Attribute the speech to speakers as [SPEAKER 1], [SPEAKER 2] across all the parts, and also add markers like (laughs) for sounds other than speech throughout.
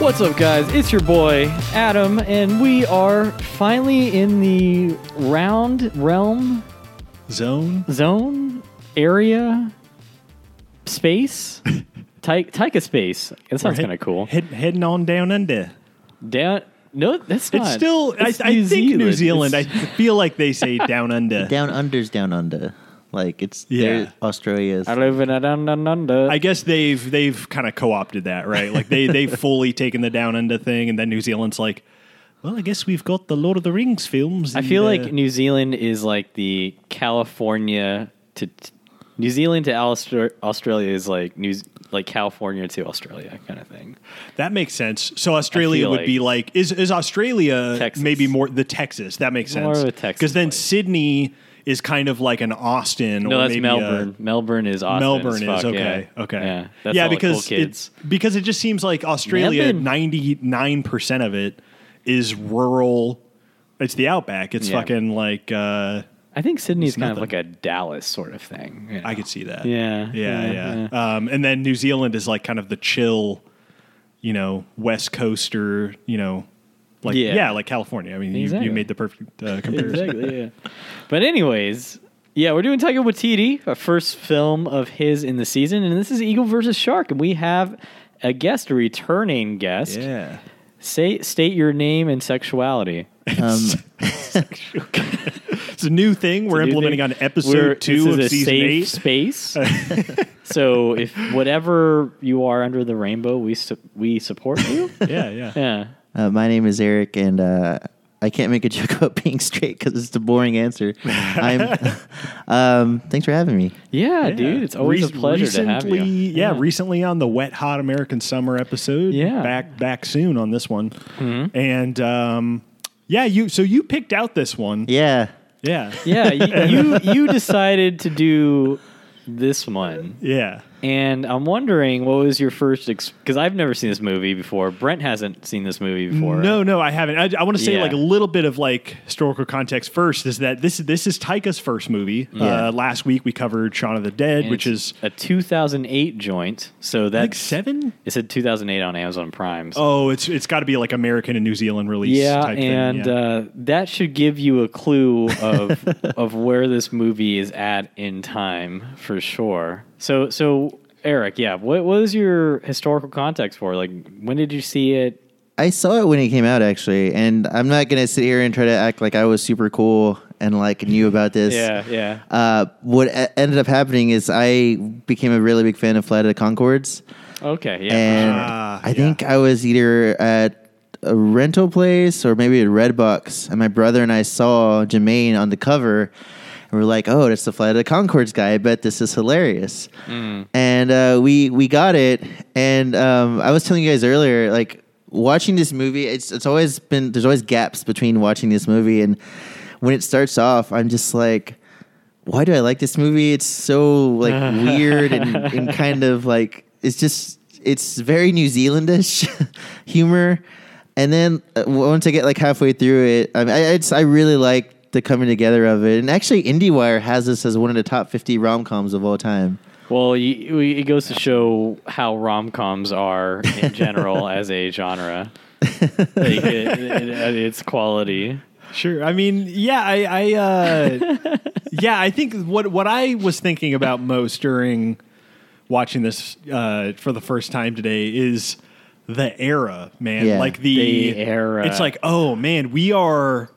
[SPEAKER 1] What's up, guys? It's your boy, Adam, and we are finally in the round realm
[SPEAKER 2] Zone.
[SPEAKER 1] zone area
[SPEAKER 2] (laughs)
[SPEAKER 1] space. Ty- Tyka space. That sounds
[SPEAKER 2] Head-
[SPEAKER 1] kind of cool.
[SPEAKER 2] Head, heading on down under.
[SPEAKER 1] Down. No, that's not.
[SPEAKER 2] It's still,
[SPEAKER 1] it's
[SPEAKER 2] I, I think New
[SPEAKER 1] It's-
[SPEAKER 2] Zealand, I feel like
[SPEAKER 1] (laughs)
[SPEAKER 2] they say down under.
[SPEAKER 3] Down under's down under. Like it's
[SPEAKER 2] Yeah.
[SPEAKER 3] yeah. Australia's.
[SPEAKER 1] I live in a dun dun dun
[SPEAKER 2] I guess they've they've kind of co-opted that, right? Like
[SPEAKER 1] (laughs)
[SPEAKER 2] they they've fully taken the down under thing, and then New Zealand's like, well, I guess we've got the Lord of the Rings films.
[SPEAKER 1] I
[SPEAKER 2] and,
[SPEAKER 1] feel
[SPEAKER 2] uh,
[SPEAKER 1] like New Zealand is like the California to t- New Zealand to Austra- Australia is like New Z- like California to Australia kind of thing.
[SPEAKER 2] that makes sense. So Australia
[SPEAKER 1] feel
[SPEAKER 2] would be like is is Australia
[SPEAKER 1] Texas.
[SPEAKER 2] maybe more the Texas? That makes sense.
[SPEAKER 1] More of a Texas
[SPEAKER 2] because then
[SPEAKER 1] place.
[SPEAKER 2] Sydney is kind of like an Austin.
[SPEAKER 1] No,
[SPEAKER 2] or
[SPEAKER 1] that's
[SPEAKER 2] maybe a-
[SPEAKER 1] Melbourne. Melbourne is Austin. as
[SPEAKER 2] Melbourne
[SPEAKER 1] fuck,
[SPEAKER 2] is okay.
[SPEAKER 1] yeah.
[SPEAKER 2] Okay.
[SPEAKER 1] Yeah, that's all the cool
[SPEAKER 2] because
[SPEAKER 1] kids.
[SPEAKER 2] It, because it just seems like Australia,
[SPEAKER 1] Melbourne.
[SPEAKER 2] ninety nine percent of it is rural. It's the outback. It's
[SPEAKER 1] Yeah.
[SPEAKER 2] fucking like uh,
[SPEAKER 1] I think Sydney's kind of
[SPEAKER 2] nothing.
[SPEAKER 1] like a Dallas sort of thing. you know.
[SPEAKER 2] I could see that.
[SPEAKER 1] Yeah,
[SPEAKER 2] yeah,
[SPEAKER 1] yeah,
[SPEAKER 2] (laughs) yeah. Um, and then New Zealand is like kind of the chill, you know, West Coaster. You know, like
[SPEAKER 1] Yeah.
[SPEAKER 2] yeah, like California. I mean, you,
[SPEAKER 1] Exactly.
[SPEAKER 2] you made the perfect uh, comparison.
[SPEAKER 1] (laughs) exactly. Yeah. But anyways, yeah, we're doing Taika Waititi, our first film of his in the season, and this is Eagle versus Shark, and we have a guest, a returning guest.
[SPEAKER 2] Yeah.
[SPEAKER 1] Say state your name and sexuality.
[SPEAKER 3] um,
[SPEAKER 2] (laughs) It's a new thing we're
[SPEAKER 1] Do you
[SPEAKER 2] implementing on
[SPEAKER 1] think
[SPEAKER 2] episode
[SPEAKER 1] we're-
[SPEAKER 2] two
[SPEAKER 1] this
[SPEAKER 2] of
[SPEAKER 1] is a
[SPEAKER 2] season
[SPEAKER 1] safe
[SPEAKER 2] eight.
[SPEAKER 1] space.
[SPEAKER 2] (laughs)
[SPEAKER 1] so if whatever you are under the rainbow, we su- we support
[SPEAKER 2] (laughs)
[SPEAKER 1] you.
[SPEAKER 2] yeah, yeah.
[SPEAKER 1] (laughs) yeah.
[SPEAKER 3] uh, my name is Eric, and uh, I can't make a (laughs) joke about being straight because it's the boring answer. I'm, (laughs) um, thanks for having me.
[SPEAKER 1] yeah,
[SPEAKER 2] Yeah.
[SPEAKER 1] dude, it's always
[SPEAKER 2] Rec-
[SPEAKER 1] a pleasure to have you.
[SPEAKER 2] recently- Yeah, recently on the Wet Hot American Summer episode.
[SPEAKER 1] Yeah. Mm-hmm.
[SPEAKER 2] back back soon on this one, and um, yeah, you so you picked out this one.
[SPEAKER 3] Yeah,
[SPEAKER 2] Yeah, yeah,
[SPEAKER 1] yeah,
[SPEAKER 2] (laughs)
[SPEAKER 1] you, you you decided to do this one.
[SPEAKER 2] yeah.
[SPEAKER 1] And I'm wondering, what was your first? Because I've never seen this movie before. Brent hasn't seen this movie before.
[SPEAKER 2] No, no, I haven't. I, I want to say
[SPEAKER 1] Yeah.
[SPEAKER 2] like a little bit of like historical context first is that this this is Taika's first movie. Uh, last week we covered Shaun of the Dead,
[SPEAKER 1] And
[SPEAKER 2] which
[SPEAKER 1] it's
[SPEAKER 2] is
[SPEAKER 1] a 2008 joint. So that's
[SPEAKER 2] like seven.
[SPEAKER 1] It said 2008 on Amazon Prime. so-
[SPEAKER 2] Oh, it's it's got to be like American and New Zealand release.
[SPEAKER 1] yeah,
[SPEAKER 2] type thing,
[SPEAKER 1] and
[SPEAKER 2] yeah.
[SPEAKER 1] Uh, that should give you a clue
[SPEAKER 2] (laughs)
[SPEAKER 1] of of where this movie is at in time for sure. So, so Eric, yeah, what, what was your historical context for? Like, when did you see it?
[SPEAKER 3] I saw it when it came out actually, and I'm not gonna sit here and try to act like I was super cool and like knew about this.
[SPEAKER 1] Yeah, yeah.
[SPEAKER 3] Uh, what e- ended up happening is I became a really big fan of Flight of the Concords.
[SPEAKER 1] Okay, yeah.
[SPEAKER 3] and
[SPEAKER 2] Ah,
[SPEAKER 3] I
[SPEAKER 2] yeah.
[SPEAKER 3] think I was either at a rental place or maybe at Redbox, and my brother and I saw Jermaine on the cover, and we're like, "Oh, that's the Flight of the Concords guy. I bet this is hilarious." And uh, we we got it, and um, I was telling you guys earlier, like watching this movie, it's it's always been there's always gaps between watching this movie and when it starts off, I'm just like why do I like this movie? It's so like weird and, and kind of like it's just it's very New Zealandish (laughs) humor. And then uh, once I get like halfway through it, I mean, I, I, just- I really like the coming together of it. And actually, IndieWire has this as one of the top fifty rom coms of all time.
[SPEAKER 1] Well, you, we- it goes to show how rom coms are in
[SPEAKER 2] (laughs)
[SPEAKER 1] general as a genre. Like, it- it- it- its quality.
[SPEAKER 2] Sure. I mean, yeah, I,
[SPEAKER 1] (laughs)
[SPEAKER 2] I uh, yeah, I think what what I was thinking about most during watching this uh, for the first time today is the era, man.
[SPEAKER 3] Yeah.
[SPEAKER 2] like the,
[SPEAKER 1] The era.
[SPEAKER 2] It's like, oh man, we are.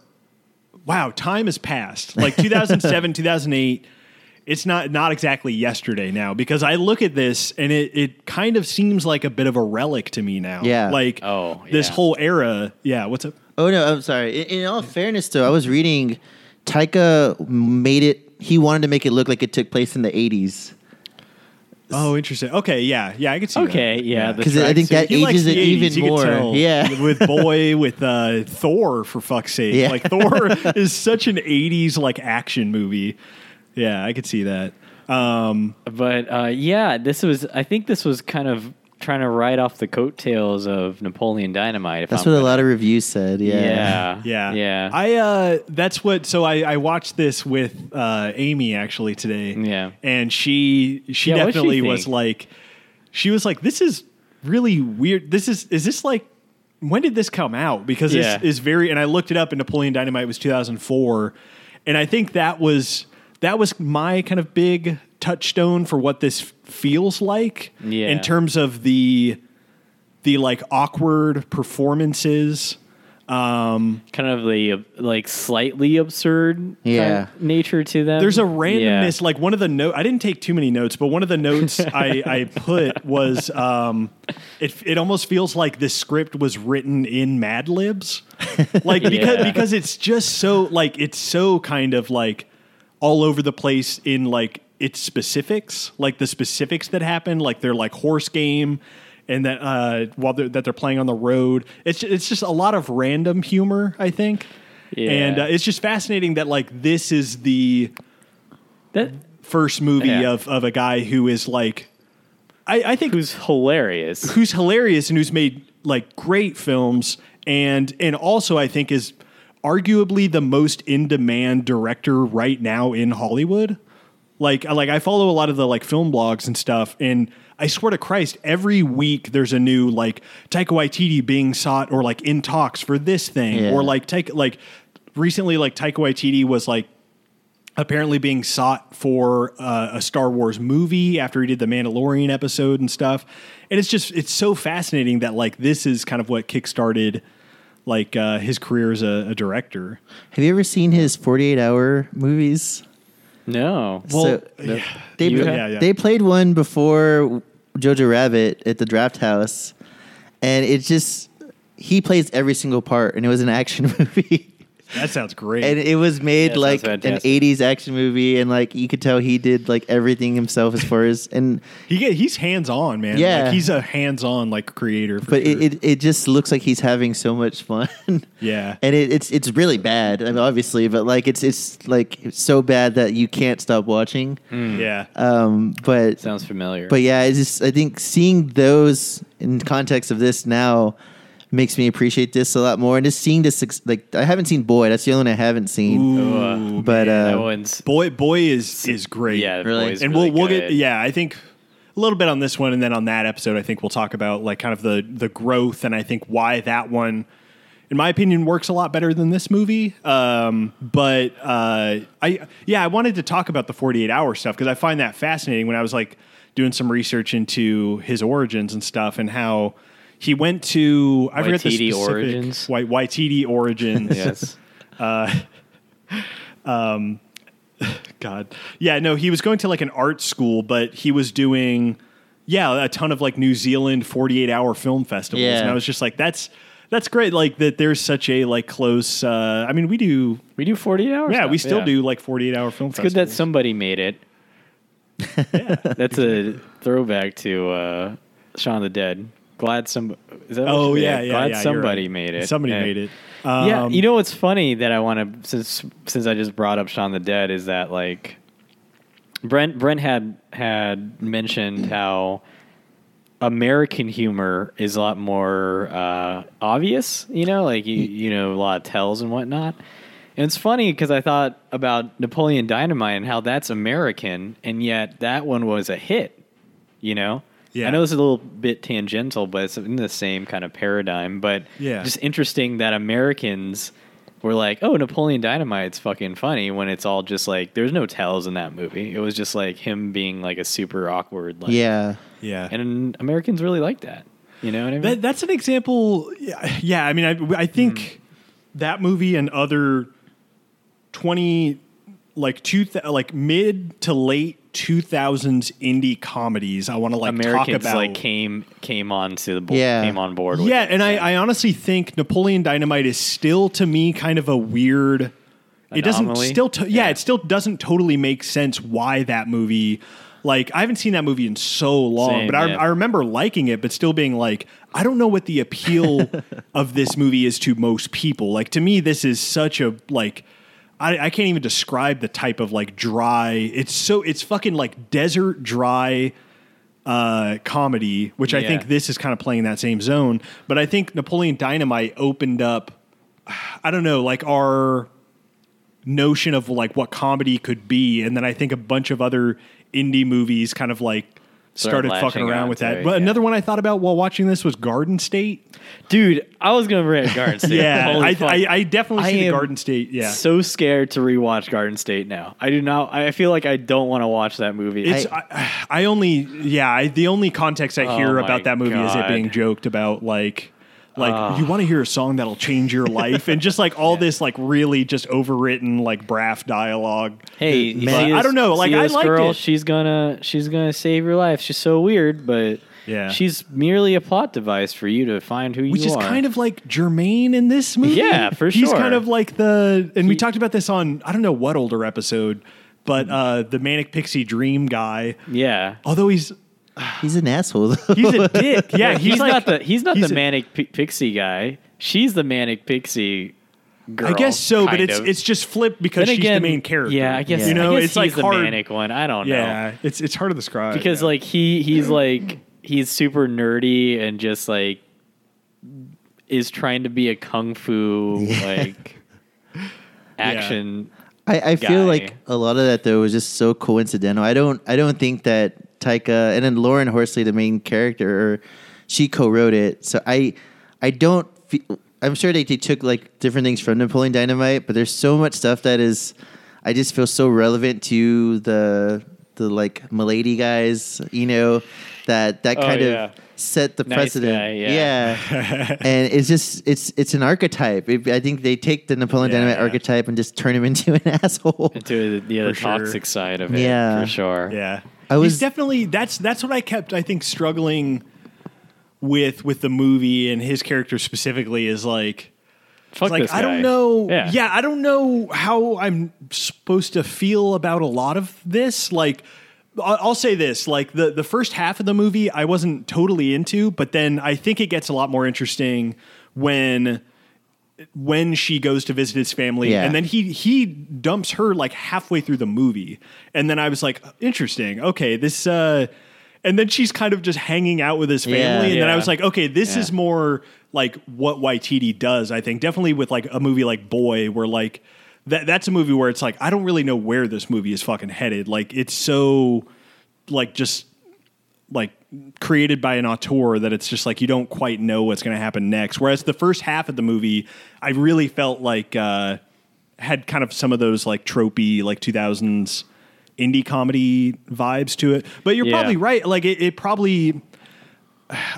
[SPEAKER 2] Wow, time has passed. Like 2007, 2008. It's not not exactly yesterday now because I look at this and it it kind of seems like a bit of a relic to me now.
[SPEAKER 3] Yeah.
[SPEAKER 2] Like
[SPEAKER 1] Oh,
[SPEAKER 2] this
[SPEAKER 1] yeah.
[SPEAKER 2] whole era. Yeah. What's up?
[SPEAKER 3] Oh no, I'm sorry. In, in all fairness, though, I was reading Taika made it. He wanted to make it look like it took place in the '80s
[SPEAKER 2] Oh, interesting. Okay, yeah, yeah, I could see.
[SPEAKER 1] Okay,
[SPEAKER 2] that.
[SPEAKER 1] yeah. the
[SPEAKER 3] because I think
[SPEAKER 1] tracksuit-
[SPEAKER 3] that ages it even
[SPEAKER 2] you could
[SPEAKER 3] more.
[SPEAKER 2] tell.
[SPEAKER 3] (laughs) Yeah,
[SPEAKER 2] (laughs) with boy with uh, Thor for fuck's sake.
[SPEAKER 3] Yeah.
[SPEAKER 2] Like Thor (laughs) is such an '80s like action movie. Yeah, I could see that. Um,
[SPEAKER 1] But uh, yeah, this was. I think this was kind of trying to ride off the coattails of Napoleon Dynamite. If
[SPEAKER 3] that's
[SPEAKER 1] I'm
[SPEAKER 3] what a lot of reviews said.
[SPEAKER 1] Yeah,
[SPEAKER 2] yeah,
[SPEAKER 1] yeah.
[SPEAKER 2] I uh, that's what. So I, I watched this with uh, Amy actually today.
[SPEAKER 1] Yeah.
[SPEAKER 2] and she she
[SPEAKER 1] Yeah, what'd she
[SPEAKER 2] definitely was
[SPEAKER 1] think?
[SPEAKER 2] like, she was like, this is really weird. This is is this like when did this come out? Because
[SPEAKER 1] Yeah.
[SPEAKER 2] this is very, and I looked it up, and Napoleon Dynamite was 2004, and I think that was that was my kind of big touchstone for what this f- feels like
[SPEAKER 1] Yeah.
[SPEAKER 2] in terms of the the like awkward performances.
[SPEAKER 1] kind of the uh, like slightly absurd kind
[SPEAKER 3] Yeah.
[SPEAKER 1] of nature to them.
[SPEAKER 2] There's a
[SPEAKER 1] Yeah.
[SPEAKER 2] randomness, like one of the note. I didn't take too many notes, but one of
[SPEAKER 1] (laughs)
[SPEAKER 2] the notes I, I put was um, it. It almost feels like this script was written in Mad Libs,
[SPEAKER 1] (laughs)
[SPEAKER 2] like because
[SPEAKER 1] Yeah.
[SPEAKER 2] because it's just so like it's so kind of like all over the place in like its specifics, like the specifics that happen, like their like horse game. And that uh, while they're, that they're playing on the road, it's it's just a lot of random humor, I think,
[SPEAKER 1] Yeah.
[SPEAKER 2] and uh, it's just fascinating that like this is the
[SPEAKER 1] that
[SPEAKER 2] first movie
[SPEAKER 1] Yeah.
[SPEAKER 2] of, of a guy who is like I, I think who's,
[SPEAKER 1] who's hilarious.
[SPEAKER 2] who's hilarious and who's made like great films and and also I think is arguably the most in demand director right now in Hollywood. Like like I follow a lot of the like film blogs and stuff and I swear to Christ, every week there's a new like Taika Waititi being sought or like in talks for this thing
[SPEAKER 3] Yeah.
[SPEAKER 2] or like take like recently like Taika Waititi was like apparently being sought for uh, a Star Wars movie after he did the Mandalorian episode and stuff. And it's just it's so fascinating that like this is kind of what kickstarted like uh, his career as a, a director.
[SPEAKER 3] Have you ever seen his 48 hour movies?
[SPEAKER 1] No.
[SPEAKER 2] Well,
[SPEAKER 3] the-
[SPEAKER 2] yeah.
[SPEAKER 3] they,
[SPEAKER 1] You-
[SPEAKER 2] Yeah, yeah.
[SPEAKER 3] they played one before Jojo Rabbit at the Draft House, and it just he plays every single part, and it was an action (laughs) movie,
[SPEAKER 2] That sounds great.
[SPEAKER 3] and it was made
[SPEAKER 1] Yeah, sounds
[SPEAKER 3] like an
[SPEAKER 1] fantastic.
[SPEAKER 3] '80s action movie, and like you could tell he did like everything himself as far as and
[SPEAKER 2] he get, he's hands on, man.
[SPEAKER 3] Yeah.
[SPEAKER 2] like, he's a hands on like creator. For
[SPEAKER 3] but
[SPEAKER 2] sure.
[SPEAKER 3] it, it it just looks like he's having so much fun. (laughs)
[SPEAKER 2] Yeah.
[SPEAKER 3] and it, it's it's really bad, I mean, obviously, but like it's it's like so bad that you can't stop watching.
[SPEAKER 2] Mm. yeah,
[SPEAKER 3] Um, but
[SPEAKER 1] Sounds familiar.
[SPEAKER 3] But yeah, it's just I think seeing those in context of this now makes me appreciate this a lot more. And just seeing this, ex- like I haven't seen Boy. That's the only one I haven't seen.
[SPEAKER 1] Ooh,
[SPEAKER 3] but
[SPEAKER 1] that
[SPEAKER 3] uh,
[SPEAKER 1] one's
[SPEAKER 2] boy, boy is is great.
[SPEAKER 1] yeah, that
[SPEAKER 3] really.
[SPEAKER 1] boy's
[SPEAKER 2] and
[SPEAKER 1] really
[SPEAKER 2] we'll we'll
[SPEAKER 1] good.
[SPEAKER 2] get yeah i think a little bit on this one and then on that episode i think we'll talk about like kind of the the growth and i think why that one in my opinion works a lot better than this movie um, but uh, i yeah i wanted to talk about the 48 hour stuff because i find that fascinating when i was like doing some research into his origins and stuff and how he went to i forget the
[SPEAKER 1] Waititi
[SPEAKER 2] specific
[SPEAKER 1] origins?
[SPEAKER 2] Wai-
[SPEAKER 1] (laughs)
[SPEAKER 2] Waititi origins
[SPEAKER 1] Yes.
[SPEAKER 2] God. Yeah, no, he was going to like an art school, but he was doing yeah, a ton of like New Zealand 48-hour film festivals.
[SPEAKER 3] Yeah.
[SPEAKER 2] And I was just like that's that's great like that there's such a like close uh I mean, we do
[SPEAKER 1] we do 48 hours.
[SPEAKER 2] yeah,
[SPEAKER 1] now,
[SPEAKER 2] we still do like 48-hour film
[SPEAKER 1] It's good
[SPEAKER 2] festivals.
[SPEAKER 1] that somebody made
[SPEAKER 2] (laughs)
[SPEAKER 1] it. That's a throwback to uh, Shaun of the Dead. Glad some. Is that what
[SPEAKER 2] Oh
[SPEAKER 1] it's-
[SPEAKER 2] yeah, yeah,
[SPEAKER 1] Glad
[SPEAKER 2] yeah, you're
[SPEAKER 1] somebody
[SPEAKER 2] right.
[SPEAKER 1] made it.
[SPEAKER 2] Somebody
[SPEAKER 1] Yeah.
[SPEAKER 2] made it.
[SPEAKER 1] yeah,
[SPEAKER 2] Um,
[SPEAKER 1] you know what's funny that I want to since since I just brought up Shaun the Dead is that like Brent Brent had had mentioned how American humor is a lot more uh, obvious, you know, like you you know a lot of tells and whatnot. And it's funny because I thought about Napoleon Dynamite and how that's American, and yet that one was a hit, you know.
[SPEAKER 2] Yeah.
[SPEAKER 1] I know this is a little bit tangential, but it's in the same kind of paradigm. But
[SPEAKER 2] Yeah.
[SPEAKER 1] just interesting that Americans were like, "Oh, Napoleon Dynamite's fucking funny," when it's all just like there's no tells in that movie. It was just like him being like a super awkward, like,
[SPEAKER 3] yeah,
[SPEAKER 2] yeah.
[SPEAKER 1] And Americans really like that. You know what I mean?
[SPEAKER 2] That, that's an example. Yeah, yeah, I mean, I, I think
[SPEAKER 1] Hmm.
[SPEAKER 2] that movie and other twenty, like two, thou- like mid to late two thousands indie comedies. I want to like talk
[SPEAKER 1] Americans
[SPEAKER 2] about.
[SPEAKER 1] like came came on to the board,
[SPEAKER 3] Yeah.
[SPEAKER 1] came on board. With
[SPEAKER 2] yeah,
[SPEAKER 1] it.
[SPEAKER 2] and I, I honestly think Napoleon Dynamite is still to me kind of a weird. It doesn't
[SPEAKER 1] Anomaly?
[SPEAKER 2] still, to, yeah,
[SPEAKER 1] Yeah.
[SPEAKER 2] it still doesn't totally make sense why that movie. Like I haven't seen that movie in so long,
[SPEAKER 1] Same,
[SPEAKER 2] but I,
[SPEAKER 1] yeah.
[SPEAKER 2] I remember liking it, but still being like, I don't know what
[SPEAKER 1] (laughs)
[SPEAKER 2] the appeal of this movie is to most people. Like to me, this is such a like. I, I can't even describe the type of like dry. It's so it's fucking like desert dry uh, comedy, which I
[SPEAKER 1] Yeah.
[SPEAKER 2] think this is kind of playing that same zone. But I think Napoleon Dynamite opened up, (sighs) I don't know, like our notion of like what comedy could be. And then I think a bunch of other indie movies kind of like started fucking
[SPEAKER 1] latching
[SPEAKER 2] around
[SPEAKER 1] on
[SPEAKER 2] with
[SPEAKER 1] to
[SPEAKER 2] that.
[SPEAKER 1] it,
[SPEAKER 2] but
[SPEAKER 1] yeah.
[SPEAKER 2] another one I thought about while watching this was Garden
[SPEAKER 1] (laughs)
[SPEAKER 2] State.
[SPEAKER 1] Dude, I was gonna bring up
[SPEAKER 2] (laughs)
[SPEAKER 1] Garden State.
[SPEAKER 2] Yeah,
[SPEAKER 1] Holy
[SPEAKER 2] I,
[SPEAKER 1] fuck.
[SPEAKER 2] I, I definitely
[SPEAKER 1] I
[SPEAKER 2] see the
[SPEAKER 1] am
[SPEAKER 2] Garden State. Yeah,
[SPEAKER 1] so scared to rewatch Garden State now. I do not. I feel like I don't want to watch that movie.
[SPEAKER 2] it's I, I only yeah I, the only context I hear
[SPEAKER 1] Oh my
[SPEAKER 2] about that movie is it
[SPEAKER 1] God.
[SPEAKER 2] being joked about like like you want to hear a song that'll change your life and just
[SPEAKER 1] (laughs)
[SPEAKER 2] like all this like really just overwritten like braff dialogue.
[SPEAKER 1] hey, you
[SPEAKER 3] man,
[SPEAKER 1] see
[SPEAKER 2] I
[SPEAKER 1] this-
[SPEAKER 2] don't know, like,
[SPEAKER 1] see
[SPEAKER 2] I
[SPEAKER 1] this
[SPEAKER 2] liked
[SPEAKER 1] girl,
[SPEAKER 2] it.
[SPEAKER 1] she's gonna she's gonna save your life. She's so weird, but
[SPEAKER 2] Yeah.
[SPEAKER 1] she's merely a plot device for you to find who
[SPEAKER 2] Which
[SPEAKER 1] you
[SPEAKER 2] is
[SPEAKER 1] are.
[SPEAKER 2] kind of like Jermaine in this movie.
[SPEAKER 1] Yeah, for
[SPEAKER 2] He's
[SPEAKER 1] sure.
[SPEAKER 2] kind of like the, and we talked about this on I don't know what older episode, but uh the manic pixie dream guy.
[SPEAKER 1] yeah.
[SPEAKER 2] Although he's
[SPEAKER 3] He's an asshole. Though.
[SPEAKER 2] Oh, he's a
[SPEAKER 1] (laughs)
[SPEAKER 2] dick. Yeah, he's,
[SPEAKER 1] he's,
[SPEAKER 2] like,
[SPEAKER 1] not the he's not
[SPEAKER 2] he's
[SPEAKER 1] the
[SPEAKER 2] a-
[SPEAKER 1] manic pi pixie guy. She's the manic pixie girl.
[SPEAKER 2] I guess so, but
[SPEAKER 1] kind
[SPEAKER 2] it's
[SPEAKER 1] of.
[SPEAKER 2] it's just flipped because
[SPEAKER 1] Then
[SPEAKER 2] she's the
[SPEAKER 1] again,
[SPEAKER 2] main character.
[SPEAKER 1] Yeah, I guess
[SPEAKER 2] you
[SPEAKER 1] I
[SPEAKER 2] know
[SPEAKER 1] guess
[SPEAKER 2] it's like
[SPEAKER 1] he's the
[SPEAKER 2] hard.
[SPEAKER 1] manic one. I don't know.
[SPEAKER 2] yeah, it's it's hard to describe
[SPEAKER 1] because
[SPEAKER 2] yeah.
[SPEAKER 1] like he he's like he's super nerdy and just like is trying to be a kung fu like action
[SPEAKER 3] I, I feel
[SPEAKER 1] guy.
[SPEAKER 3] like a lot of that though was just so coincidental. I don't I don't think that Taika and then Lauren Horsley, the main character, she co-wrote it. So I I don't. Fe- I'm sure they, they took like different things from Napoleon Dynamite, but there's so much stuff that is. I just feel so relevant to the the like Milady guys, you know, that that
[SPEAKER 1] Oh,
[SPEAKER 3] kind
[SPEAKER 1] yeah.
[SPEAKER 3] of set the
[SPEAKER 1] Nice
[SPEAKER 3] precedent.
[SPEAKER 1] guy, yeah. (laughs)
[SPEAKER 3] yeah. and it's just it's it's an archetype. It, I think they take the Napoleon
[SPEAKER 2] Yeah.
[SPEAKER 3] Dynamite archetype type and just turn him (laughs) into an asshole.
[SPEAKER 1] into the, yeah, the
[SPEAKER 2] For sure.
[SPEAKER 1] toxic side of it
[SPEAKER 3] Yeah.
[SPEAKER 1] for sure
[SPEAKER 2] yeah,
[SPEAKER 3] I
[SPEAKER 2] he's
[SPEAKER 3] was-
[SPEAKER 2] definitely that's that's what I kept I think struggling with with the movie and his character specifically is like
[SPEAKER 1] Fuck
[SPEAKER 2] like
[SPEAKER 1] this
[SPEAKER 2] I
[SPEAKER 1] guy.
[SPEAKER 2] don't know
[SPEAKER 1] yeah,
[SPEAKER 2] I don't know how I'm supposed to feel about a lot of this like I- I'll say this like the the first half of the movie I wasn't totally into but then I think it gets a lot more interesting when when she goes to visit his family
[SPEAKER 3] Yeah.
[SPEAKER 2] and then he he dumps her like halfway through the movie and then I was like interesting okay this uh and then she's kind of just hanging out with his family
[SPEAKER 3] Yeah.
[SPEAKER 2] and then I
[SPEAKER 1] Yeah.
[SPEAKER 2] was like okay this
[SPEAKER 1] Yeah.
[SPEAKER 2] is more like what YTD does, I think. Definitely with like a movie like Boy, where like that that's a movie where it's like I don't really know where this movie is fucking headed. Like it's so like just like created by an auteur that it's just like you don't quite know what's going to happen next. Whereas the first half of the movie, I really felt like uh had kind of some of those like tropey like 2000s indie comedy vibes to it. But you're
[SPEAKER 1] Yeah.
[SPEAKER 2] probably right. Like it, it probably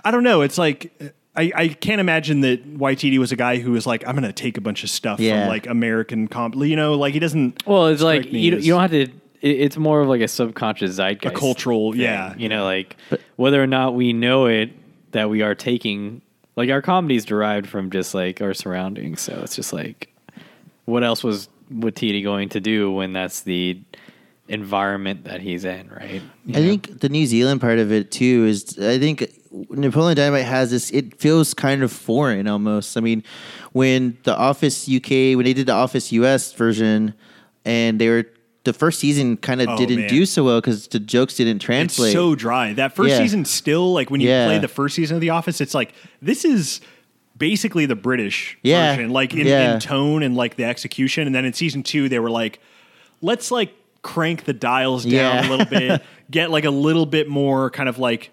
[SPEAKER 2] I don't know. It's like I, I can't imagine that YTD was a guy who was like, I'm going to take a bunch of stuff
[SPEAKER 3] Yeah.
[SPEAKER 2] from like American comp. You know, like he doesn't
[SPEAKER 1] well it's
[SPEAKER 2] strike
[SPEAKER 1] like
[SPEAKER 2] me
[SPEAKER 1] you, don't-
[SPEAKER 2] as
[SPEAKER 1] you don't have to it- it's more of like a subconscious
[SPEAKER 2] a
[SPEAKER 1] zeitgeist
[SPEAKER 2] cultural. Yeah,
[SPEAKER 1] you know like whether or not we know it that we are taking like our comedy is derived from just like our surroundings so it's just like what else was Watiti going to do when that's the environment that he's in right
[SPEAKER 3] I think the New Zealand part of it too is I think Napoleon Dynamite has this. It feels kind of foreign almost. I mean, when the Office UK, when they did the Office US version, and they were the first season kind of
[SPEAKER 2] Oh,
[SPEAKER 3] didn't
[SPEAKER 2] man.
[SPEAKER 3] do so well because the jokes didn't
[SPEAKER 2] It's
[SPEAKER 3] translate.
[SPEAKER 2] so dry. That first
[SPEAKER 3] Yeah.
[SPEAKER 2] season still like when you
[SPEAKER 3] Yeah.
[SPEAKER 2] play the first season of The Office, it's like this is basically the British
[SPEAKER 3] Yeah.
[SPEAKER 2] version, like in,
[SPEAKER 3] Yeah.
[SPEAKER 2] in tone and like the execution. And then in season two, they were like, let's like crank the dials down a
[SPEAKER 3] Yeah.
[SPEAKER 2] little
[SPEAKER 3] (laughs)
[SPEAKER 2] bit, get like a little bit more kind of like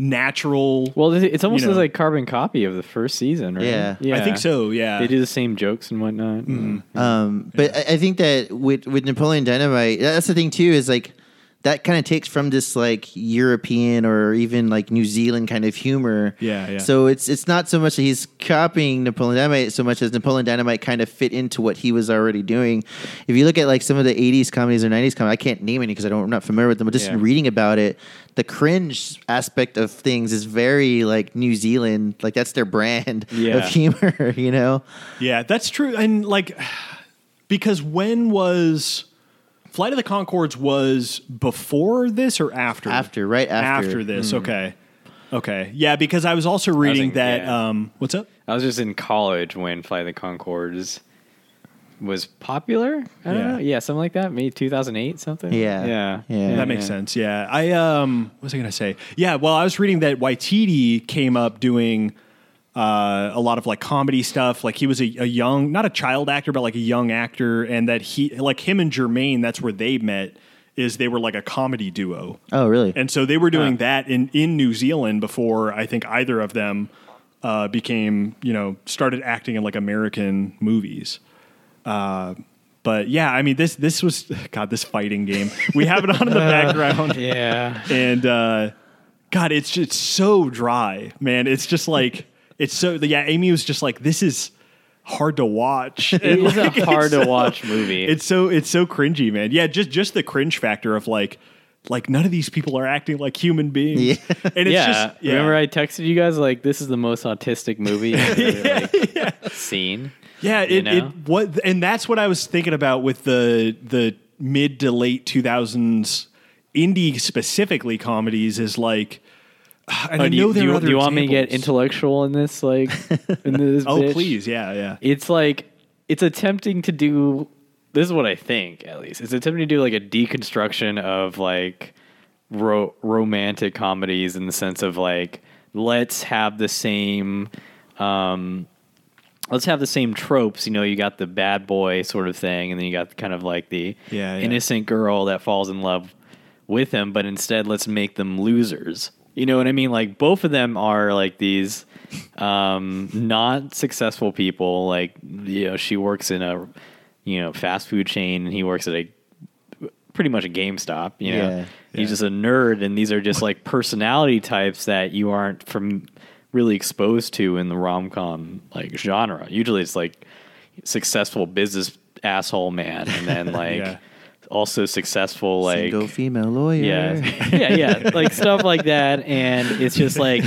[SPEAKER 2] natural.
[SPEAKER 1] well it's- it's almost
[SPEAKER 2] know.
[SPEAKER 1] like carbon copy of the first season right
[SPEAKER 3] Yeah.
[SPEAKER 2] I
[SPEAKER 3] I
[SPEAKER 2] think so. Mm. Yeah,
[SPEAKER 1] they do the same jokes and whatnot
[SPEAKER 3] Um, but I, I think that with with Napoleon Dynamite, that's the thing too. Is like that kind of takes from this like European or even like New Zealand kind of humor.
[SPEAKER 2] Yeah, yeah.
[SPEAKER 3] So it's it's not so much that he's copying Napoleon Dynamite so much as Napoleon Dynamite kind of fit into what he was already doing. If you look at like some of the '80s comedies or '90s comedies, I can't name any because I don't I'm not familiar with them. But just
[SPEAKER 1] Yeah.
[SPEAKER 3] in reading about it, the cringe aspect of things is very like New Zealand. Like that's their brand
[SPEAKER 1] Yeah.
[SPEAKER 3] of (laughs) humor. You know.
[SPEAKER 2] Yeah, that's true. And like, because when was Flight of the Concords was before this or after?
[SPEAKER 3] After, right after. Mm.
[SPEAKER 2] After this, okay. Okay. Yeah, because I was also reading
[SPEAKER 1] in-
[SPEAKER 2] that.
[SPEAKER 1] yeah.
[SPEAKER 2] Um, what's up?
[SPEAKER 1] I was just in college when Fly the Concords was popular. I don't
[SPEAKER 2] Yeah.
[SPEAKER 1] know. Yeah, something like that. Maybe 2008, something.
[SPEAKER 3] Yeah.
[SPEAKER 1] Yeah.
[SPEAKER 3] Yeah.
[SPEAKER 2] That makes sense. Yeah. I um what was I gonna say? Yeah, well I was reading that Waititi came up doing uh, a lot of like comedy stuff. Like he was a, a young, not a child actor, but like a young actor, and that he, like him and Jermaine, that's where they met. is they were like a comedy duo.
[SPEAKER 3] Oh, really?
[SPEAKER 2] And so they were doing
[SPEAKER 1] Huh.
[SPEAKER 2] that in, in New Zealand before I think either of them uh, became, you know, started acting in like American movies. Uh, but yeah, I mean, this this was (laughs) God, this fighting game. We have it on
[SPEAKER 1] (laughs)
[SPEAKER 2] in the background,
[SPEAKER 1] Yeah.
[SPEAKER 2] and uh, God, it's just so dry, man. It's just like it's so. Yeah, Amy was just like, this is hard to watch. (laughs)
[SPEAKER 1] It
[SPEAKER 2] And,
[SPEAKER 1] is a
[SPEAKER 2] like,
[SPEAKER 1] hard
[SPEAKER 2] (laughs) it's
[SPEAKER 1] to watch movie.
[SPEAKER 2] (laughs) it's so it's so cringy, man. Yeah, just just the cringe factor of like like none of these people are acting like human beings.
[SPEAKER 3] Yeah.
[SPEAKER 2] (laughs) And it's
[SPEAKER 1] yeah.
[SPEAKER 2] just yeah.
[SPEAKER 1] Remember, I texted you guys like this is the most autistic movie I've
[SPEAKER 2] (laughs)
[SPEAKER 1] ever like, seen.
[SPEAKER 2] yeah, it,
[SPEAKER 1] you know?
[SPEAKER 2] it what and that's what I was thinking about with the the mid to late two thousands indie specifically comedies is like (sighs) and I
[SPEAKER 1] Oh, do, you,
[SPEAKER 2] know there
[SPEAKER 1] do
[SPEAKER 2] are
[SPEAKER 1] you-
[SPEAKER 2] other
[SPEAKER 1] do you want me to get
[SPEAKER 2] examples.
[SPEAKER 1] intellectual in this? Like,
[SPEAKER 2] (laughs)
[SPEAKER 1] in this?
[SPEAKER 2] Oh
[SPEAKER 1] bitch?
[SPEAKER 2] please, yeah, yeah.
[SPEAKER 1] It's like it's attempting to do. This is what I think, at least. It's attempting to do like a deconstruction of like ro- romantic comedies in the sense of like let's have the same. Um, let's have the same tropes. You know, you got the bad boy sort of thing, and then you got kind of like the
[SPEAKER 2] Yeah, yeah.
[SPEAKER 1] innocent girl that falls in love with him, but instead let's make them losers. You know what I mean? Like both of them are like these um, not successful people. Like you know, she works in a you know fast food chain, and he works at a pretty much a GameStop. You know,
[SPEAKER 3] Yeah.
[SPEAKER 2] Yeah.
[SPEAKER 1] he's just a nerd, and these are just like personality types that you aren't from really exposed to in the rom com like genre. Usually, it's like successful business asshole man, and then like
[SPEAKER 2] Yeah.
[SPEAKER 1] also successful like
[SPEAKER 3] Single female lawyer.
[SPEAKER 1] yeah, (laughs) yeah, yeah, like stuff like that, and it's just like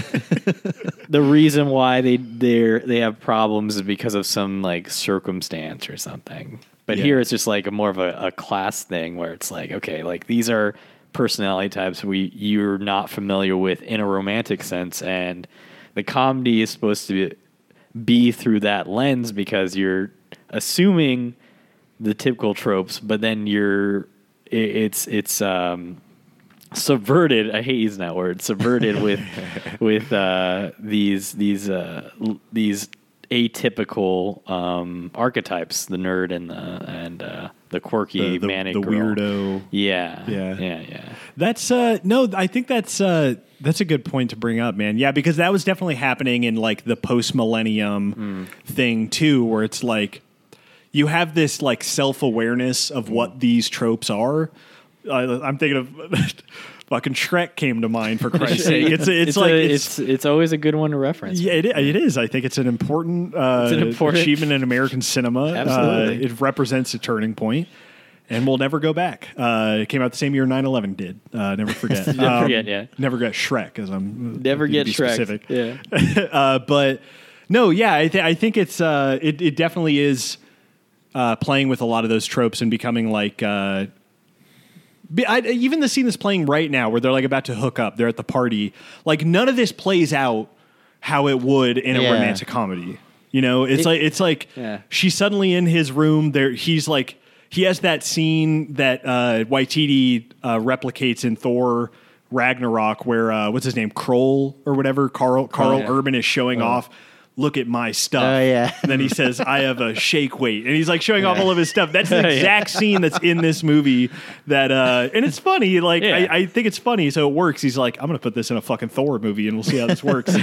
[SPEAKER 1] the reason why they they they have problems is because of some like circumstance or something. But
[SPEAKER 2] Yeah.
[SPEAKER 1] here it's just like a more of a, a class thing where it's like okay, like these are personality types we you're not familiar with in a romantic sense, and the comedy is supposed to be, be through that lens because you're assuming the typical tropes, but then you're it, it's it's um subverted. I hate using that word. Subverted
[SPEAKER 2] (laughs)
[SPEAKER 1] with with uh, these these uh, l- these atypical um, archetypes: the nerd and the and uh, the quirky
[SPEAKER 2] The- the-
[SPEAKER 1] manic
[SPEAKER 2] the
[SPEAKER 1] girl.
[SPEAKER 2] weirdo.
[SPEAKER 1] Yeah,
[SPEAKER 2] Yeah.
[SPEAKER 1] yeah, yeah.
[SPEAKER 2] That's uh no, I think that's uh that's a good point to bring up, man. Yeah, because that was definitely happening in like the post millennium thing too, where it's like you have this like self awareness of what these tropes are. Uh, I'm thinking of (laughs) fucking Shrek came to mind for (laughs) Christ's sake. It's it's, like
[SPEAKER 1] a-
[SPEAKER 2] it's,
[SPEAKER 1] it's it's always a good one to reference.
[SPEAKER 2] yeah, it, it is. I think it's an important, uh,
[SPEAKER 1] It's an important-
[SPEAKER 2] achievement in American cinema. Uh,
[SPEAKER 1] Absolutely.
[SPEAKER 2] it represents a turning point, and we'll never go back. Uh, it came out the same year 9 11 did. Uh,
[SPEAKER 1] (laughs)
[SPEAKER 2] never forget. never
[SPEAKER 1] forget, yeah.
[SPEAKER 2] Never get Shrek, as I'm. uh,
[SPEAKER 1] Never
[SPEAKER 2] to
[SPEAKER 1] get
[SPEAKER 2] be
[SPEAKER 1] Shrek.
[SPEAKER 2] (laughs)
[SPEAKER 1] Yeah.
[SPEAKER 2] uh, but no, yeah, I, th- I think it's uh, it, it definitely is uh, playing with a lot of those tropes and becoming like. Uh, be- I, even the scene that's playing right now, where they're like about to hook up, they're at the party. Like none of this plays out how it would in a
[SPEAKER 3] Yeah.
[SPEAKER 2] romantic comedy. You know, it's like it's like
[SPEAKER 1] Yeah.
[SPEAKER 2] she's suddenly in his room. There, he's like he has that scene that uh, Waititi uh, replicates in Thor Ragnarok, where uh, what's his name, Kroll or whatever, Carl Carl
[SPEAKER 1] Oh, yeah.
[SPEAKER 2] Urban is showing off. Look at my stuff.
[SPEAKER 3] Oh, yeah.
[SPEAKER 2] And
[SPEAKER 1] (laughs)
[SPEAKER 2] then he says, "I have a shake weight," and he's like showing off
[SPEAKER 1] Yeah.
[SPEAKER 2] all of his stuff. That's
[SPEAKER 1] (laughs)
[SPEAKER 2] the
[SPEAKER 1] Yeah.
[SPEAKER 2] exact scene that's in this movie. That uh, and it's funny. Like
[SPEAKER 1] Yeah.
[SPEAKER 2] I, I think it's funny, so it works. He's like, "I'm gonna put this in a fucking Thor movie, and we'll see how
[SPEAKER 1] (laughs)
[SPEAKER 2] this works."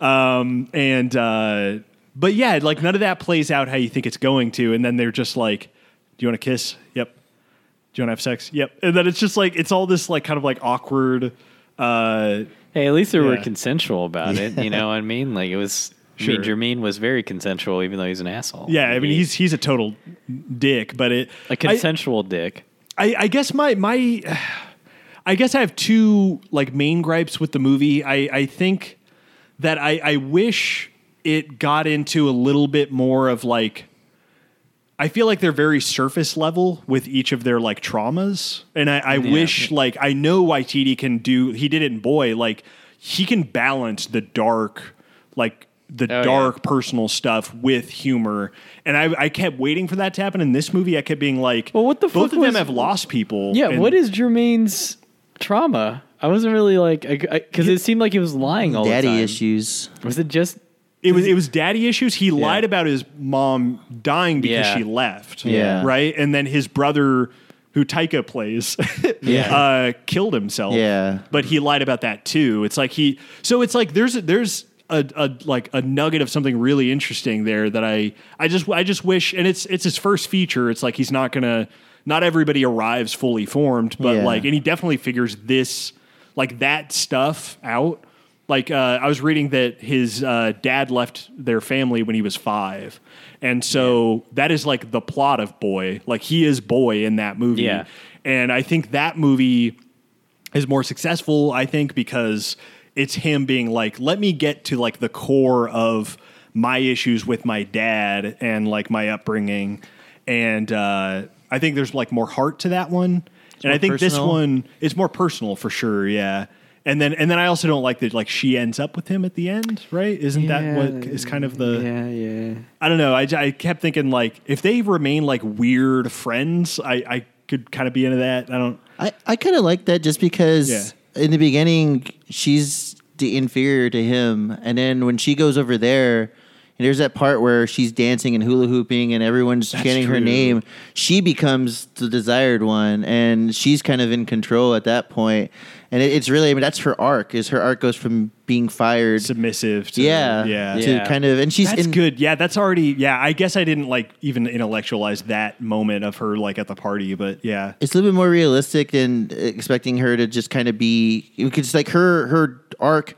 [SPEAKER 2] Um, and uh but yeah like none of that plays out how you think it's going to and then they're just like do you want to kiss yep do you want to have sex yep and then it's just like it's all this like kind of like awkward uh
[SPEAKER 1] Hey, at least they were
[SPEAKER 2] Yeah.
[SPEAKER 1] consensual about it. You know what I mean? Like it was. I mean,
[SPEAKER 2] Sure.
[SPEAKER 1] Jermaine was very consensual, even though he's an asshole.
[SPEAKER 2] yeah i mean
[SPEAKER 1] He-
[SPEAKER 2] he's he's a total dick but it
[SPEAKER 1] a
[SPEAKER 2] I-
[SPEAKER 1] consensual dick.
[SPEAKER 2] I, I guess my my I guess I have two like main gripes with the movie. I, I think that I, I wish it got into a little bit more of like I feel like they're very surface level with each of their like traumas. And I, I wish like I know Waititi can do he did it in boy, like he can balance the dark like the
[SPEAKER 1] Oh, yeah.
[SPEAKER 2] dark personal stuff with humor. And I, I kept waiting for that to happen in this movie. I kept being like
[SPEAKER 1] Well, what the
[SPEAKER 2] both
[SPEAKER 1] fuck
[SPEAKER 2] of them
[SPEAKER 1] was-
[SPEAKER 2] have lost people.
[SPEAKER 1] Yeah,
[SPEAKER 2] and-
[SPEAKER 1] what is Jermaine's trauma? I wasn't really like because it seemed like he was lying all the time.
[SPEAKER 3] Daddy issues.
[SPEAKER 1] Was it just?
[SPEAKER 2] it was? It was daddy issues. He lied
[SPEAKER 1] Yeah.
[SPEAKER 2] about his mom dying because
[SPEAKER 1] Yeah.
[SPEAKER 2] she left.
[SPEAKER 3] Yeah.
[SPEAKER 2] right. And then his brother who Taika plays, (laughs)
[SPEAKER 1] Yeah.
[SPEAKER 2] uh, killed himself.
[SPEAKER 3] Yeah.
[SPEAKER 2] but he lied about that too. It's like he. So it's like there's a, there's. A, a like a nugget of something really interesting there that I I just I just wish and it's it's his first feature it's like he's not gonna not everybody arrives fully formed but
[SPEAKER 3] Yeah.
[SPEAKER 2] like and he definitely figures this like that stuff out like uh, i was reading that his uh, dad left their family when he was five and so that is like the plot of boy like he is boy in that movie
[SPEAKER 1] Yeah.
[SPEAKER 2] and i think that movie is more successful, I think, because it's him being like, let me get to like the core of my issues with my dad and like my upbringing. And uh, I think there's like more heart to that one. and
[SPEAKER 3] more
[SPEAKER 2] I think this
[SPEAKER 3] personal.
[SPEAKER 2] one is more personal for sure. Yeah. And then, and then I also don't like that. Like she ends up with him at the end, right? Isn't that what is kind
[SPEAKER 3] Uh.
[SPEAKER 2] of the?
[SPEAKER 1] yeah yeah
[SPEAKER 2] I don't know. I, I kept thinking like if they remain like weird friends, I I could kind of be into that. I don't.
[SPEAKER 3] I, I kind of like that just because
[SPEAKER 2] Yeah.
[SPEAKER 3] in the beginning she's the inferior to him, and then when she goes over there, and there's that part where she's dancing and hula hooping, and everyone's chanting her
[SPEAKER 2] true.
[SPEAKER 3] name. She becomes the desired one, and she's kind of in control at that point. And it, it's really, I mean, that's her arc. Is her arc goes from being fired,
[SPEAKER 2] submissive. To,
[SPEAKER 3] yeah,
[SPEAKER 2] yeah,
[SPEAKER 3] to
[SPEAKER 1] Yeah.
[SPEAKER 3] kind of, and she's
[SPEAKER 2] That's
[SPEAKER 3] in,
[SPEAKER 2] good. Yeah, that's already. Yeah, I guess I didn't like even intellectualize that moment of her like at the party, but yeah,
[SPEAKER 3] it's a little bit more realistic than expecting her to just kind of be because like her her arc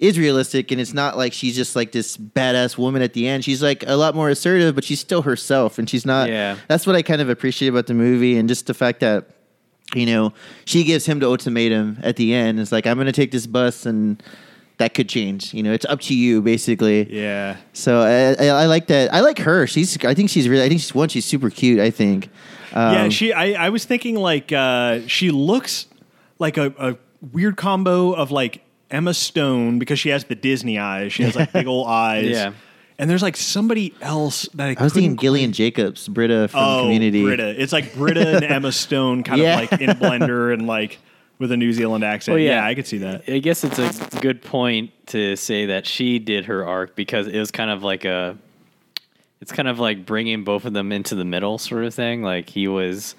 [SPEAKER 3] is realistic and it's not like she's just like this badass woman at the end she's like a lot more assertive but she's still herself and she's not
[SPEAKER 1] Yeah.
[SPEAKER 3] that's what i kind of appreciate about the movie and just the fact that you know she gives him the ultimatum at the end it's like i'm gonna take this bus and that could change you know it's up to you basically
[SPEAKER 2] yeah.
[SPEAKER 3] so I, I, I like that i like her she's i think she's really i think she's one she's super cute i think um,
[SPEAKER 2] yeah, she. I, I was thinking like uh, she looks like a, a weird combo of like Emma Stone because she has the Disney eyes. She has like big
[SPEAKER 3] (laughs)
[SPEAKER 2] old eyes.
[SPEAKER 1] Yeah.
[SPEAKER 2] And there's like somebody else that I,
[SPEAKER 3] I
[SPEAKER 2] couldn't
[SPEAKER 3] was thinking Gillian Jacobs, Britta from
[SPEAKER 2] oh,
[SPEAKER 3] Community.
[SPEAKER 2] Britta. It's like Britta
[SPEAKER 3] (laughs)
[SPEAKER 2] and Emma Stone kind
[SPEAKER 3] Yeah.
[SPEAKER 2] of like in a blender and like with a New Zealand accent.
[SPEAKER 1] Well, yeah.
[SPEAKER 2] yeah, I could see that.
[SPEAKER 1] I guess it's a good point to say that she did her arc because it was kind of like a, it's kind of like bringing both of them into the middle sort of thing. Like he was,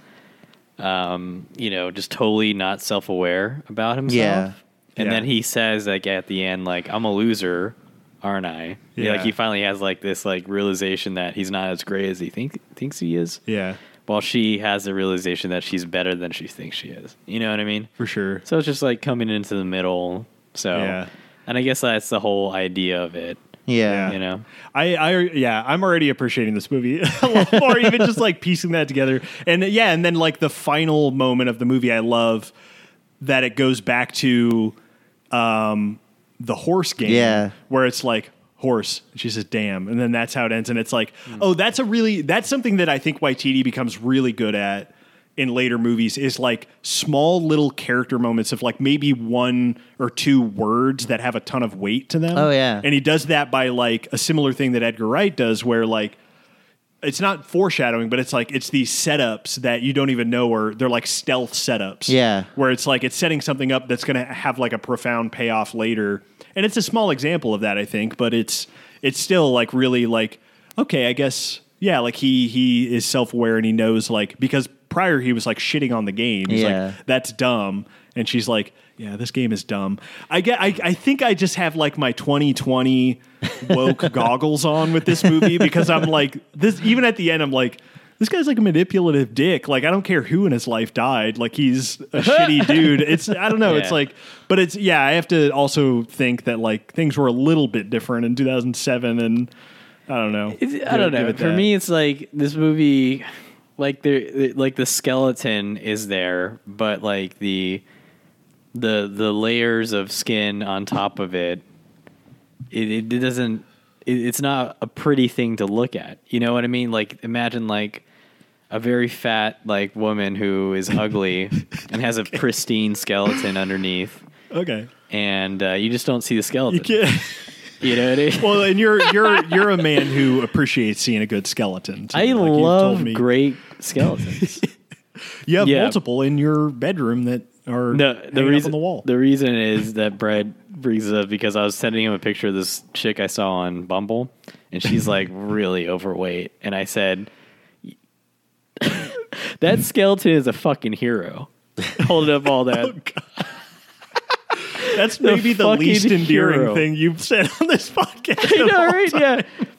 [SPEAKER 1] um, you know, just totally not self aware about himself.
[SPEAKER 3] Yeah.
[SPEAKER 1] And
[SPEAKER 2] Yeah.
[SPEAKER 1] then he says like at the end, like I'm a loser, aren't I? Yeah. Like
[SPEAKER 2] Yeah.
[SPEAKER 1] he finally has like this like realization that he's not as great as he think thinks he is.
[SPEAKER 2] Yeah,
[SPEAKER 1] While she has the realization that she's better than she thinks she is. You know what I mean?
[SPEAKER 2] for sure.
[SPEAKER 1] So it's just like coming into the middle. So,
[SPEAKER 2] Yeah.
[SPEAKER 1] and I guess that's the whole idea of it.
[SPEAKER 3] Yeah.
[SPEAKER 1] You know,
[SPEAKER 2] I, I, yeah, I'm already appreciating this movie (laughs) a lot more, even just like piecing that together. And yeah, and then like the final moment of the movie, I love that it goes back to um, the horse game,
[SPEAKER 3] Yeah.
[SPEAKER 2] where it's like horse. and She says, "Damn," and then that's how it ends. And it's like,
[SPEAKER 3] Hmm.
[SPEAKER 2] oh, that's a really that's something that I think YTD becomes really good at in later movies is like small little character moments of like maybe one or two words that have a ton of weight to them.
[SPEAKER 3] Oh, yeah.
[SPEAKER 2] And he does that by like a similar thing that Edgar Wright does where like it's not foreshadowing, but it's like it's these setups that you don't even know are they're like stealth setups.
[SPEAKER 3] Yeah.
[SPEAKER 2] Where it's like it's setting something up that's gonna have like a profound payoff later. And it's a small example of that, I think, but it's it's still like really like, okay, I guess yeah, like he he is self aware and he knows like because prior he was like shitting on the game. He's
[SPEAKER 3] Yeah.
[SPEAKER 2] like, that's dumb. And she's like, yeah, this game is dumb. I get, I, I think I just have like my 2020
[SPEAKER 1] (laughs)
[SPEAKER 2] woke goggles on with this movie because I'm like this, even at the end, I'm like, this guy's like a manipulative dick. Like, I don't care who in his life died. Like he's
[SPEAKER 1] (laughs)
[SPEAKER 2] a shitty dude. It's, I don't know. It's
[SPEAKER 1] Yeah.
[SPEAKER 2] like, but it's, yeah, I have to also think that like things were a little bit different in 2007 and I don't know.
[SPEAKER 1] It's- I don't
[SPEAKER 2] Give
[SPEAKER 1] know.
[SPEAKER 2] it
[SPEAKER 1] For
[SPEAKER 2] that.
[SPEAKER 1] me, it's like this movie, like the like the skeleton is there, but like the the the layers of skin on top of it, it, it doesn't. It, it's not a pretty thing to look at. You know what I mean? Like imagine like a very fat like woman who is ugly
[SPEAKER 2] (laughs)
[SPEAKER 1] and has a pristine skeleton underneath.
[SPEAKER 2] okay. (laughs)
[SPEAKER 1] and uh, you just don't see the skeleton. You,
[SPEAKER 2] Okay.
[SPEAKER 1] know what I mean?
[SPEAKER 2] Well, and you're you're you're a man who appreciates seeing a good skeleton. too.
[SPEAKER 1] I
[SPEAKER 2] Like, you've
[SPEAKER 1] love
[SPEAKER 2] told me.
[SPEAKER 1] great skeletons.
[SPEAKER 2] You have
[SPEAKER 1] yeah.
[SPEAKER 2] multiple in your bedroom that are
[SPEAKER 1] no, the reason
[SPEAKER 2] on the wall.
[SPEAKER 1] the reason is that Brad brings it up because I was sending him a picture of this chick I saw on Bumble,
[SPEAKER 2] (laughs)
[SPEAKER 1] and she's like really overweight, and I said. (laughs) That skeleton is a fucking
[SPEAKER 2] (laughs)
[SPEAKER 1] hero. Holding up all that.
[SPEAKER 2] That's maybe the,
[SPEAKER 1] fucking
[SPEAKER 2] least endearing
[SPEAKER 1] hero.
[SPEAKER 2] thing you've said on this podcast.
[SPEAKER 1] I
[SPEAKER 2] of
[SPEAKER 1] know,
[SPEAKER 2] all
[SPEAKER 1] right?
[SPEAKER 2] time.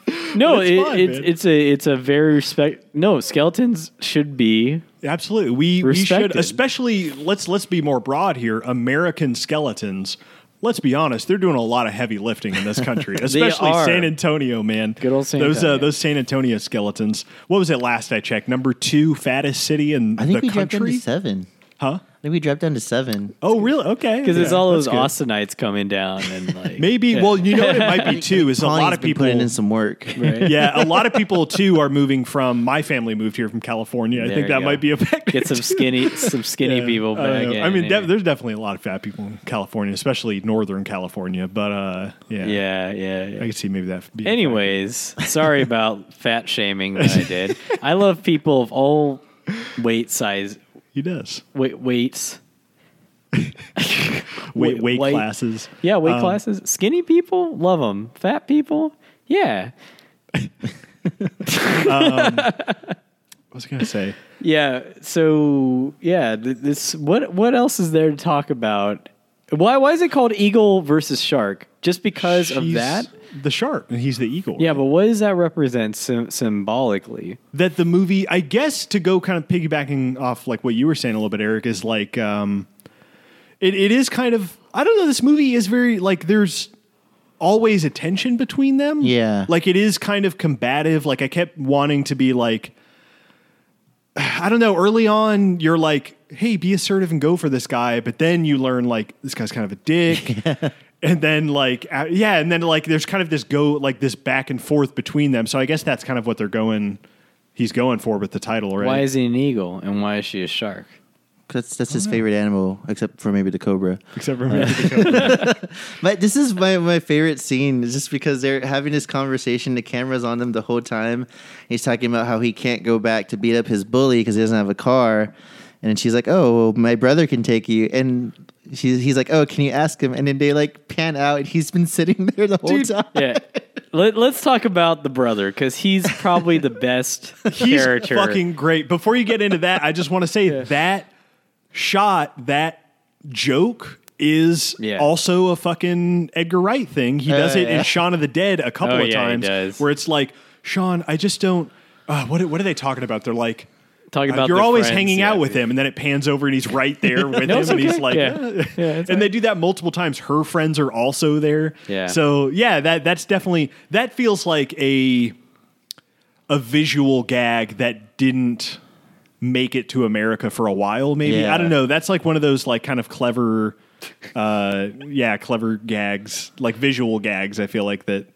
[SPEAKER 1] Yeah. No,
[SPEAKER 2] It's
[SPEAKER 1] it,
[SPEAKER 2] fine,
[SPEAKER 1] it's
[SPEAKER 2] man.
[SPEAKER 1] it's a it's a very respect. No, skeletons should be
[SPEAKER 2] Absolutely. We we should
[SPEAKER 1] Respected.
[SPEAKER 2] especially let's let's be more broad here. American skeletons. Let's be honest, they're doing a lot of heavy lifting in
[SPEAKER 1] (laughs)
[SPEAKER 2] this country, especially
[SPEAKER 1] are.
[SPEAKER 2] San Antonio, man.
[SPEAKER 1] Good old San
[SPEAKER 2] those
[SPEAKER 1] Antonio.
[SPEAKER 2] Uh, those San Antonio skeletons. What was it last I checked? Number two fattest city in
[SPEAKER 3] I think
[SPEAKER 2] the
[SPEAKER 3] we dropped down
[SPEAKER 2] country,
[SPEAKER 3] to seven.
[SPEAKER 2] huh?
[SPEAKER 3] I think we dropped down to seven.
[SPEAKER 2] Oh, really? Okay,
[SPEAKER 1] because it's
[SPEAKER 2] Yeah,
[SPEAKER 1] all
[SPEAKER 2] that's
[SPEAKER 1] those
[SPEAKER 2] good.
[SPEAKER 1] austinites coming down and
[SPEAKER 2] (laughs)
[SPEAKER 1] like
[SPEAKER 2] Maybe.
[SPEAKER 1] yeah.
[SPEAKER 2] Well, you know what it might
[SPEAKER 3] (laughs)
[SPEAKER 2] be too is a
[SPEAKER 3] Connie's
[SPEAKER 2] lot of
[SPEAKER 3] been
[SPEAKER 2] people
[SPEAKER 3] putting in some work.
[SPEAKER 1] right?
[SPEAKER 2] (laughs) yeah, a lot of people too are moving from. My family moved here from California. I
[SPEAKER 1] There
[SPEAKER 2] think
[SPEAKER 1] you
[SPEAKER 2] that
[SPEAKER 1] go.
[SPEAKER 2] might be a factor.
[SPEAKER 1] Get some
[SPEAKER 2] too.
[SPEAKER 1] skinny some skinny
[SPEAKER 2] (laughs) Yeah,
[SPEAKER 1] people
[SPEAKER 2] I don't
[SPEAKER 1] back.
[SPEAKER 2] know.
[SPEAKER 1] in
[SPEAKER 2] I mean,
[SPEAKER 1] here.
[SPEAKER 2] de- there's definitely a lot of fat people in California, especially northern California. But uh, yeah,
[SPEAKER 1] yeah, yeah.
[SPEAKER 2] I
[SPEAKER 1] yeah.
[SPEAKER 2] can see maybe that. Being
[SPEAKER 1] Anyways, sorry about fat shaming that I did. I love people of all weight size,
[SPEAKER 2] he does
[SPEAKER 1] weight weights.
[SPEAKER 2] weight
[SPEAKER 1] Wait,
[SPEAKER 2] weight
[SPEAKER 1] wait.
[SPEAKER 2] classes.
[SPEAKER 1] Yeah, weight
[SPEAKER 2] Um,
[SPEAKER 1] classes. Skinny people love them. Fat people, yeah,
[SPEAKER 2] I was I gonna say
[SPEAKER 1] yeah. So yeah, th- this what what else is there to talk about? Why why is it called eagle versus shark? Just because of
[SPEAKER 2] She's
[SPEAKER 1] that?
[SPEAKER 2] the shark, and he's the eagle.
[SPEAKER 1] Yeah, but what does that represent sym symbolically?
[SPEAKER 2] that the movie i guess to go kind of piggybacking off like what you were saying a little bit eric is like um it, it is kind of i don't know this movie is very like there's always a tension between them
[SPEAKER 3] Yeah.
[SPEAKER 2] like it is kind of combative like i kept wanting to be like i don't know early on you're like hey be assertive and go for this guy but then you learn like this guy's kind of a dick and then like uh, yeah and then like there's kind of this go like this back and forth between them so i guess that's kind of what they're going he's going for with the title right
[SPEAKER 1] Why is he an eagle and why is she a shark?
[SPEAKER 3] (laughs) That's that's his favorite animal, except for maybe the cobra.
[SPEAKER 2] except for maybe the
[SPEAKER 3] But this is my, my favorite scene, is just because they're having this conversation. The camera's on them the whole time. He's talking about how he can't go back to beat up his bully because he doesn't have a car. And she's like, "Oh, well, my brother can take you." And she, he's like, "Oh, can you ask him?" And then they like pan out, and he's been (laughs) sitting there the whole time.
[SPEAKER 1] Yeah. Let, let's talk about the brother because he's probably the best
[SPEAKER 2] (laughs) he's
[SPEAKER 1] character.
[SPEAKER 2] fucking great before you get into that i just want to say
[SPEAKER 1] (laughs)
[SPEAKER 2] that shot that joke is
[SPEAKER 1] Yeah. Uh,
[SPEAKER 2] also a fucking edgar wright thing he does it
[SPEAKER 3] yeah.
[SPEAKER 2] in shaun of the dead a couple
[SPEAKER 1] Oh, yeah,
[SPEAKER 2] of
[SPEAKER 1] he
[SPEAKER 2] times
[SPEAKER 1] does.
[SPEAKER 2] where it's like sean i just don't uh, what, what are they talking about they're like
[SPEAKER 1] Talking
[SPEAKER 2] Uh,
[SPEAKER 1] about
[SPEAKER 2] you're
[SPEAKER 1] their
[SPEAKER 2] always
[SPEAKER 1] friends,
[SPEAKER 2] hanging
[SPEAKER 1] yeah.
[SPEAKER 2] out with him, and then it pans
[SPEAKER 1] (laughs)
[SPEAKER 2] over and he's right there with him,
[SPEAKER 1] it's
[SPEAKER 2] and he's
[SPEAKER 1] okay.
[SPEAKER 2] like,
[SPEAKER 1] Yeah.
[SPEAKER 2] "Ah."
[SPEAKER 1] Yeah,
[SPEAKER 2] and
[SPEAKER 1] it's
[SPEAKER 2] they do that multiple times. Her friends are also there,
[SPEAKER 1] Yeah.
[SPEAKER 2] So yeah, that that's definitely that feels like a a visual gag that didn't make it to America for a while. Maybe
[SPEAKER 3] Yeah.
[SPEAKER 2] I don't know. That's like one of those like kind of clever, uh, yeah, clever gags, like visual gags. I feel like that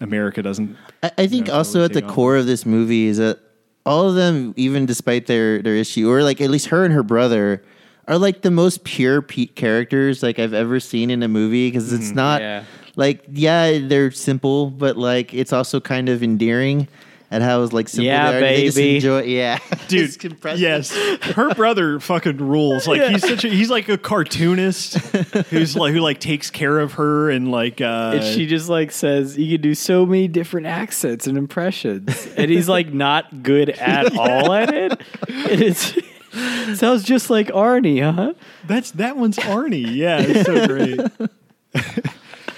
[SPEAKER 2] America doesn't.
[SPEAKER 3] I, I think
[SPEAKER 2] Yeah,
[SPEAKER 3] also
[SPEAKER 2] totally
[SPEAKER 3] at the
[SPEAKER 2] take on.
[SPEAKER 3] core of this movie is that all of them, even despite their their issue, or like at least her and her brother, are like the most pure pe- characters like I've ever seen in a movie because it's not
[SPEAKER 1] Mm-hmm. Yeah.
[SPEAKER 3] like yeah they're simple, but like it's also kind of endearing at how like simple
[SPEAKER 1] Yeah,
[SPEAKER 3] they are. They just
[SPEAKER 1] baby.
[SPEAKER 3] enjoy, yeah, (laughs) It's
[SPEAKER 2] dude.
[SPEAKER 3] compressed.
[SPEAKER 2] Yes, her brother fucking rules. Like he's such a he's like a cartoonist who's like who like takes care of her and like uh,
[SPEAKER 1] And she just like says, You can do so many different accents and impressions. And he's like not
[SPEAKER 2] (laughs)
[SPEAKER 1] good at all at it. And it's sounds just like Arnie, huh?
[SPEAKER 2] that's that one's Arnie. Yeah, it's so great.
[SPEAKER 1] (laughs)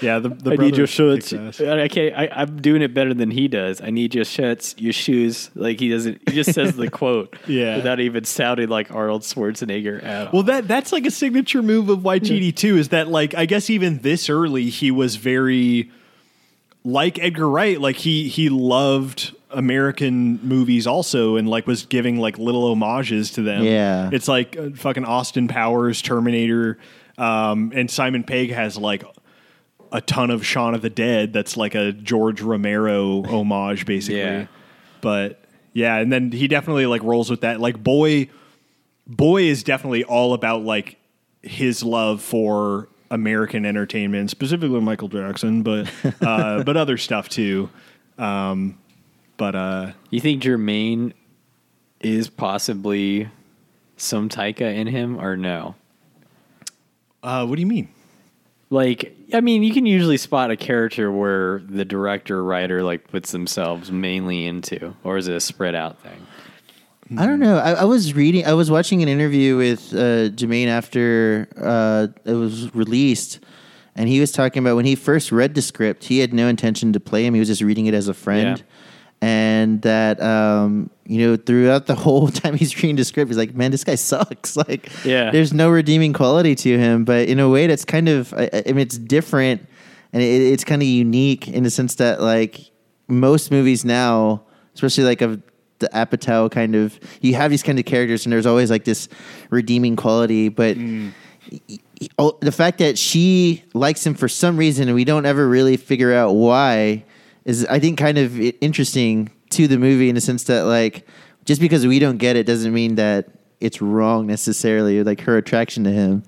[SPEAKER 2] yeah, the, the
[SPEAKER 1] I need
[SPEAKER 2] brother
[SPEAKER 1] your shirts.
[SPEAKER 2] kicks ass.
[SPEAKER 1] I can't I, I'm doing it better than he does. I need your shirts, your shoes. Like he doesn't he just says
[SPEAKER 2] (laughs)
[SPEAKER 1] the quote
[SPEAKER 2] Yeah.
[SPEAKER 1] without even sounding like Arnold Schwarzenegger at all.
[SPEAKER 2] Well, that that's like a signature move of YGD too. Is that like I guess even this early he was very like Edgar Wright. Like he he loved American movies also, and like was giving like little homages to them.
[SPEAKER 3] Yeah.
[SPEAKER 2] it's like uh, fucking Austin Powers, Terminator, um, and Simon Pegg has like. A ton of Shaun of the Dead. That's like a George Romero homage, basically.
[SPEAKER 1] Yeah.
[SPEAKER 2] But yeah, and then he definitely like rolls with that. Like boy, Boy is definitely all about like his love for American entertainment, specifically Michael Jackson, but uh, (laughs) but other stuff too. Um, but uh,
[SPEAKER 1] You think Jermaine is possibly some Taika in him or no?
[SPEAKER 2] uh, what do you mean?
[SPEAKER 1] Like, I mean, you can usually spot a character where the director or writer like puts themselves mainly into, or is it a spread out thing?
[SPEAKER 3] I don't know. I, I was reading. I was watching an interview with uh, Jermaine after uh, it was released, and he was talking about when he first read the script. He had no intention to play him. He was just reading it as a friend,
[SPEAKER 1] Yeah.
[SPEAKER 3] and that um, you know throughout the (laughs) whole time he's reading the script, he's like, "Man, this guy sucks." (laughs) Like,
[SPEAKER 1] Yeah.
[SPEAKER 3] there's no redeeming quality to him. But in a way, that's kind of. I, I mean, it's different, and it, it's kind of unique in the sense that like most movies now, especially like of the Apatow kind of, you have these kind of characters, and there's always like this redeeming quality. But y- y- oh, the fact that she likes him for some reason, and we don't ever really figure out why, is I think kind of i- interesting to the movie in the sense that like just because we don't get it doesn't mean that it's wrong necessarily. Like her attraction to him.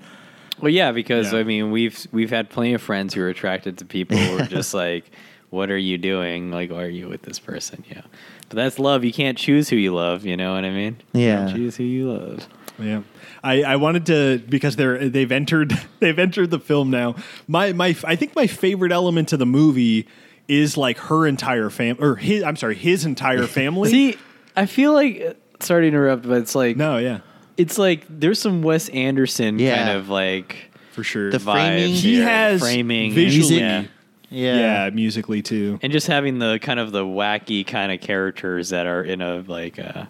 [SPEAKER 1] Well, yeah, because
[SPEAKER 2] Yeah.
[SPEAKER 1] I mean, we've we've had plenty of friends who are attracted to people who are (laughs) just like, "What are you doing? Like, why are you with this person?" Yeah, but that's love. You can't choose who you love. You know what I mean? You can't
[SPEAKER 3] Yeah.
[SPEAKER 1] choose who you love.
[SPEAKER 2] Yeah, I, I wanted to because they're they've entered (laughs) they've entered the film now. My my I think my favorite element to the movie is like her entire fam or his I'm sorry his
[SPEAKER 3] (laughs)
[SPEAKER 2] entire family.
[SPEAKER 1] See, I feel like sorry to interrupt, but it's like
[SPEAKER 2] no, yeah,
[SPEAKER 1] it's like there's some Wes Anderson
[SPEAKER 3] Yeah.
[SPEAKER 1] kind of like
[SPEAKER 2] for sure.
[SPEAKER 3] The
[SPEAKER 1] vibes
[SPEAKER 3] f- Framing.
[SPEAKER 1] here.
[SPEAKER 2] He has
[SPEAKER 1] framing and-
[SPEAKER 2] visually-
[SPEAKER 1] yeah.
[SPEAKER 2] yeah. musically too.
[SPEAKER 1] and just having the kind of the wacky kind of characters that are in a like a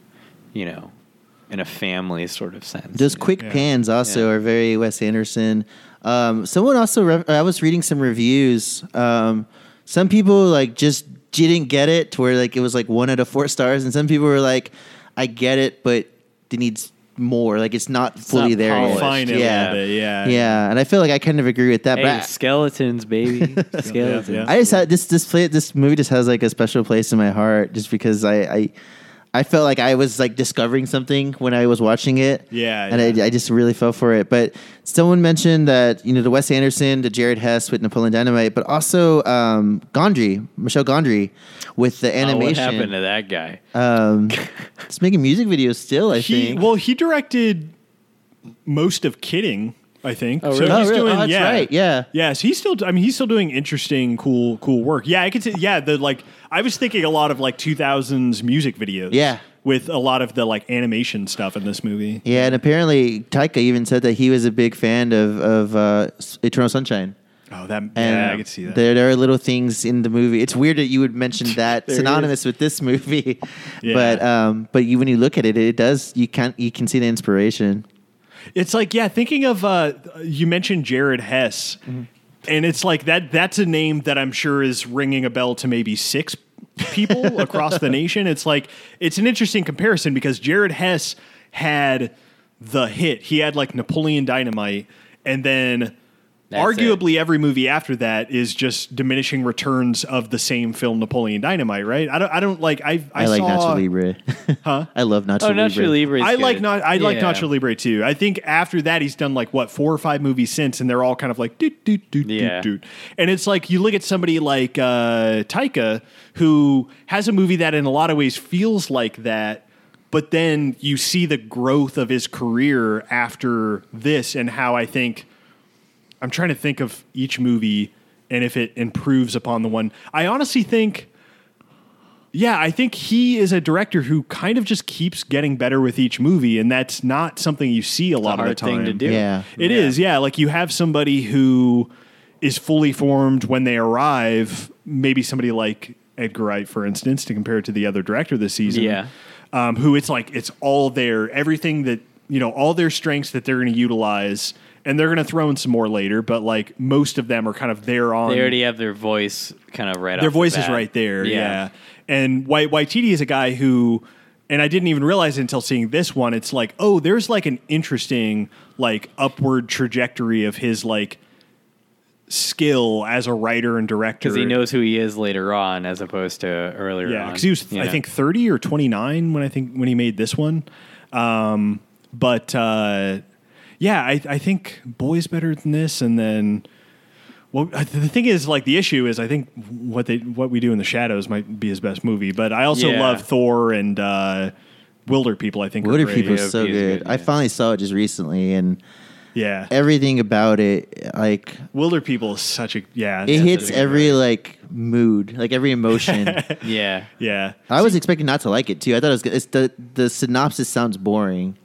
[SPEAKER 1] you know in a family sort of sense
[SPEAKER 3] Those quick
[SPEAKER 2] Yeah.
[SPEAKER 3] pans also
[SPEAKER 1] Yeah.
[SPEAKER 3] are very Wes Anderson. Um, someone also, re- I was reading some reviews. Um, some people like just didn't get it to where like it was like one out of four stars, and some people were like, "I get it, but it needs more. Like it's not fully
[SPEAKER 1] not
[SPEAKER 3] there yet."
[SPEAKER 1] polished.
[SPEAKER 2] Fine, yeah.
[SPEAKER 3] yeah.
[SPEAKER 2] Bit, yeah,
[SPEAKER 3] yeah, and I feel like I kind of agree with that.
[SPEAKER 1] hey,
[SPEAKER 3] but I-
[SPEAKER 1] skeletons (laughs) baby skeletons
[SPEAKER 2] yeah.
[SPEAKER 3] I just had this this play this movie just has like a special place in my heart just because I I, I felt like I was like discovering something when I was watching it.
[SPEAKER 2] Yeah,
[SPEAKER 3] and
[SPEAKER 2] yeah.
[SPEAKER 3] I, I just really fell for it. But someone mentioned that you know the Wes Anderson, the Jared Hess with Napoleon Dynamite, but also um, Gondry, Michelle Gondry, with the
[SPEAKER 1] Oh,
[SPEAKER 3] animation.
[SPEAKER 1] what happened to that guy
[SPEAKER 3] Um, it's making music videos still. I
[SPEAKER 2] He
[SPEAKER 3] think.
[SPEAKER 2] well he directed most of Kidding. I think
[SPEAKER 1] Oh, really?
[SPEAKER 3] Oh,
[SPEAKER 2] he's
[SPEAKER 3] really?
[SPEAKER 2] doing
[SPEAKER 3] Oh, that's
[SPEAKER 2] yeah
[SPEAKER 3] right. Yeah.
[SPEAKER 2] Yes, he's still. I mean, he's still doing interesting, cool, cool work. Yeah, I could. Say, yeah, the like. I was thinking a lot of like 2000s music videos.
[SPEAKER 3] Yeah.
[SPEAKER 2] with a lot of the like animation stuff in this movie.
[SPEAKER 3] Yeah, and apparently Taika even said that he was a big fan of of uh, Eternal Sunshine.
[SPEAKER 2] Oh, that.
[SPEAKER 3] And
[SPEAKER 2] yeah, I could see that.
[SPEAKER 3] There, there are little things in the movie. It's weird that you would
[SPEAKER 2] (laughs)
[SPEAKER 3] mention that
[SPEAKER 2] There
[SPEAKER 3] synonymous with this movie, (laughs)
[SPEAKER 2] Yeah.
[SPEAKER 3] but um, but you when you look at it, it does you can you can see the inspiration.
[SPEAKER 2] It's like yeah, thinking of uh, you mentioned Jared Hess,
[SPEAKER 3] Mm-hmm.
[SPEAKER 2] and it's like that. That's a name that I'm sure is ringing a bell to maybe six
[SPEAKER 3] (laughs)
[SPEAKER 2] people across the nation. It's like it's an interesting comparison because Jared Hess had the hit. He had like Napoleon Dynamite, and then.
[SPEAKER 1] That's
[SPEAKER 2] Arguably, every movie after that is just diminishing returns of the same film, Napoleon Dynamite. Right? I don't. I don't like. I. I,
[SPEAKER 3] I, like
[SPEAKER 2] saw,
[SPEAKER 3] Nacho Libre. (laughs)
[SPEAKER 2] Huh?
[SPEAKER 3] I love Nacho
[SPEAKER 1] oh
[SPEAKER 3] Libre.
[SPEAKER 1] nacho libre
[SPEAKER 2] I like not.
[SPEAKER 1] not
[SPEAKER 2] I like Nacho Libre too. I think after that he's done like what four or five movies since, and they're all kind of like doot doot doot
[SPEAKER 1] Yeah.
[SPEAKER 2] doot doot. And it's like you look at somebody like uh, Taika, who has a movie that in a lot of ways feels like that, but then you see the growth of his career after this, and how I think I'm trying to think of each movie and if it improves upon the one. I honestly think. Yeah, I think he is a director who kind of just keeps getting better with each movie, and that's not something you see a lot of
[SPEAKER 1] hard
[SPEAKER 2] the time.
[SPEAKER 1] thing to do
[SPEAKER 3] Yeah.
[SPEAKER 2] It is, yeah. Like you have somebody who is fully formed when they arrive, maybe somebody like Edgar Wright, for instance, to compare it to the other director this season.
[SPEAKER 1] Yeah.
[SPEAKER 2] Um, who it's like it's all there, everything that you know, all their strengths that they're gonna utilize and they're gonna throw in some more later, but like most of them are kind of there on
[SPEAKER 1] they already have their voice kind of right off
[SPEAKER 2] their
[SPEAKER 1] the
[SPEAKER 2] voice is
[SPEAKER 1] bat.
[SPEAKER 2] right there. Yeah. And Wai- Waititi is a guy who, and I didn't even realize it until seeing this one. It's like, oh, there's like an interesting like upward trajectory of his like skill as a writer and director.
[SPEAKER 1] because he knows who he is later on as opposed to earlier
[SPEAKER 2] Yeah,
[SPEAKER 1] on
[SPEAKER 2] because he was,
[SPEAKER 1] you
[SPEAKER 2] I
[SPEAKER 1] know?
[SPEAKER 2] think, thirty or twenty nine when I think when he made this one. Um, but uh, yeah, I, I think boys better than this, and then. Well, I- the thing is, like the issue is, I think what they what we do in the shadows might be his best movie, but I also
[SPEAKER 1] Yeah.
[SPEAKER 2] love Thor and uh, Wilder People. I think are
[SPEAKER 3] What are
[SPEAKER 2] great.
[SPEAKER 3] people
[SPEAKER 1] Yeah,
[SPEAKER 3] so
[SPEAKER 1] he's
[SPEAKER 3] good?
[SPEAKER 1] good,
[SPEAKER 3] I
[SPEAKER 1] yeah.
[SPEAKER 3] finally saw it just recently, and
[SPEAKER 2] Yeah.
[SPEAKER 3] everything about it, like
[SPEAKER 2] Wilder people is such a yeah.
[SPEAKER 3] it
[SPEAKER 2] yeah,
[SPEAKER 3] hits
[SPEAKER 2] such a-
[SPEAKER 3] every like mood, like
[SPEAKER 2] (laughs)
[SPEAKER 3] every emotion.
[SPEAKER 1] Yeah.
[SPEAKER 2] Yeah.
[SPEAKER 3] I was expecting not to like it too. I thought it was good. It's the the synopsis sounds boring,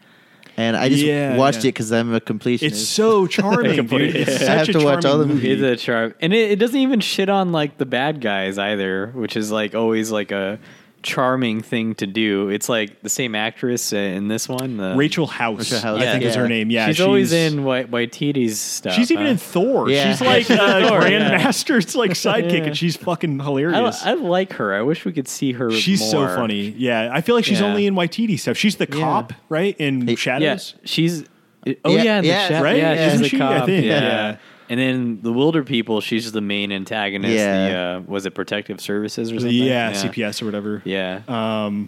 [SPEAKER 3] and I just
[SPEAKER 2] Yeah,
[SPEAKER 3] watched
[SPEAKER 2] yeah.
[SPEAKER 3] it because I'm a completionist.
[SPEAKER 2] It's
[SPEAKER 1] (laughs)
[SPEAKER 2] so charming,
[SPEAKER 1] Completely.
[SPEAKER 2] dude. It's
[SPEAKER 1] Yeah.
[SPEAKER 2] such
[SPEAKER 3] I have
[SPEAKER 2] a
[SPEAKER 3] to watch
[SPEAKER 2] charming
[SPEAKER 3] all the
[SPEAKER 2] movie.
[SPEAKER 1] It's a charm, and it, it doesn't even shit on like the bad guys either, which is like always like a charming thing to do. It's like the same actress in this one, the,
[SPEAKER 2] Rachel House,
[SPEAKER 3] Rachel House,
[SPEAKER 2] I think is
[SPEAKER 3] yeah.
[SPEAKER 2] her name. Yeah,
[SPEAKER 1] she's, always in White Waititi's stuff.
[SPEAKER 2] She's even
[SPEAKER 1] huh?
[SPEAKER 2] in Thor.
[SPEAKER 3] Yeah.
[SPEAKER 1] (laughs)
[SPEAKER 2] She's like uh,
[SPEAKER 1] Thor, yeah. (laughs)
[SPEAKER 2] Grandmaster's like sidekick,
[SPEAKER 1] Yeah.
[SPEAKER 2] and she's fucking
[SPEAKER 1] I,
[SPEAKER 2] hilarious.
[SPEAKER 1] I like her. I wish we could see her.
[SPEAKER 2] she's so
[SPEAKER 1] more.
[SPEAKER 2] funny. Yeah, I feel like she's
[SPEAKER 1] Yeah.
[SPEAKER 2] only in YTD stuff. She's the cop, right? In
[SPEAKER 3] Yeah.
[SPEAKER 1] Yeah,
[SPEAKER 2] Shadows.
[SPEAKER 1] she's. Oh yeah,
[SPEAKER 3] Yeah,
[SPEAKER 1] in the
[SPEAKER 3] yeah,
[SPEAKER 1] chat-
[SPEAKER 2] right?
[SPEAKER 1] Yeah, she's
[SPEAKER 2] Isn't
[SPEAKER 1] the
[SPEAKER 2] she? I
[SPEAKER 1] cop.
[SPEAKER 2] think,
[SPEAKER 1] yeah.
[SPEAKER 2] yeah.
[SPEAKER 1] and then the Wilder people. She's the main antagonist.
[SPEAKER 3] Yeah.
[SPEAKER 1] The, uh, was it Protective Services or
[SPEAKER 2] Yeah,
[SPEAKER 1] something?
[SPEAKER 2] CPS or whatever.
[SPEAKER 1] Yeah,
[SPEAKER 2] but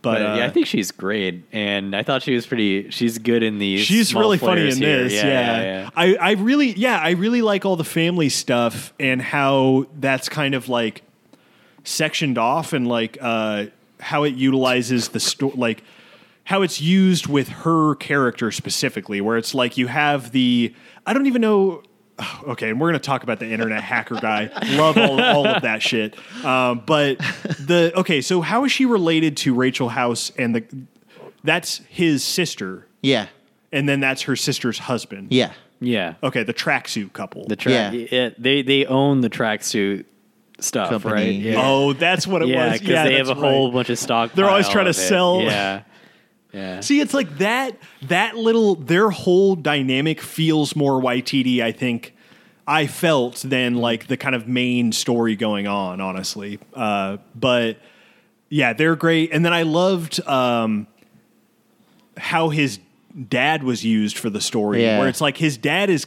[SPEAKER 1] but
[SPEAKER 2] uh,
[SPEAKER 1] yeah, I think she's great, and I thought she was pretty. She's good in these.
[SPEAKER 2] she's
[SPEAKER 1] small
[SPEAKER 2] really funny
[SPEAKER 1] flares
[SPEAKER 2] in
[SPEAKER 1] here.
[SPEAKER 2] this. Yeah, I, I really, yeah, I really like all the family stuff and how that's kind of like sectioned off and like uh, how it utilizes the story, like how it's used with her character specifically, where it's like you have the, I don't even know. (sighs) Okay, and we're going to talk about the internet hacker (laughs) guy. Love all, all of that shit. Um, but the okay, so how is she related to Rachel House and the? That's his sister,
[SPEAKER 3] yeah,
[SPEAKER 2] and then that's her sister's husband.
[SPEAKER 3] yeah,
[SPEAKER 1] yeah.
[SPEAKER 2] Okay, the tracksuit couple.
[SPEAKER 1] The track.
[SPEAKER 3] Yeah.
[SPEAKER 1] Yeah, they they own the tracksuit stuff,
[SPEAKER 3] Company.
[SPEAKER 1] right? Yeah,
[SPEAKER 2] Oh, that's what
[SPEAKER 1] (laughs)
[SPEAKER 2] it
[SPEAKER 1] yeah,
[SPEAKER 2] was.
[SPEAKER 1] because they have a
[SPEAKER 2] that's
[SPEAKER 1] whole
[SPEAKER 2] right.
[SPEAKER 1] bunch of stock.
[SPEAKER 2] They're always trying to sell.
[SPEAKER 1] Yeah, yeah.
[SPEAKER 2] See, it's like that. That little their whole dynamic feels more YTD. I think I felt than like the kind of main story going on. Honestly, uh, but yeah, they're great. And then I loved um, how his dad was used for the story,
[SPEAKER 3] Yeah.
[SPEAKER 2] where it's like his dad is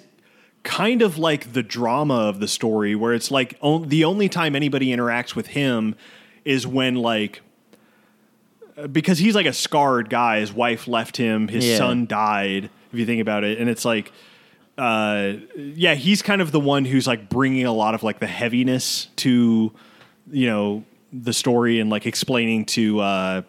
[SPEAKER 2] kind of like the drama of the story, where it's like on, the only time anybody interacts with him is when like because he's like a scarred guy. His wife left him. His
[SPEAKER 3] Yeah.
[SPEAKER 2] son died. If you think about it, and it's like, uh, yeah, he's kind of the one who's like bringing a lot of like the heaviness to, you know, the story and like explaining to uh,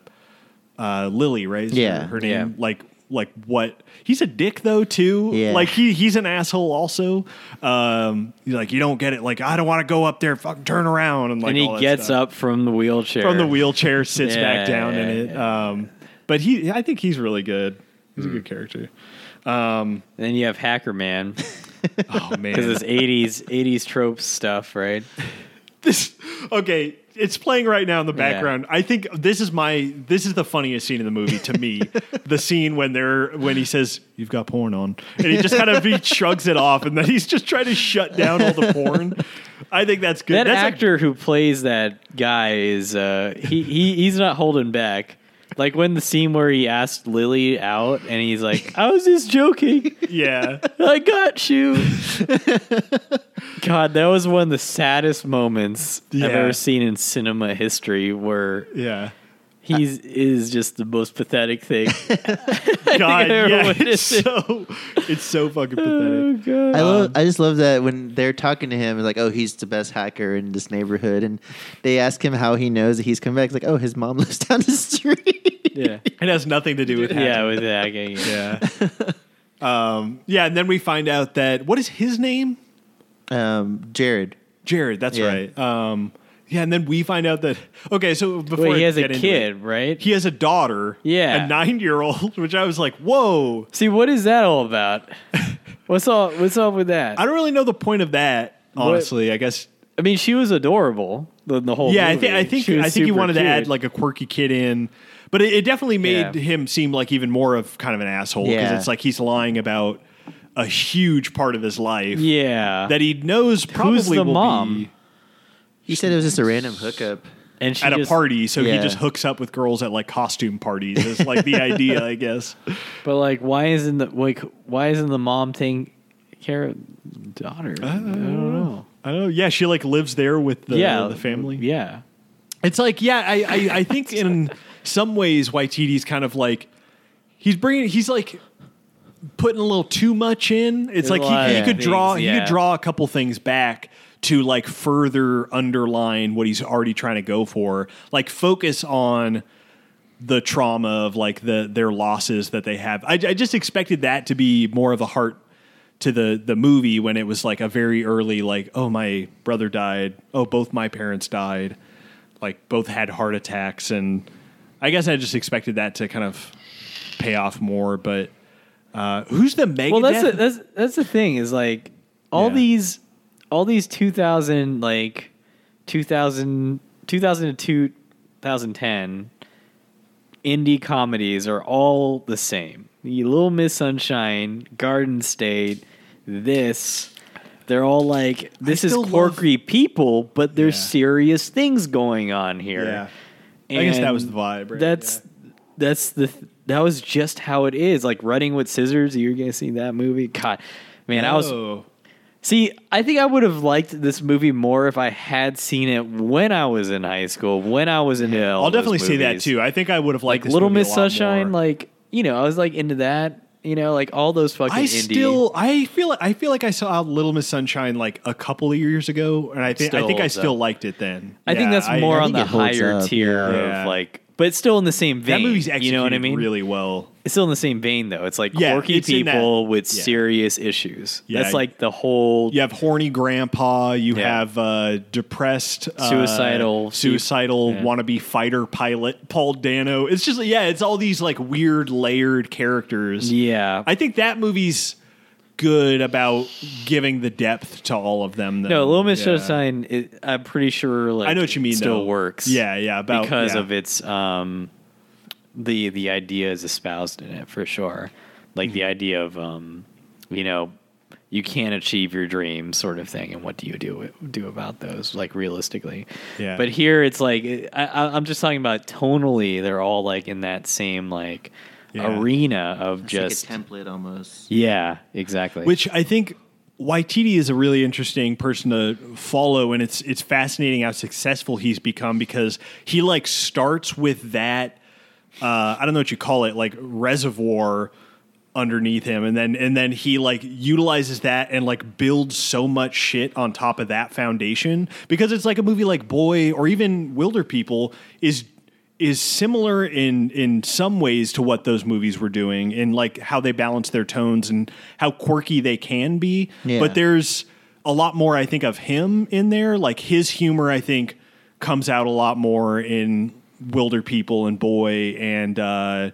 [SPEAKER 2] uh, Lily, right? Is
[SPEAKER 3] Yeah.
[SPEAKER 2] her, her name.
[SPEAKER 1] Yeah.
[SPEAKER 2] Like, like what? He's a dick though too.
[SPEAKER 3] Yeah.
[SPEAKER 2] Like he he's an asshole also. Um, he's like you don't get it. Like I don't want to go up there. Fucking turn around and like
[SPEAKER 1] and
[SPEAKER 2] all
[SPEAKER 1] he
[SPEAKER 2] that
[SPEAKER 1] gets
[SPEAKER 2] stuff
[SPEAKER 1] up from the wheelchair.
[SPEAKER 2] from the wheelchair, sits
[SPEAKER 1] Yeah,
[SPEAKER 2] back down
[SPEAKER 1] yeah,
[SPEAKER 2] in it. Um, but he, I think he's really good. He's a good character.
[SPEAKER 1] And then you have Hacker Man (laughs)
[SPEAKER 2] Oh
[SPEAKER 1] because
[SPEAKER 2] man, (laughs)
[SPEAKER 1] it's eighties eighties tropes stuff, right?
[SPEAKER 2] this okay. It's playing right now in the
[SPEAKER 1] Yeah.
[SPEAKER 2] background. I think this is my this is the funniest scene in the movie to
[SPEAKER 1] (laughs)
[SPEAKER 2] me. the scene when they're when he says you've got porn on, and he just kind of he shrugs it off, and then he's just trying to shut down all the porn. I think that's good.
[SPEAKER 1] That
[SPEAKER 2] that's a-
[SPEAKER 1] actor who plays that guy is uh, he he he's not holding back. Like when the scene where he asked Lily out, and he's like, "I was just joking.
[SPEAKER 2] (laughs) yeah.
[SPEAKER 1] I got you." God, that was one of the saddest moments
[SPEAKER 2] Yeah.
[SPEAKER 1] I've ever seen in cinema history, where (laughs)
[SPEAKER 2] Yeah.
[SPEAKER 1] he's is just the most pathetic
[SPEAKER 2] (laughs)
[SPEAKER 1] thing.
[SPEAKER 2] God,
[SPEAKER 1] ever
[SPEAKER 2] yeah, it's
[SPEAKER 1] witnessed it.
[SPEAKER 2] so it's so fucking
[SPEAKER 1] oh
[SPEAKER 2] pathetic.
[SPEAKER 1] God.
[SPEAKER 3] I
[SPEAKER 2] Um,
[SPEAKER 3] love. I just love that when they're talking to him, it's like, oh, he's the best hacker in this neighborhood, and they ask him how he knows that he's coming back. It's like, oh, his mom (laughs) lives down the
[SPEAKER 2] (laughs)
[SPEAKER 3] street.
[SPEAKER 1] yeah,
[SPEAKER 2] It has nothing to do with that.
[SPEAKER 1] yeah, with that. okay, yeah.
[SPEAKER 2] Yeah. (laughs) um, yeah, and then we find out that what is his name?
[SPEAKER 3] um, Jared.
[SPEAKER 2] Jared. That's
[SPEAKER 3] Yeah.
[SPEAKER 2] right. Um, yeah, and then we find out that okay. So before
[SPEAKER 1] Wait,
[SPEAKER 2] I
[SPEAKER 1] he has a
[SPEAKER 2] get into it,
[SPEAKER 1] kid, right?
[SPEAKER 2] he has a daughter.
[SPEAKER 1] Yeah.
[SPEAKER 2] a nine-year-old. (laughs) Which I was like, whoa.
[SPEAKER 1] See, what is that all about? what's all What's up with that?
[SPEAKER 2] I
[SPEAKER 1] I,
[SPEAKER 2] don't really know the point of that. Honestly, I guess.
[SPEAKER 1] mean, she was adorable the, the whole.
[SPEAKER 2] Yeah, I
[SPEAKER 1] movie.
[SPEAKER 2] think I think
[SPEAKER 1] She was
[SPEAKER 2] I think he
[SPEAKER 1] super
[SPEAKER 2] wanted to
[SPEAKER 1] cute.
[SPEAKER 2] add like a quirky kid in, but it, it definitely made
[SPEAKER 1] Yeah.
[SPEAKER 2] him seem like even more of kind of an asshole because
[SPEAKER 3] Yeah.
[SPEAKER 2] it's like he's lying about a huge part of his life
[SPEAKER 1] yeah,
[SPEAKER 2] that he knows probably
[SPEAKER 1] the
[SPEAKER 2] will
[SPEAKER 1] mom?
[SPEAKER 2] be
[SPEAKER 3] He said it was just a random hookup.
[SPEAKER 1] and she
[SPEAKER 2] at
[SPEAKER 1] just-
[SPEAKER 2] a party, so he
[SPEAKER 3] yeah.
[SPEAKER 2] just hooks up with girls at like costume parties. Is
[SPEAKER 1] (laughs)
[SPEAKER 2] like the idea, I guess.
[SPEAKER 1] But like, why isn't the like why isn't the mom taking care of daughter? I don't know.
[SPEAKER 2] I don't know. Yeah, she like lives there with the,
[SPEAKER 1] yeah,
[SPEAKER 2] the family.
[SPEAKER 1] Yeah,
[SPEAKER 2] It's like yeah, I I,
[SPEAKER 1] (laughs)
[SPEAKER 2] I think in some ways YTD's kind of like he's bringing he's like putting a little too much in. It's
[SPEAKER 1] There's a lot
[SPEAKER 2] like he, he
[SPEAKER 1] of
[SPEAKER 2] could draw
[SPEAKER 1] things,
[SPEAKER 2] he
[SPEAKER 1] yeah.
[SPEAKER 2] could draw a couple things back to like further underline what he's already trying to go for. Like focus on the trauma of like the their losses that they have. I, I just expected that to be more of the heart to the the movie when it was like a very early like oh my brother died oh both my parents died like both had heart attacks and I guess I just expected that to kind of pay off more but uh, who's the Megadeth?
[SPEAKER 1] Well, that's the, that's that's the thing is like all
[SPEAKER 2] Yeah.
[SPEAKER 1] these all these 2000 like 2000 2000 to 2010 indie comedies are all the same. You Little Miss Sunshine, Garden State, this they're all like this is
[SPEAKER 2] still love-
[SPEAKER 1] quirky people, but there's
[SPEAKER 2] Yeah.
[SPEAKER 1] serious things going on here.
[SPEAKER 2] yeah. I guess that was the
[SPEAKER 1] And
[SPEAKER 2] vibe. Right?
[SPEAKER 1] That's that's the th- that was just how it is. Like running with scissors. You're gonna see that movie. God, man, I was
[SPEAKER 2] Oh.
[SPEAKER 1] see. I think I would have liked this movie more if I had seen it when I was in high school. When I was into all
[SPEAKER 2] I'll
[SPEAKER 1] those
[SPEAKER 2] definitely say that
[SPEAKER 1] movies.
[SPEAKER 2] too. I think I would have liked this
[SPEAKER 1] Little
[SPEAKER 2] movie a
[SPEAKER 1] Miss
[SPEAKER 2] lot
[SPEAKER 1] Sunshine.
[SPEAKER 2] more.
[SPEAKER 1] Like you know, I was like into that. You know, like all those fucking.
[SPEAKER 2] I
[SPEAKER 1] indie-
[SPEAKER 2] still, I feel, I feel like I saw Little Miss Sunshine like a couple of years ago, and I think, I
[SPEAKER 1] Still
[SPEAKER 2] think I
[SPEAKER 1] holds
[SPEAKER 2] still
[SPEAKER 1] up.
[SPEAKER 2] liked it then.
[SPEAKER 1] I think
[SPEAKER 2] Yeah,
[SPEAKER 1] that's more
[SPEAKER 3] I
[SPEAKER 1] on
[SPEAKER 3] think
[SPEAKER 1] the
[SPEAKER 3] it holds
[SPEAKER 1] higher
[SPEAKER 3] up,
[SPEAKER 1] tier
[SPEAKER 2] yeah.
[SPEAKER 1] of like, but still in the same
[SPEAKER 2] that
[SPEAKER 1] vein.
[SPEAKER 2] movie's executed
[SPEAKER 1] you know what I mean?
[SPEAKER 2] really well.
[SPEAKER 1] it's still in the same vein though. It's like
[SPEAKER 2] Yeah,
[SPEAKER 1] quirky
[SPEAKER 2] it's in that-
[SPEAKER 1] people with
[SPEAKER 2] yeah.
[SPEAKER 1] serious issues.
[SPEAKER 2] Yeah.
[SPEAKER 1] That's like the whole
[SPEAKER 2] You have horny grandpa. You
[SPEAKER 1] Yeah.
[SPEAKER 2] have uh, depressed, uh,
[SPEAKER 1] Suicidal-
[SPEAKER 2] suicidal
[SPEAKER 1] Yeah.
[SPEAKER 2] wannabe fighter pilot Paul Dano. It's just, yeah, it's all these like weird layered characters.
[SPEAKER 1] yeah.
[SPEAKER 2] I think that movie's good about giving the depth to all of them. Though.
[SPEAKER 1] no, Little Miss
[SPEAKER 2] Yeah.
[SPEAKER 1] Sunshine. It, I'm pretty sure. Like
[SPEAKER 2] I know what you mean.
[SPEAKER 1] Still
[SPEAKER 2] though.
[SPEAKER 1] works.
[SPEAKER 2] Yeah, yeah. About
[SPEAKER 1] because
[SPEAKER 2] yeah.
[SPEAKER 1] of its um, the the idea is espoused in it for sure. Like
[SPEAKER 2] Mm-hmm.
[SPEAKER 1] the idea of um, you know, you can't achieve your dreams, sort of thing, and what do you do do about those? Like realistically,
[SPEAKER 2] Yeah.
[SPEAKER 1] But here it's like I, I, I'm just talking about tonally. They're all like in that same like
[SPEAKER 2] Yeah.
[SPEAKER 1] arena of just
[SPEAKER 3] template almost.
[SPEAKER 1] yeah, exactly.
[SPEAKER 2] Which I think YTD is a really interesting person to follow, and it's it's fascinating how successful he's become because he like starts with that. Uh, I don't know what you call it, like reservoir underneath him, and then and then he like utilizes that and like builds so much shit on top of that foundation because it's like a movie like Boy or even Wilder People is is similar in in some ways to what those movies were doing in like how they balance their tones and how quirky they can be.
[SPEAKER 3] Yeah.
[SPEAKER 2] But there's a lot more I think of him in there. Like his humor I think comes out a lot more in Wilder People and Boy and uh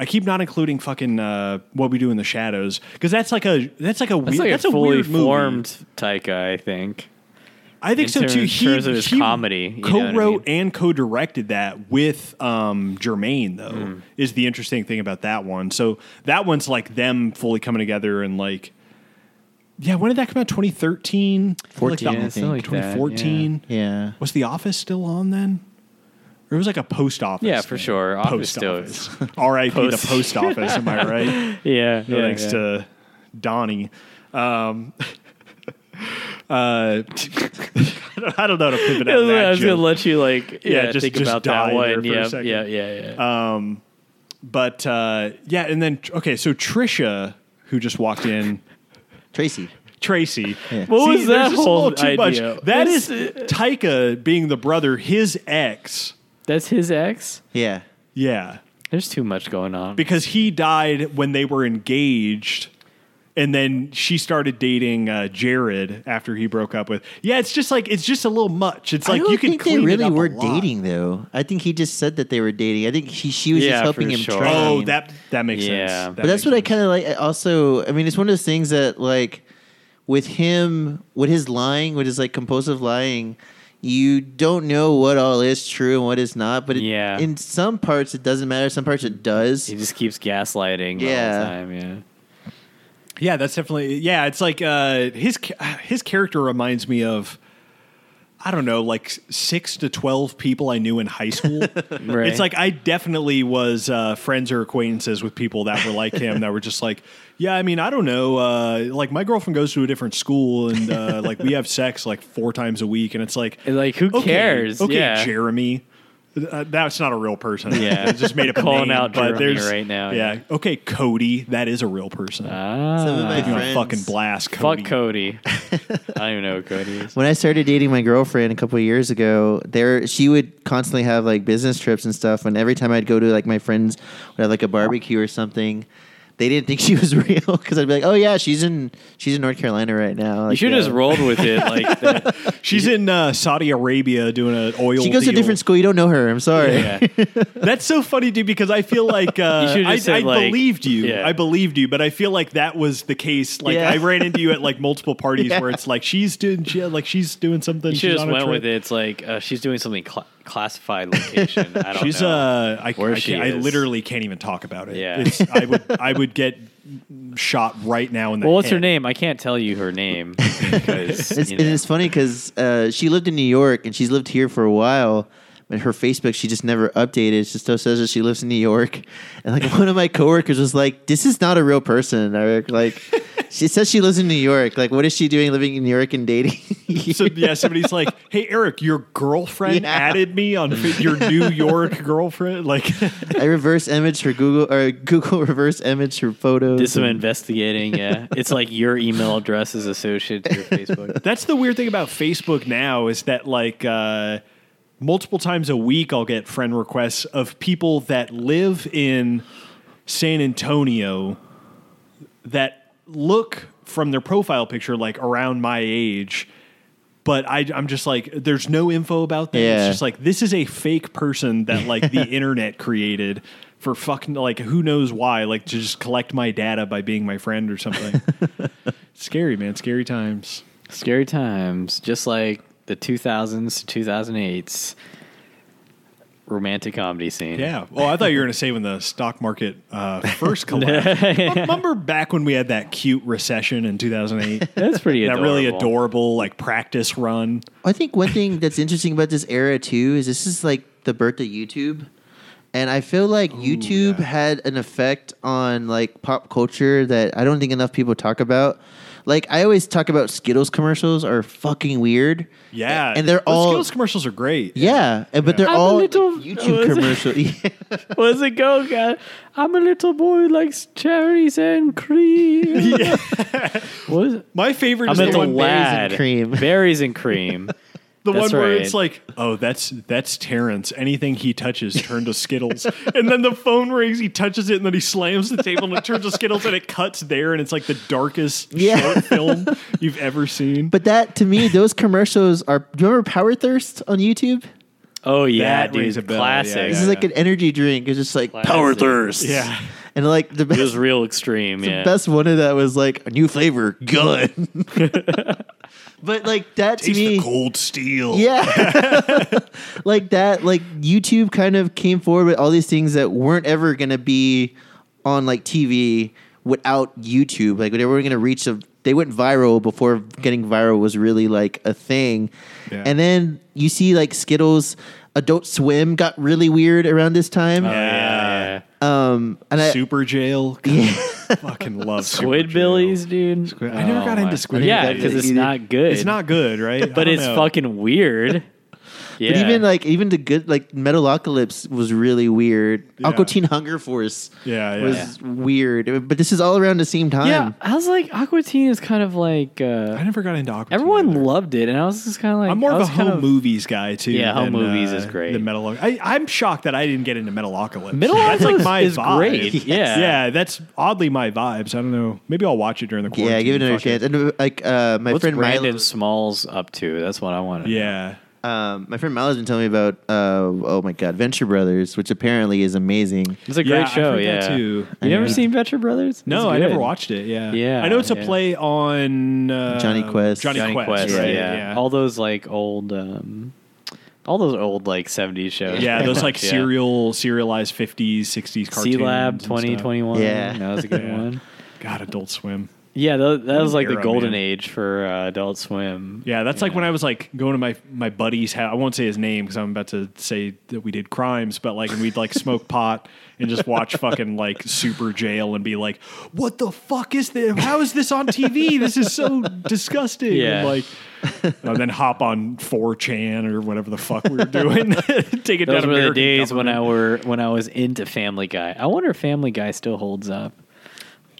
[SPEAKER 2] I keep not including fucking uh, what we do in the shadows because that's like a that's like a weird
[SPEAKER 1] that's like
[SPEAKER 2] that's
[SPEAKER 1] a
[SPEAKER 2] a,
[SPEAKER 1] fully
[SPEAKER 2] weird movie.
[SPEAKER 1] formed Taika, I think.
[SPEAKER 2] I think
[SPEAKER 1] in
[SPEAKER 2] so too.
[SPEAKER 1] terms-
[SPEAKER 2] He,
[SPEAKER 1] terms of his
[SPEAKER 2] he
[SPEAKER 1] comedy, you know what I
[SPEAKER 2] co-wrote and co-directed that with um, Jermaine, though,
[SPEAKER 1] Mm.
[SPEAKER 2] is the interesting thing about that one. So that one's like them fully coming together and like, yeah, when did that come out? 2013,
[SPEAKER 3] 14,
[SPEAKER 2] Like the-
[SPEAKER 3] I think.
[SPEAKER 1] something like that, yeah.
[SPEAKER 2] 2014.
[SPEAKER 3] Yeah.
[SPEAKER 2] Was the office still on then? Or it was like a post office.
[SPEAKER 1] Yeah, for
[SPEAKER 2] thing.
[SPEAKER 1] sure. Office
[SPEAKER 2] Post
[SPEAKER 1] still
[SPEAKER 2] office. (laughs) R.I.P. the
[SPEAKER 1] Post-
[SPEAKER 2] post office. Am
[SPEAKER 1] (laughs)
[SPEAKER 2] I right?
[SPEAKER 1] Yeah,
[SPEAKER 2] No thanks to Donnie. Um, (laughs) uh, (laughs) I don't know how to pivot out of that
[SPEAKER 1] I was
[SPEAKER 2] joke.
[SPEAKER 1] gonna let you like yeah,
[SPEAKER 2] Yeah, just-
[SPEAKER 1] think
[SPEAKER 2] just
[SPEAKER 1] about
[SPEAKER 2] die
[SPEAKER 1] that
[SPEAKER 2] there
[SPEAKER 1] one.
[SPEAKER 2] for a
[SPEAKER 1] Yeah,
[SPEAKER 2] second.
[SPEAKER 1] yeah, yeah, yeah.
[SPEAKER 2] but uh, yeah, and then okay, so Trisha, who just walked in,
[SPEAKER 3] Tracy.
[SPEAKER 2] Tracy.
[SPEAKER 1] What was that
[SPEAKER 2] there's just a little
[SPEAKER 1] whole
[SPEAKER 2] too
[SPEAKER 1] idea?
[SPEAKER 2] Much. That is
[SPEAKER 1] It's-
[SPEAKER 2] Taika being the brother, his ex.
[SPEAKER 1] That's his ex.
[SPEAKER 3] Yeah.
[SPEAKER 2] Yeah,
[SPEAKER 1] There's too much going on.
[SPEAKER 2] because he died when they were engaged. And then she started dating uh, Jared after he broke up with. Yeah, it's just like it's just a little much. It's
[SPEAKER 3] I
[SPEAKER 2] like
[SPEAKER 3] don't
[SPEAKER 2] you can
[SPEAKER 3] think they
[SPEAKER 2] clean it
[SPEAKER 3] really
[SPEAKER 2] up a
[SPEAKER 3] were
[SPEAKER 2] lot.
[SPEAKER 3] dating though. I think he just said that they were dating. I think he, she was
[SPEAKER 1] Yeah,
[SPEAKER 3] just helping
[SPEAKER 1] for
[SPEAKER 3] him
[SPEAKER 1] sure.
[SPEAKER 3] train.
[SPEAKER 2] Oh, that that makes
[SPEAKER 1] Yeah.
[SPEAKER 2] sense.
[SPEAKER 1] But
[SPEAKER 3] but that's what I kind of like. Also, I mean, it's one of those things that like with him, with his lying, with his like compulsive lying, you don't know what all is true and what is not. But it,
[SPEAKER 1] Yeah.
[SPEAKER 3] in some parts it doesn't matter. Some parts it does.
[SPEAKER 1] he just keeps gaslighting the
[SPEAKER 3] Yeah.
[SPEAKER 1] whole time. Yeah.
[SPEAKER 2] of yeah. That's definitely yeah. It's like uh, his ca- his character reminds me of I don't know, like six to twelve people I knew in high (laughs) school.
[SPEAKER 1] Right.
[SPEAKER 2] It's like I definitely was uh, friends or acquaintances with people that were like him that were just like, yeah, I mean, I don't know. Uh, like my girlfriend goes to a different school and uh, like we have sex like four times a week, and it's like,
[SPEAKER 1] And, like, who
[SPEAKER 2] okay,
[SPEAKER 1] cares?
[SPEAKER 2] Okay,
[SPEAKER 1] Yeah.
[SPEAKER 2] Jeremy. Uh, that's not a real person.
[SPEAKER 1] Yeah.
[SPEAKER 2] (laughs) It's just made up a
[SPEAKER 1] Calling
[SPEAKER 2] name,
[SPEAKER 1] out
[SPEAKER 2] but
[SPEAKER 1] Jeremy
[SPEAKER 2] there's-
[SPEAKER 1] right now,
[SPEAKER 2] Yeah.
[SPEAKER 1] yeah.
[SPEAKER 2] Okay, Cody. That is a real person.
[SPEAKER 1] ah,
[SPEAKER 3] Some of my
[SPEAKER 2] you know,
[SPEAKER 3] friends-
[SPEAKER 2] fucking blast Cody.
[SPEAKER 1] fuck
[SPEAKER 3] (laughs)
[SPEAKER 1] Cody. I don't even know who Cody is.
[SPEAKER 3] when I started dating my girlfriend a couple of years ago, there she would constantly have like business trips and stuff. And every time I'd go to like my friends would have like a barbecue or something, they didn't (laughs) think she was real because I'd be like, oh yeah, she's in she's in North Carolina right now.
[SPEAKER 1] You
[SPEAKER 3] Like, uh,
[SPEAKER 1] should
[SPEAKER 3] yeah.
[SPEAKER 1] have just rolled with it
[SPEAKER 3] (laughs)
[SPEAKER 1] like that.
[SPEAKER 2] She's in uh, Saudi Arabia doing an oil.
[SPEAKER 3] She goes to a
[SPEAKER 2] deal.
[SPEAKER 3] different school. You don't know her. I'm sorry.
[SPEAKER 1] Yeah.
[SPEAKER 2] That's so funny, dude, because I feel like uh,
[SPEAKER 1] (laughs) You should've
[SPEAKER 2] I,
[SPEAKER 1] said,
[SPEAKER 2] I
[SPEAKER 1] like-
[SPEAKER 2] believed you.
[SPEAKER 1] yeah.
[SPEAKER 2] I believed you, but I feel like that was the case. Like
[SPEAKER 3] Yeah.
[SPEAKER 2] I ran into you
[SPEAKER 1] (laughs)
[SPEAKER 2] at like multiple parties
[SPEAKER 3] Yeah.
[SPEAKER 2] where it's like she's doing, she, like she's doing something.
[SPEAKER 1] You
[SPEAKER 2] she's
[SPEAKER 1] should just
[SPEAKER 2] on a
[SPEAKER 1] went
[SPEAKER 2] trip.
[SPEAKER 1] with it. It's like uh, she's doing something cla classified location. I don't
[SPEAKER 2] She's
[SPEAKER 1] know.
[SPEAKER 2] uh, I,
[SPEAKER 1] Where
[SPEAKER 2] I,
[SPEAKER 1] she
[SPEAKER 2] can't- I
[SPEAKER 1] is.
[SPEAKER 2] literally can't even talk about it.
[SPEAKER 1] Yeah.
[SPEAKER 2] It's, I would, I
[SPEAKER 1] (laughs)
[SPEAKER 2] would get shot right now in the.
[SPEAKER 1] well, what's her
[SPEAKER 2] head.
[SPEAKER 1] name? I can't tell you her name because
[SPEAKER 3] (laughs) (laughs) It's,
[SPEAKER 1] you
[SPEAKER 3] And
[SPEAKER 1] know.
[SPEAKER 3] it's funny because uh, she lived in New York and she's lived here for a while. But her Facebook, she just never updated. It just still says that she lives in New York. And like (laughs) one of my coworkers was like, "This is not a real person."
[SPEAKER 1] (laughs)
[SPEAKER 3] Eric. Like, she says she lives in New York. Like, what is she doing living in New York and dating? (laughs)
[SPEAKER 2] So yeah, somebody's like, "Hey, Eric, your
[SPEAKER 1] (laughs)
[SPEAKER 2] girlfriend
[SPEAKER 3] Yeah.
[SPEAKER 2] added me on fa- your New York girlfriend." Like,
[SPEAKER 3] I reverse image her Google or Google (laughs) reverse image her photos.
[SPEAKER 1] Did (laughs) some
[SPEAKER 3] and-
[SPEAKER 1] investigating. Yeah, it's like your email address is associated to your Facebook.
[SPEAKER 2] That's the weird thing about Facebook now is that like uh, multiple times a week I'll get friend requests of people that live in San Antonio that look from their profile picture like around my age. But I, I'm just like, there's no info about them. It's
[SPEAKER 3] Yeah.
[SPEAKER 2] just like this is a fake person that like the internet created for fucking like who knows why, like to just collect my data by being my friend or something. scary, man. Scary times.
[SPEAKER 1] (laughs) Scary times, just like the 2000s to 2008s romantic comedy scene.
[SPEAKER 2] Yeah. Well, I thought you were going to say when the stock market uh,
[SPEAKER 1] (laughs)
[SPEAKER 2] first collapsed. Remember back when we had that cute recession
[SPEAKER 1] (laughs)
[SPEAKER 2] in 2008?
[SPEAKER 1] that's pretty.
[SPEAKER 2] that
[SPEAKER 1] Adorable.
[SPEAKER 2] really adorable like practice run.
[SPEAKER 3] I think one thing that's interesting about this era too is this is like the birth of YouTube. And I feel like YouTube
[SPEAKER 2] yeah.
[SPEAKER 3] had an effect on like pop culture that I don't think enough people talk about. Like I always talk about Skittles commercials are fucking weird.
[SPEAKER 2] Yeah.
[SPEAKER 3] And they're
[SPEAKER 2] Those
[SPEAKER 3] all-
[SPEAKER 2] Skittles commercials are great.
[SPEAKER 3] Yeah, and- but they're
[SPEAKER 1] I'm a
[SPEAKER 3] all
[SPEAKER 1] little-
[SPEAKER 3] YouTube
[SPEAKER 2] (laughs)
[SPEAKER 3] commercials. Yeah.
[SPEAKER 1] Where's it go, guy? I'm a little boy who likes cherries and
[SPEAKER 2] (laughs)
[SPEAKER 1] cream. (laughs) what is it?
[SPEAKER 2] My favorite
[SPEAKER 1] I'm
[SPEAKER 2] is
[SPEAKER 1] a
[SPEAKER 2] the
[SPEAKER 1] little
[SPEAKER 2] one,
[SPEAKER 3] berries and
[SPEAKER 1] lad. (laughs)
[SPEAKER 3] cream.
[SPEAKER 1] Berries and cream.
[SPEAKER 2] the one
[SPEAKER 1] That's
[SPEAKER 2] where
[SPEAKER 1] right.
[SPEAKER 2] it's like, "Oh, that's that's Terrence. Anything he touches turns to Skittles." (laughs) and then the phone rings, he touches it and then he slams the table and it turns to Skittles and it cuts there and it's like the darkest
[SPEAKER 3] Yeah.
[SPEAKER 2] short film you've ever seen.
[SPEAKER 3] But that to me, those commercials are. Do you remember Power Thirst on YouTube?
[SPEAKER 1] Oh yeah,
[SPEAKER 2] That
[SPEAKER 1] dude.
[SPEAKER 2] rings a bell, yeah,
[SPEAKER 1] Classic.
[SPEAKER 2] yeah,
[SPEAKER 3] This is
[SPEAKER 2] yeah.
[SPEAKER 3] like an energy drink. It's just like
[SPEAKER 1] Classic.
[SPEAKER 3] Power Thirst.
[SPEAKER 2] yeah.
[SPEAKER 3] and like the
[SPEAKER 1] It
[SPEAKER 3] best,
[SPEAKER 1] was real extreme. Yeah.
[SPEAKER 3] best one of that was like a new flavor, gun. but like that to me,
[SPEAKER 2] cold steel.
[SPEAKER 3] Yeah. (laughs) like that, like YouTube kind of came forward with all these things that weren't ever going to be on like TV without YouTube. Like they were going to reach a they went viral before getting viral was really like a thing.
[SPEAKER 2] Yeah.
[SPEAKER 3] And then you see like Skittles Adult Swim got really weird around this time.
[SPEAKER 1] Yeah, yeah, yeah.
[SPEAKER 3] Um and I
[SPEAKER 2] Oh, Super
[SPEAKER 3] (laughs)
[SPEAKER 2] Jail. God, I fucking love Super
[SPEAKER 1] Squid
[SPEAKER 2] Jail.
[SPEAKER 1] Billies, dude.
[SPEAKER 2] I never
[SPEAKER 1] Oh
[SPEAKER 2] got into Squid
[SPEAKER 1] Yeah,
[SPEAKER 2] Billies.
[SPEAKER 1] because it's
[SPEAKER 3] either.
[SPEAKER 1] not good.
[SPEAKER 2] It's not good, right? I
[SPEAKER 1] but
[SPEAKER 2] don't
[SPEAKER 1] it's
[SPEAKER 2] know.
[SPEAKER 1] fucking (laughs) weird. Yeah.
[SPEAKER 3] but even like even the good like Metalocalypse was really weird. Aqua Teen Hunger Force
[SPEAKER 2] Yeah, yeah.
[SPEAKER 3] was weird. But this is all around the same time.
[SPEAKER 1] yeah, I was like, Aqua Teen is kind of like
[SPEAKER 2] I
[SPEAKER 1] uh,
[SPEAKER 2] never got into Aqua.
[SPEAKER 1] everyone
[SPEAKER 2] Teen either.
[SPEAKER 1] loved it, and I was just kind of like,
[SPEAKER 2] I'm more
[SPEAKER 1] I
[SPEAKER 2] of a
[SPEAKER 1] was kind
[SPEAKER 2] home movies guy too.
[SPEAKER 1] Yeah, home
[SPEAKER 2] than,
[SPEAKER 1] movies
[SPEAKER 2] uh,
[SPEAKER 1] is great.
[SPEAKER 2] The metal. I, I'm shocked that I didn't get into Metalocalypse. that's like
[SPEAKER 1] Metalocalypse
[SPEAKER 2] my
[SPEAKER 1] is
[SPEAKER 2] vibe.
[SPEAKER 1] great,
[SPEAKER 2] (laughs)
[SPEAKER 1] Yes. yeah.
[SPEAKER 2] yeah, that's oddly my vibes. I don't know. Maybe I'll watch it during the quarantine.
[SPEAKER 3] Yeah, give it another
[SPEAKER 2] Fuck
[SPEAKER 3] chance. And uh, like uh, my
[SPEAKER 1] What's
[SPEAKER 3] friend
[SPEAKER 1] Brandon
[SPEAKER 3] Milo,
[SPEAKER 1] Smalls up to? That's what I wanted.
[SPEAKER 2] Yeah.
[SPEAKER 3] um, my friend Milo's been telling me about uh, oh my god, Venture Brothers, which apparently is amazing.
[SPEAKER 1] it's a
[SPEAKER 2] Yeah,
[SPEAKER 1] great
[SPEAKER 2] I've
[SPEAKER 1] show.
[SPEAKER 2] heard
[SPEAKER 1] yeah,
[SPEAKER 2] that too.
[SPEAKER 1] you never
[SPEAKER 3] Yeah.
[SPEAKER 1] seen Venture Brothers?
[SPEAKER 2] No,
[SPEAKER 1] It's
[SPEAKER 2] I
[SPEAKER 1] good.
[SPEAKER 2] never watched it. Yeah,
[SPEAKER 1] Yeah,
[SPEAKER 2] I know it's a
[SPEAKER 1] yeah.
[SPEAKER 2] play on uh,
[SPEAKER 3] Johnny Quest.
[SPEAKER 2] Johnny,
[SPEAKER 1] Johnny
[SPEAKER 2] Quest,
[SPEAKER 1] Quest.
[SPEAKER 2] right?
[SPEAKER 1] yeah. all those like old, um, all those old like '70s shows.
[SPEAKER 2] Yeah, those
[SPEAKER 1] (laughs)
[SPEAKER 2] like
[SPEAKER 1] Yeah.
[SPEAKER 2] serial serialized 50s, 60s cartoons.
[SPEAKER 1] C Lab
[SPEAKER 2] and
[SPEAKER 1] twenty
[SPEAKER 2] stuff.
[SPEAKER 1] twenty one.
[SPEAKER 3] Yeah.
[SPEAKER 1] that was a (laughs) good
[SPEAKER 2] Yeah.
[SPEAKER 1] one.
[SPEAKER 2] God, Adult Swim.
[SPEAKER 1] Yeah, that, that was like the
[SPEAKER 2] era,
[SPEAKER 1] golden
[SPEAKER 2] man.
[SPEAKER 1] age for uh, Adult Swim.
[SPEAKER 2] Yeah, that's like when I was like going to my my buddy's house. I won't say his name because I'm about to say that we did crimes, but like and we'd
[SPEAKER 1] (laughs)
[SPEAKER 2] like smoke pot and just watch fucking like Super Jail and be like, "What the fuck is this? How is this on TV? This is so disgusting!"
[SPEAKER 1] Yeah.
[SPEAKER 2] And like. and then hop on 4chan or whatever the fuck we
[SPEAKER 1] (laughs)
[SPEAKER 2] were doing. (laughs) Take it
[SPEAKER 1] Those
[SPEAKER 2] down
[SPEAKER 1] were the
[SPEAKER 2] American
[SPEAKER 1] days
[SPEAKER 2] government.
[SPEAKER 1] when I were when I was into Family Guy. I wonder if Family Guy still holds up.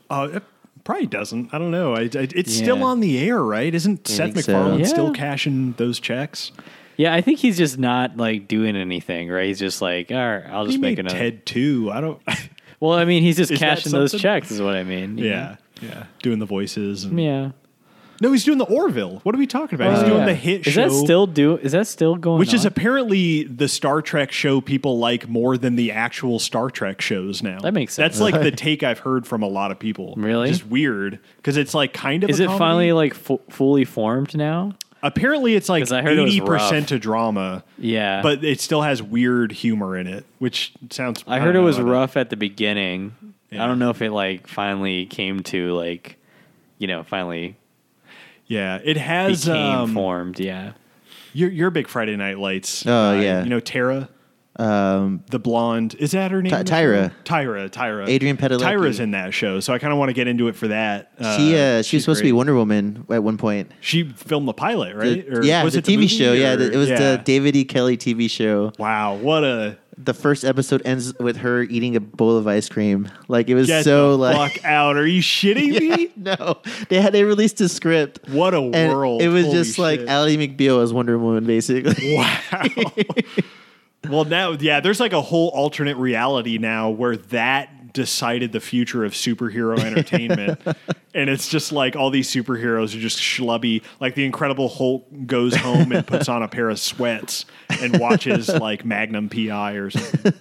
[SPEAKER 2] Uh, it probably doesn't. I don't know. I, I, it's still
[SPEAKER 1] Yeah.
[SPEAKER 2] on the air, right? Isn't Seth
[SPEAKER 3] think so.
[SPEAKER 2] MacFarlane
[SPEAKER 1] Yeah.
[SPEAKER 2] still cashing those checks?
[SPEAKER 1] Yeah, I think he's just not like doing anything, right? He's just like, all right, I'll just
[SPEAKER 2] he
[SPEAKER 1] make
[SPEAKER 2] made
[SPEAKER 1] another.
[SPEAKER 2] Ted too. I don't.
[SPEAKER 1] (laughs)
[SPEAKER 2] (laughs)
[SPEAKER 1] Well, I mean, he's just
[SPEAKER 2] Is that
[SPEAKER 1] cashing those
[SPEAKER 2] something?
[SPEAKER 1] checks, is what I mean. you
[SPEAKER 2] Yeah. Yeah. Doing the voices.
[SPEAKER 1] know?
[SPEAKER 2] And,
[SPEAKER 1] Yeah.
[SPEAKER 2] No, he's doing the Orville. What are we talking about? he's
[SPEAKER 1] Uh,
[SPEAKER 2] doing
[SPEAKER 1] yeah.
[SPEAKER 2] the hit
[SPEAKER 1] is
[SPEAKER 2] show.
[SPEAKER 1] that still do? Is that still going?
[SPEAKER 2] which is
[SPEAKER 1] on?
[SPEAKER 2] apparently the Star Trek show people like more than the actual Star Trek shows now.
[SPEAKER 1] That makes sense.
[SPEAKER 2] That's like
[SPEAKER 1] (laughs)
[SPEAKER 2] the take I've heard from a lot of people.
[SPEAKER 1] Really?
[SPEAKER 2] Just weird because it's like kind of
[SPEAKER 1] Is
[SPEAKER 2] a
[SPEAKER 1] it
[SPEAKER 2] comedy.
[SPEAKER 1] finally like fu- fully formed now?
[SPEAKER 2] Apparently, it's like
[SPEAKER 1] 'Cause I heard it was
[SPEAKER 2] eighty percent
[SPEAKER 1] rough.
[SPEAKER 2] to drama.
[SPEAKER 1] Yeah.
[SPEAKER 2] but it still has weird humor in it, which sounds.
[SPEAKER 1] I
[SPEAKER 2] don't
[SPEAKER 1] heard it
[SPEAKER 2] know,
[SPEAKER 1] was
[SPEAKER 2] I don't-
[SPEAKER 1] rough at the beginning.
[SPEAKER 2] Yeah.
[SPEAKER 1] I don't know if it like finally came to like, you know, finally
[SPEAKER 2] Yeah, it has.
[SPEAKER 1] became
[SPEAKER 2] Um,
[SPEAKER 1] formed. Yeah.
[SPEAKER 2] you're, you're a big Friday Night Lights. uh,
[SPEAKER 3] Oh, yeah.
[SPEAKER 2] you know Tara.
[SPEAKER 3] Um,
[SPEAKER 2] the blonde is that her name?
[SPEAKER 3] Ty- Tyra.
[SPEAKER 2] Tyra. Tyra.
[SPEAKER 3] Adrian Padalecki.
[SPEAKER 2] Tyra's in that show, so I kind of want to get into it for that.
[SPEAKER 3] she uh, she
[SPEAKER 2] she's
[SPEAKER 3] was supposed
[SPEAKER 2] great.
[SPEAKER 3] to be Wonder Woman at one point.
[SPEAKER 2] She filmed the pilot, right?
[SPEAKER 3] The- yeah, the TV
[SPEAKER 2] movie,
[SPEAKER 3] show. yeah,
[SPEAKER 2] or-
[SPEAKER 3] the, it was the David E. Kelly TV show.
[SPEAKER 2] Wow, what a
[SPEAKER 3] The first episode ends with her eating a bowl of ice cream. Like it was
[SPEAKER 2] get
[SPEAKER 3] so
[SPEAKER 2] the
[SPEAKER 3] like
[SPEAKER 2] fuck out! Are you
[SPEAKER 3] (laughs)
[SPEAKER 2] shitting me?
[SPEAKER 3] no, they had they released a script.
[SPEAKER 2] What a
[SPEAKER 3] and
[SPEAKER 2] world!
[SPEAKER 3] It was
[SPEAKER 2] Holy
[SPEAKER 3] just like
[SPEAKER 2] shit.
[SPEAKER 3] Ally McBeal as Wonder Woman, basically.
[SPEAKER 2] wow. well, now yeah, there's like a whole alternate reality now where that decided the future of superhero entertainment, and it's just like all these superheroes are just schlubby. Like the Incredible Hulk goes home and puts on a pair of sweats and watches like Magnum PI or something.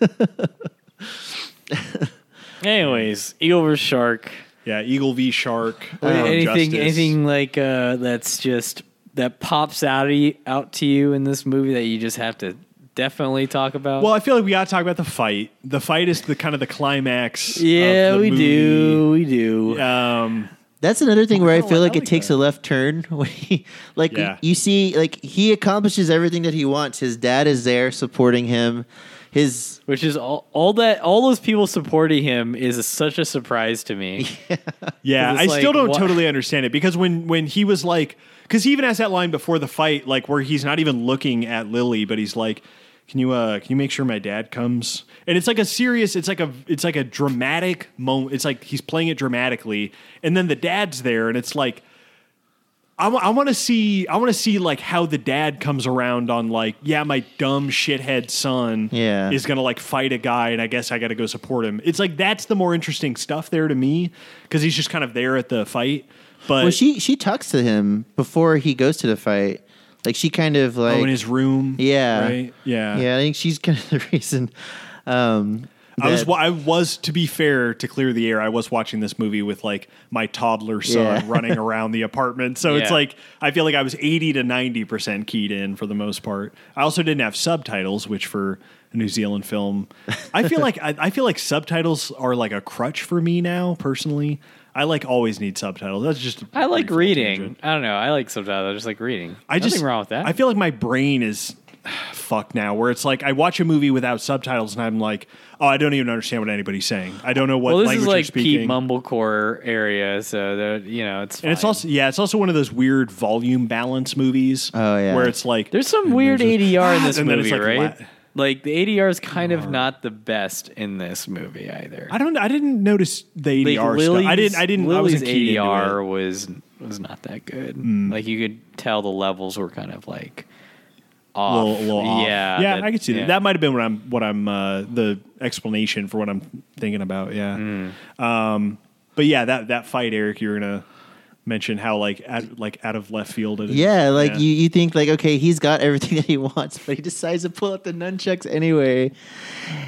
[SPEAKER 1] Anyways, Eagle vs. Shark.
[SPEAKER 2] Yeah, Eagle v Shark. Dawn of
[SPEAKER 1] anything,
[SPEAKER 2] Um, Justice.
[SPEAKER 1] anything like uh, that's just that pops out of you, out to you in this movie that you just have to definitely talk about.
[SPEAKER 2] Well, I feel like we got to talk about the fight. The fight is the kind of the climax. of
[SPEAKER 1] yeah,
[SPEAKER 2] the
[SPEAKER 1] we
[SPEAKER 2] movie.
[SPEAKER 1] do, we do.
[SPEAKER 2] Um,
[SPEAKER 3] That's another thing where I
[SPEAKER 2] Oh,
[SPEAKER 3] feel
[SPEAKER 2] I
[SPEAKER 3] like,
[SPEAKER 2] like
[SPEAKER 3] it takes
[SPEAKER 2] that.
[SPEAKER 3] a left turn. (laughs) When he, like
[SPEAKER 2] Yeah.
[SPEAKER 3] you see, like he accomplishes everything that he wants. His dad is there supporting him. His
[SPEAKER 1] Which is all, all that all those people supporting him is such a surprise to
[SPEAKER 2] (laughs)
[SPEAKER 1] me.
[SPEAKER 2] Yeah,
[SPEAKER 1] 'Cause
[SPEAKER 2] I
[SPEAKER 1] it's
[SPEAKER 2] still
[SPEAKER 1] like,
[SPEAKER 2] don't
[SPEAKER 1] wha-
[SPEAKER 2] totally understand it because when when he was like, because he even has that line before the fight, like where he's not even looking at Lily, but he's like, "Can you uh, can you make sure my dad comes?" And it's like a serious, it's like a it's like a dramatic moment. It's like he's playing it dramatically, and then the dad's there, and it's like. I want to see. I want to see like how the dad comes around on like, yeah, my dumb shithead son
[SPEAKER 3] Yeah.
[SPEAKER 2] is gonna like fight a guy, and I guess I got to go support him. It's like that's the more interesting stuff there to me because he's just kind of there at the fight. But
[SPEAKER 3] well, she she talks to him before he goes to the fight. Like she kind of
[SPEAKER 2] oh,
[SPEAKER 3] like
[SPEAKER 2] in his room,
[SPEAKER 3] yeah
[SPEAKER 2] right, yeah,
[SPEAKER 3] yeah. I think she's (laughs) kind of the reason. Um,
[SPEAKER 2] I was
[SPEAKER 3] that-
[SPEAKER 2] wa- I was to be fair to clear the air. I was watching this movie with like my toddler son
[SPEAKER 1] (laughs)
[SPEAKER 3] Yeah.
[SPEAKER 2] running around the apartment, so it's
[SPEAKER 1] Yeah.
[SPEAKER 2] like I feel like I was eighty to ninety percent keyed in for the most part. I also didn't have subtitles, which for a New Zealand film, I feel like I, I feel like subtitles are like a crutch for me now personally. I like always need subtitles. That's just a
[SPEAKER 1] I like
[SPEAKER 2] brief
[SPEAKER 1] reading.
[SPEAKER 2] tangent.
[SPEAKER 1] I don't know. I like subtitles. I just like reading.
[SPEAKER 2] I
[SPEAKER 1] Nothing
[SPEAKER 2] just
[SPEAKER 1] wrong with that.
[SPEAKER 2] I feel like my brain is fucked now, where it's like I watch a movie without subtitles and I'm like, oh, I don't even understand what anybody's saying. I don't know what
[SPEAKER 1] well, this
[SPEAKER 2] language
[SPEAKER 1] is
[SPEAKER 2] you're
[SPEAKER 1] like
[SPEAKER 2] speaking.
[SPEAKER 1] peak mumblecore area, so that you know it's.
[SPEAKER 2] and it's
[SPEAKER 1] fine.
[SPEAKER 2] also yeah, it's also one of those weird volume balance movies.
[SPEAKER 3] Oh, yeah.
[SPEAKER 2] where it's like
[SPEAKER 1] there's some weird
[SPEAKER 2] there's this- (laughs)
[SPEAKER 1] ADR in this
[SPEAKER 2] and then
[SPEAKER 1] movie,
[SPEAKER 2] it's like
[SPEAKER 1] right?
[SPEAKER 2] la-
[SPEAKER 1] Like the ADR is kind of not the best in this movie either.
[SPEAKER 2] I don't. I didn't notice the
[SPEAKER 1] like
[SPEAKER 2] ADR stuff. I didn't. I didn't. I
[SPEAKER 1] Lily's
[SPEAKER 2] wasn't keyed into
[SPEAKER 1] ADR
[SPEAKER 2] it. Hmm.
[SPEAKER 1] was was not that good. Like you could tell the levels were kind of like
[SPEAKER 2] A
[SPEAKER 1] off.
[SPEAKER 2] little, a little off.
[SPEAKER 1] Yeah,
[SPEAKER 2] yeah. I could see
[SPEAKER 1] yeah.
[SPEAKER 2] that. That might have been what I'm. What I'm. Uh, the explanation for what I'm thinking about. Yeah.
[SPEAKER 1] Hmm.
[SPEAKER 2] Um. But yeah, that that fight, Eric, you were gonna mention how like out, like out of left field it is.
[SPEAKER 3] Yeah, like You, you think like okay, he's got everything (laughs) that he wants, but he decides to pull out the nunchucks anyway.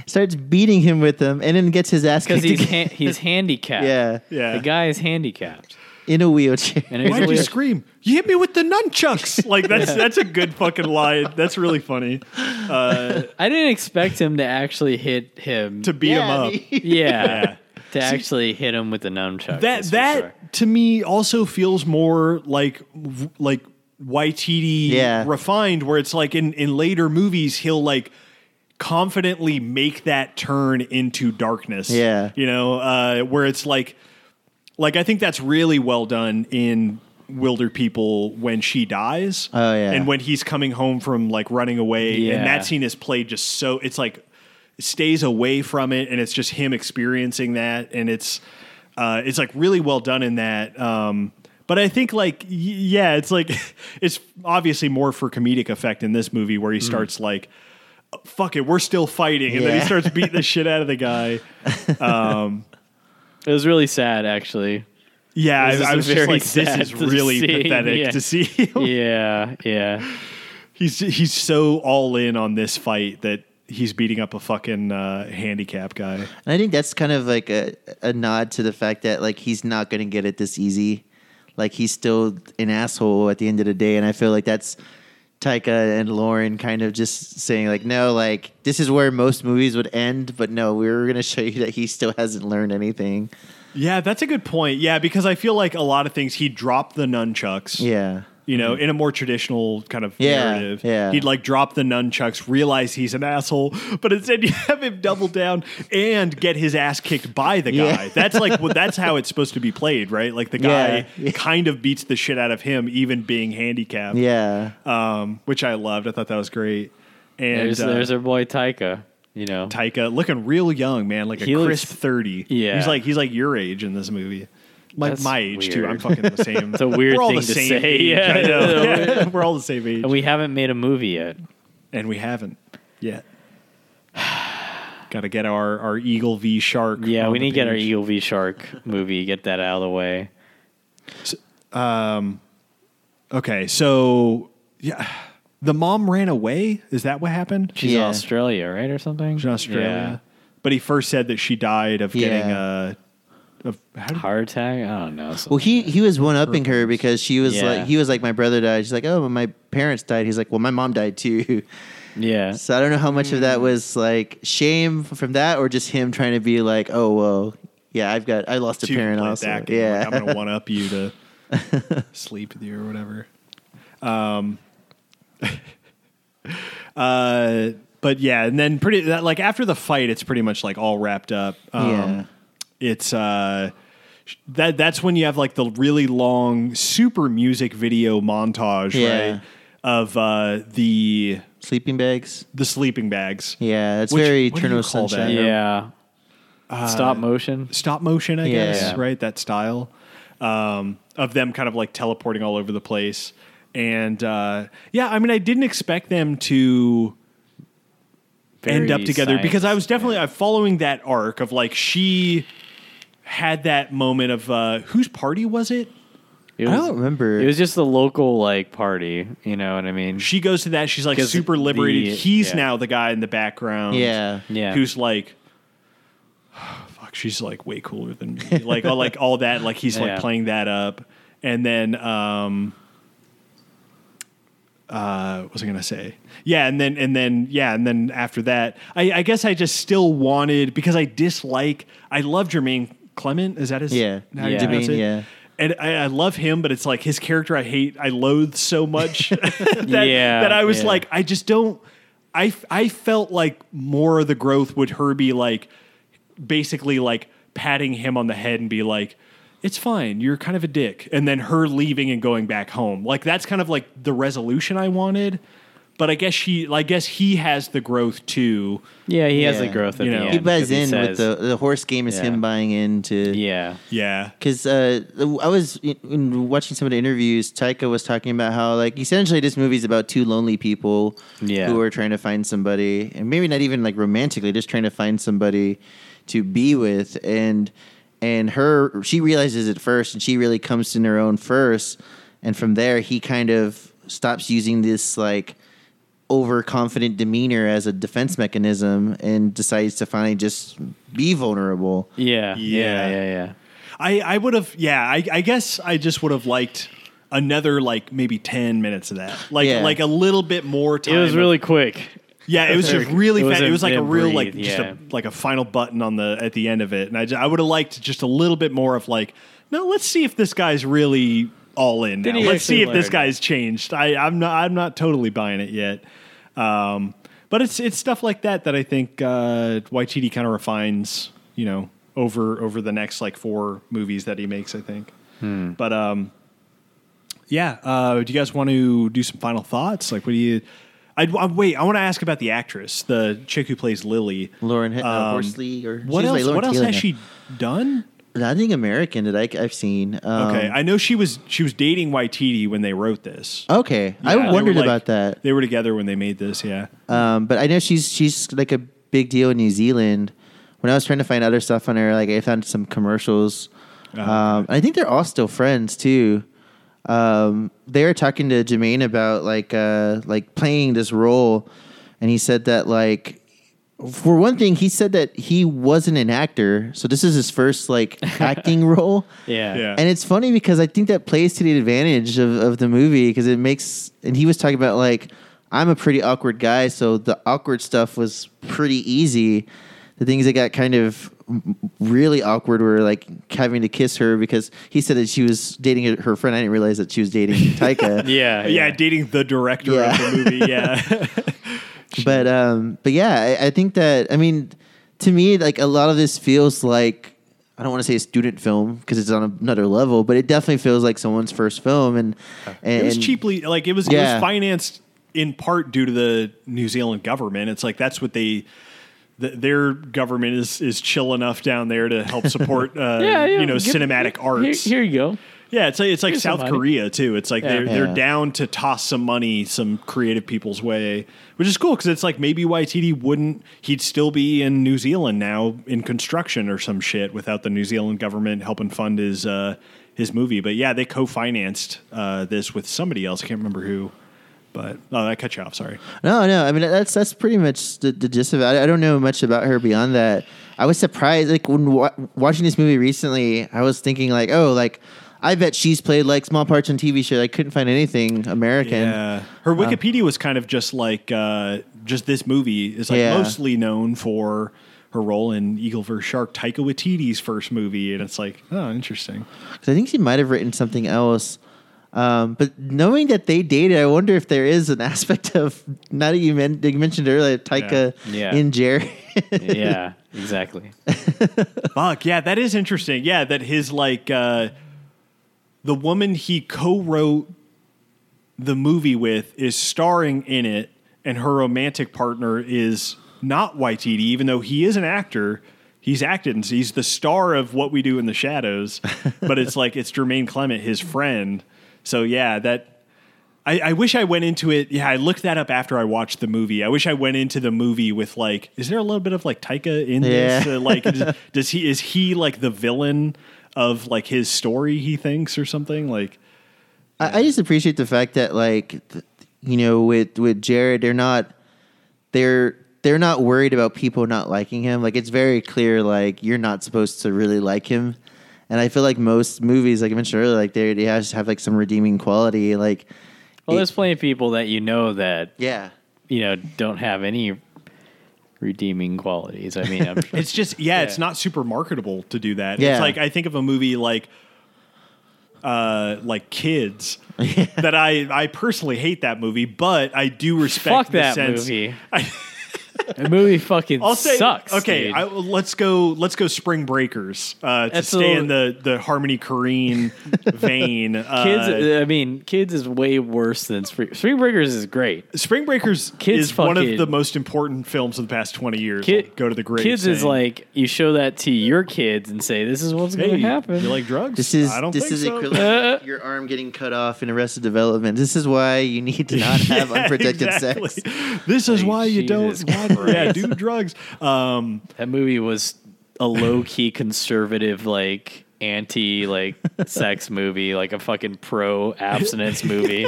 [SPEAKER 3] Starts beating him with them, and then gets his ass
[SPEAKER 1] because
[SPEAKER 3] kicked
[SPEAKER 1] he's
[SPEAKER 3] again
[SPEAKER 1] han-
[SPEAKER 2] (laughs)
[SPEAKER 1] he's handicapped.
[SPEAKER 3] Yeah.
[SPEAKER 2] Yeah.
[SPEAKER 1] The guy is handicapped.
[SPEAKER 3] (laughs) in a wheelchair.
[SPEAKER 1] And it's
[SPEAKER 2] Why'd you
[SPEAKER 1] weird.
[SPEAKER 2] scream? You hit me with the nunchucks. Like that's that's a good fucking line. That's really funny. Uh,
[SPEAKER 1] I didn't expect him to actually hit him.
[SPEAKER 2] to beat
[SPEAKER 3] Yeah, I
[SPEAKER 2] him up.
[SPEAKER 3] mean-
[SPEAKER 1] yeah, to actually hit him with the nunchuck.
[SPEAKER 2] that that to me also feels more like v- like YTD
[SPEAKER 3] Yeah.
[SPEAKER 2] refined, where it's like in in later movies he'll like confidently make that turn into darkness.
[SPEAKER 3] Yeah.
[SPEAKER 2] you know, uh, where it's like like I think that's really well done in Wilder People when she dies.
[SPEAKER 3] Oh, yeah.
[SPEAKER 2] and when he's coming home from like running away, and
[SPEAKER 1] Yeah.
[SPEAKER 2] that scene is played just so it's like stays away from it, and it's just him experiencing that, and it's uh, it's like really well done in that. Um, but I think like y- (laughs)
[SPEAKER 1] Mm.
[SPEAKER 2] yeah, it's like it's obviously more for comedic effect in this movie where he starts like fuck it, we're still fighting. And then he
[SPEAKER 3] Yeah.
[SPEAKER 2] starts beating the shit out of the guy. Um,
[SPEAKER 1] It was really sad, actually.
[SPEAKER 2] yeah,
[SPEAKER 1] This is
[SPEAKER 2] I, I was
[SPEAKER 1] very
[SPEAKER 2] just like, this
[SPEAKER 1] sad
[SPEAKER 2] is
[SPEAKER 1] (laughs) to
[SPEAKER 2] really
[SPEAKER 1] see,
[SPEAKER 2] pathetic
[SPEAKER 1] yeah.
[SPEAKER 2] to see. (laughs) him.
[SPEAKER 1] Yeah, yeah.
[SPEAKER 2] he's he's so all in on this fight that he's beating up a fucking uh, handicap guy.
[SPEAKER 3] And I think that's kind of like a, a nod to the fact that like he's not going to get it this easy. Like he's still an asshole at the end of the day, and I feel like that's Taika and Lauren kind of just saying like, no, like this is where most movies would end, but no, we were going to (laughs) show you that he still hasn't learned anything.
[SPEAKER 2] Yeah, that's a good point. Yeah, because I feel like a lot of things he dropped the nunchucks.
[SPEAKER 3] Yeah, Mm-hmm.
[SPEAKER 2] You know, in a more traditional kind of
[SPEAKER 3] Yeah,
[SPEAKER 2] narrative,
[SPEAKER 3] yeah.
[SPEAKER 2] he'd like drop the nunchucks, realize he's an asshole, but instead you have him double down and get his ass kicked by the
[SPEAKER 3] Yeah.
[SPEAKER 2] guy. That's like what that's how it's supposed to be played, right? Like the guy
[SPEAKER 3] Yeah.
[SPEAKER 2] kind of beats the shit out of him, even being handicapped.
[SPEAKER 3] yeah,
[SPEAKER 2] um, which I loved. I thought that was great. And
[SPEAKER 1] There's
[SPEAKER 2] uh,
[SPEAKER 1] there's our boy Taika. You know,
[SPEAKER 2] Taika looking real young, man, like a
[SPEAKER 1] He looks-
[SPEAKER 2] crisp thirty.
[SPEAKER 1] Yeah.
[SPEAKER 2] he's like he's like your age in this movie. Like
[SPEAKER 1] That's
[SPEAKER 2] my age too.
[SPEAKER 1] weird.
[SPEAKER 2] I'm fucking
[SPEAKER 1] (laughs)
[SPEAKER 2] the same.
[SPEAKER 1] a weird
[SPEAKER 2] We're all the
[SPEAKER 1] thing to say,
[SPEAKER 2] same age,
[SPEAKER 1] yeah.
[SPEAKER 2] I know. Yeah, (laughs) We're all the same age,
[SPEAKER 1] and we haven't made a movie yet.
[SPEAKER 2] and we haven't yet. Got to get our our Eagle v Shark.
[SPEAKER 1] Yeah,
[SPEAKER 2] on
[SPEAKER 1] we
[SPEAKER 2] the
[SPEAKER 1] need to get our
[SPEAKER 2] page.
[SPEAKER 1] Eagle v Shark movie. Get that out of the way.
[SPEAKER 2] Okay, so yeah, the mom ran away. Is that what happened?
[SPEAKER 1] She's in
[SPEAKER 3] Yeah.
[SPEAKER 1] Australia, right, or something?
[SPEAKER 2] in Australia. But he first said that she died of getting
[SPEAKER 3] Yeah.
[SPEAKER 2] uh of how
[SPEAKER 1] Yeah.
[SPEAKER 2] did,
[SPEAKER 1] Heart attack. I don't know. something.
[SPEAKER 3] Well, he he was one upping her because she was
[SPEAKER 1] Yeah.
[SPEAKER 3] like he was like my brother died. She's like, oh, my parents died. He's like, well, my mom died too. (laughs)
[SPEAKER 1] yeah.
[SPEAKER 3] So I don't know how much of
[SPEAKER 2] Hmm.
[SPEAKER 3] that was like shame from that, or just him trying to be like, oh, well, yeah, I've got I lost a
[SPEAKER 2] two
[SPEAKER 3] parent
[SPEAKER 2] play
[SPEAKER 3] also.
[SPEAKER 2] that game,
[SPEAKER 3] yeah,
[SPEAKER 2] like, I'm gonna one up you to sleep with you or whatever. Um (laughs) uh but yeah, and then pretty that, like after the fight it's pretty much like all wrapped up. Um
[SPEAKER 3] Yeah.
[SPEAKER 2] it's uh sh- that that's when you have like the really long super music video montage,
[SPEAKER 3] Yeah.
[SPEAKER 2] right? Of uh the
[SPEAKER 3] (laughs) sleeping bags.
[SPEAKER 2] the sleeping bags.
[SPEAKER 3] Yeah, that's
[SPEAKER 2] Which-
[SPEAKER 3] very
[SPEAKER 2] what do you
[SPEAKER 3] Eternal
[SPEAKER 2] call that?
[SPEAKER 3] Sunshine.
[SPEAKER 1] yeah.
[SPEAKER 2] Uh,
[SPEAKER 1] Stop motion.
[SPEAKER 2] stop motion, I
[SPEAKER 3] Yeah.
[SPEAKER 2] guess, right? That style um, of them kind of like teleporting all over the place. And uh, yeah, I mean, I didn't expect them to end up
[SPEAKER 1] Very
[SPEAKER 2] together because I
[SPEAKER 1] science-
[SPEAKER 2] was definitely I'm following that arc of like she had that moment of uh, whose party was it?
[SPEAKER 1] It
[SPEAKER 3] I
[SPEAKER 1] was-
[SPEAKER 3] don't remember.
[SPEAKER 1] It was just the local like party. You know what I mean?
[SPEAKER 2] She goes to that. She's like
[SPEAKER 1] 'Cause
[SPEAKER 2] super liberated.
[SPEAKER 1] the-
[SPEAKER 2] He's
[SPEAKER 1] yeah.
[SPEAKER 2] now the guy in the background.
[SPEAKER 3] yeah,
[SPEAKER 1] Yeah.
[SPEAKER 2] who's like (sighs) fuck she's like way cooler than me like all like all that like he's
[SPEAKER 1] Yeah.
[SPEAKER 2] like playing that up and then um uh what was i gonna say yeah and then and then yeah and then after that i i guess i just still wanted because i dislike i love jermaine clement is that his
[SPEAKER 3] Yeah.
[SPEAKER 2] how you
[SPEAKER 1] Yeah.
[SPEAKER 2] pronounce
[SPEAKER 3] Jermaine,
[SPEAKER 2] it?
[SPEAKER 3] yeah.
[SPEAKER 2] and I, I love him, but it's like his character I hate, I loathe so much (laughs) that,
[SPEAKER 1] Yeah,
[SPEAKER 2] that I was
[SPEAKER 1] yeah.
[SPEAKER 2] like, I just don't. I, I felt like more of the growth would her be like basically like patting him on the head and be like, it's fine, you're kind of a dick. And then her leaving and going back home. Like that's kind of like the resolution I wanted. But I guess she, I guess he has the growth too.
[SPEAKER 1] yeah, he has the
[SPEAKER 3] Yeah.
[SPEAKER 1] growth at
[SPEAKER 2] You
[SPEAKER 1] the
[SPEAKER 2] know.
[SPEAKER 1] end.
[SPEAKER 3] he buys
[SPEAKER 1] 'cause he
[SPEAKER 3] in
[SPEAKER 1] says-
[SPEAKER 3] with the the horse game is
[SPEAKER 1] Yeah.
[SPEAKER 3] him buying into
[SPEAKER 1] Yeah.
[SPEAKER 2] Yeah.
[SPEAKER 3] Because uh, I was in- in watching some of the interviews, Taika was talking about how, like, essentially this movie's about two lonely people
[SPEAKER 1] Yeah.
[SPEAKER 3] who are trying to find somebody, and maybe not even like romantically, just trying to find somebody to be with. And and her, she realizes it first, and she really comes to her own first. And from there, he kind of stops using this like overconfident demeanor as a defense mechanism, and decides to finally just be vulnerable.
[SPEAKER 1] Yeah. Yeah.
[SPEAKER 2] Yeah.
[SPEAKER 1] Yeah. Yeah.
[SPEAKER 2] I, I would have, yeah, I, I guess I just would have liked another like maybe 10 minutes of that. Like,
[SPEAKER 3] Yeah.
[SPEAKER 2] like a little bit more time.
[SPEAKER 1] It was
[SPEAKER 2] of-
[SPEAKER 1] really quick.
[SPEAKER 2] yeah, it was just
[SPEAKER 1] It
[SPEAKER 2] really,
[SPEAKER 1] was
[SPEAKER 2] fast.
[SPEAKER 1] a-
[SPEAKER 2] it was like
[SPEAKER 1] it
[SPEAKER 2] a real, like
[SPEAKER 1] breathed,
[SPEAKER 2] just
[SPEAKER 1] yeah.
[SPEAKER 2] a, like a final button on the, at the end of it. And I, ju- I would have liked just a little bit more of like, no, let's see if this guy's really all in now.
[SPEAKER 1] he
[SPEAKER 2] Let's see if
[SPEAKER 1] actually
[SPEAKER 2] this
[SPEAKER 1] learn?
[SPEAKER 2] guy's changed. I, I'm not, I'm not totally buying it yet. Um, but it's, it's stuff like that that I think, uh, YTD kind of refines, you know, over, over the next like four movies that he makes, I think.
[SPEAKER 3] Hmm.
[SPEAKER 2] But um, yeah. Uh, do you guys want to do some final thoughts? Like, what do you? I, I wait. I want to ask about the actress, the chick who plays Lily.
[SPEAKER 3] Lauren H- uh,
[SPEAKER 2] Um,
[SPEAKER 3] Horsley or
[SPEAKER 2] What
[SPEAKER 3] she's
[SPEAKER 2] else?
[SPEAKER 3] like Lauren
[SPEAKER 2] what else
[SPEAKER 3] Taylor
[SPEAKER 2] has
[SPEAKER 3] now.
[SPEAKER 2] she done?
[SPEAKER 3] Nothing American that I, have seen. Um,
[SPEAKER 2] Okay, I know she was she was dating Waititi when they wrote this.
[SPEAKER 3] okay.
[SPEAKER 2] Yeah, they
[SPEAKER 3] I
[SPEAKER 2] were,
[SPEAKER 3] wondered
[SPEAKER 2] like-
[SPEAKER 3] about that.
[SPEAKER 2] They were together when they made this. Yeah,
[SPEAKER 3] Um, but I know she's she's like a big deal in New Zealand. When I was trying to find other stuff on her, like I found some commercials.
[SPEAKER 2] Uh-huh.
[SPEAKER 3] Um, I think they're all still friends too. Um, they were talking to Jermaine about like uh, like playing this role, and he said that like for one thing, he said that he wasn't an actor, so this is his
[SPEAKER 2] (laughs)
[SPEAKER 3] first like acting role.
[SPEAKER 1] Yeah.
[SPEAKER 2] Yeah.
[SPEAKER 3] And it's funny because I think that plays to the advantage of, of the movie because it makes, and he was talking about like, I'm a pretty awkward guy, so the awkward stuff was pretty easy. The things that got kind of really awkward were like having to kiss her because he said that she was dating her friend. I didn't realize that she was
[SPEAKER 2] (laughs)
[SPEAKER 3] dating Taika.
[SPEAKER 1] Yeah.
[SPEAKER 2] yeah, dating the director
[SPEAKER 3] Yeah.
[SPEAKER 2] of the movie. Yeah,
[SPEAKER 3] but um but yeah I, I think that i mean to me like a lot of this feels like i don't want to say a student film because it's on another level but it definitely feels like someone's first film and, and
[SPEAKER 2] it was cheaply like it was, it
[SPEAKER 3] Yeah.
[SPEAKER 2] was financed in part due to the New Zealand government. It's like that's what they. th their government is is chill enough down there to help
[SPEAKER 1] (laughs)
[SPEAKER 2] support, uh,
[SPEAKER 1] Yeah, yeah,
[SPEAKER 2] you know,
[SPEAKER 1] give-
[SPEAKER 2] cinematic arts.
[SPEAKER 1] Here, here you go.
[SPEAKER 2] (laughs) Yeah, it's like it's like
[SPEAKER 1] Here's
[SPEAKER 2] South
[SPEAKER 1] some money.
[SPEAKER 2] Korea too. It's like they're
[SPEAKER 1] Yeah.
[SPEAKER 2] they're
[SPEAKER 3] Yeah.
[SPEAKER 2] down to toss some money some creative people's way, which is cool because it's like maybe YTD wouldn't he'd still be in New Zealand now in construction or some shit without the New Zealand government helping fund his uh, his movie. But yeah, they co-financed uh, this with somebody else. I can't remember who. But oh, I cut you off. Sorry.
[SPEAKER 3] No, no. I mean, that's that's pretty much the, the gist of it. I, I don't know much about her beyond that. I was surprised, like when wa- watching this movie recently, I was thinking like, oh, like I bet she's played like small parts on TV shows. I couldn't find anything American.
[SPEAKER 2] Yeah. Her Wikipedia was kind of just like uh, just this movie is like
[SPEAKER 3] Yeah.
[SPEAKER 2] mostly known for her role in Eagle vs Shark, Taika Waititi's first movie, and it's like oh, interesting.
[SPEAKER 3] 'Cause I think she might have written something else. Um, but knowing that they dated, I wonder if there is an (laughs) aspect of now that you, men- that you mentioned earlier, Taika
[SPEAKER 1] Yeah. Yeah.
[SPEAKER 3] in Jerry.
[SPEAKER 1] Yeah. Exactly.
[SPEAKER 2] (laughs) Fuck yeah, that is interesting. Yeah, that his like uh, the woman he co-wrote the movie with is starring in it, and her romantic partner is not Waititi, even though he is an actor. He's acted and he's the star of What We Do in the Shadows, but it's like it's Jermaine Clement, his friend. So yeah, that I, I wish I went into it. Yeah, I looked that up after I watched the movie. I wish I went into the movie with like, is there a little bit of like Taika in this?
[SPEAKER 3] Yeah.
[SPEAKER 2] Uh, like, is- does he is he like the villain of like his story? He thinks or something like.
[SPEAKER 3] I, I just appreciate the fact that like th- you know with with Jared they're not they're they're not worried about people not liking him. Like it's very clear like you're not supposed to really like him. And I feel like most movies, like I mentioned earlier, like they they has- have like some redeeming quality. Like
[SPEAKER 1] Well, there's plenty of people that you know that
[SPEAKER 3] yeah,
[SPEAKER 1] you know don't have any redeeming qualities. I mean,
[SPEAKER 2] (laughs)
[SPEAKER 1] I'm sure.
[SPEAKER 2] It's just yeah, it's not super marketable to do that.
[SPEAKER 3] Yeah.
[SPEAKER 2] It's like I think of a movie like uh like
[SPEAKER 3] (laughs)
[SPEAKER 2] kids that I I personally hate that movie, but I do respect
[SPEAKER 1] fuck
[SPEAKER 2] the
[SPEAKER 1] that
[SPEAKER 2] sense- (laughs)
[SPEAKER 1] movie. that movie fucking
[SPEAKER 2] I'll say
[SPEAKER 1] sucks.
[SPEAKER 2] Okay,
[SPEAKER 1] dude. Uh,
[SPEAKER 2] I, let's go. Let's go. Spring Breakers uh, to
[SPEAKER 1] That's
[SPEAKER 2] stay
[SPEAKER 1] a-
[SPEAKER 2] in the the
[SPEAKER 1] (laughs)
[SPEAKER 2] Harmony Korine vein. Uh,
[SPEAKER 1] Kids, I mean, kids is way worse than Spring, Spring Breakers is great.
[SPEAKER 2] Spring Breakers
[SPEAKER 1] Kids
[SPEAKER 2] is one of
[SPEAKER 1] fucking-
[SPEAKER 2] the most important films of the past twenty years.
[SPEAKER 1] Kid,
[SPEAKER 2] go to the grave.
[SPEAKER 1] Kids is
[SPEAKER 2] saying,
[SPEAKER 1] like you show that to your kids and say, "This is what's
[SPEAKER 2] hey,
[SPEAKER 1] going to happen."
[SPEAKER 2] you like drugs?
[SPEAKER 3] this is
[SPEAKER 2] I don't
[SPEAKER 3] this
[SPEAKER 2] think
[SPEAKER 3] is
[SPEAKER 2] so. (laughs)
[SPEAKER 3] equivalent to your arm getting cut off in Arrested Development. This is why you need
[SPEAKER 2] (laughs)
[SPEAKER 3] to not have
[SPEAKER 2] Yeah,
[SPEAKER 3] unprotected
[SPEAKER 2] exactly.
[SPEAKER 3] sex.
[SPEAKER 2] This is
[SPEAKER 1] Like,
[SPEAKER 2] why you
[SPEAKER 1] Jesus
[SPEAKER 2] don't. Why, yeah, do drugs. Um,
[SPEAKER 1] that movie was a low key (laughs) conservative, like anti like
[SPEAKER 2] (laughs)
[SPEAKER 1] sex movie, like a fucking pro abstinence movie.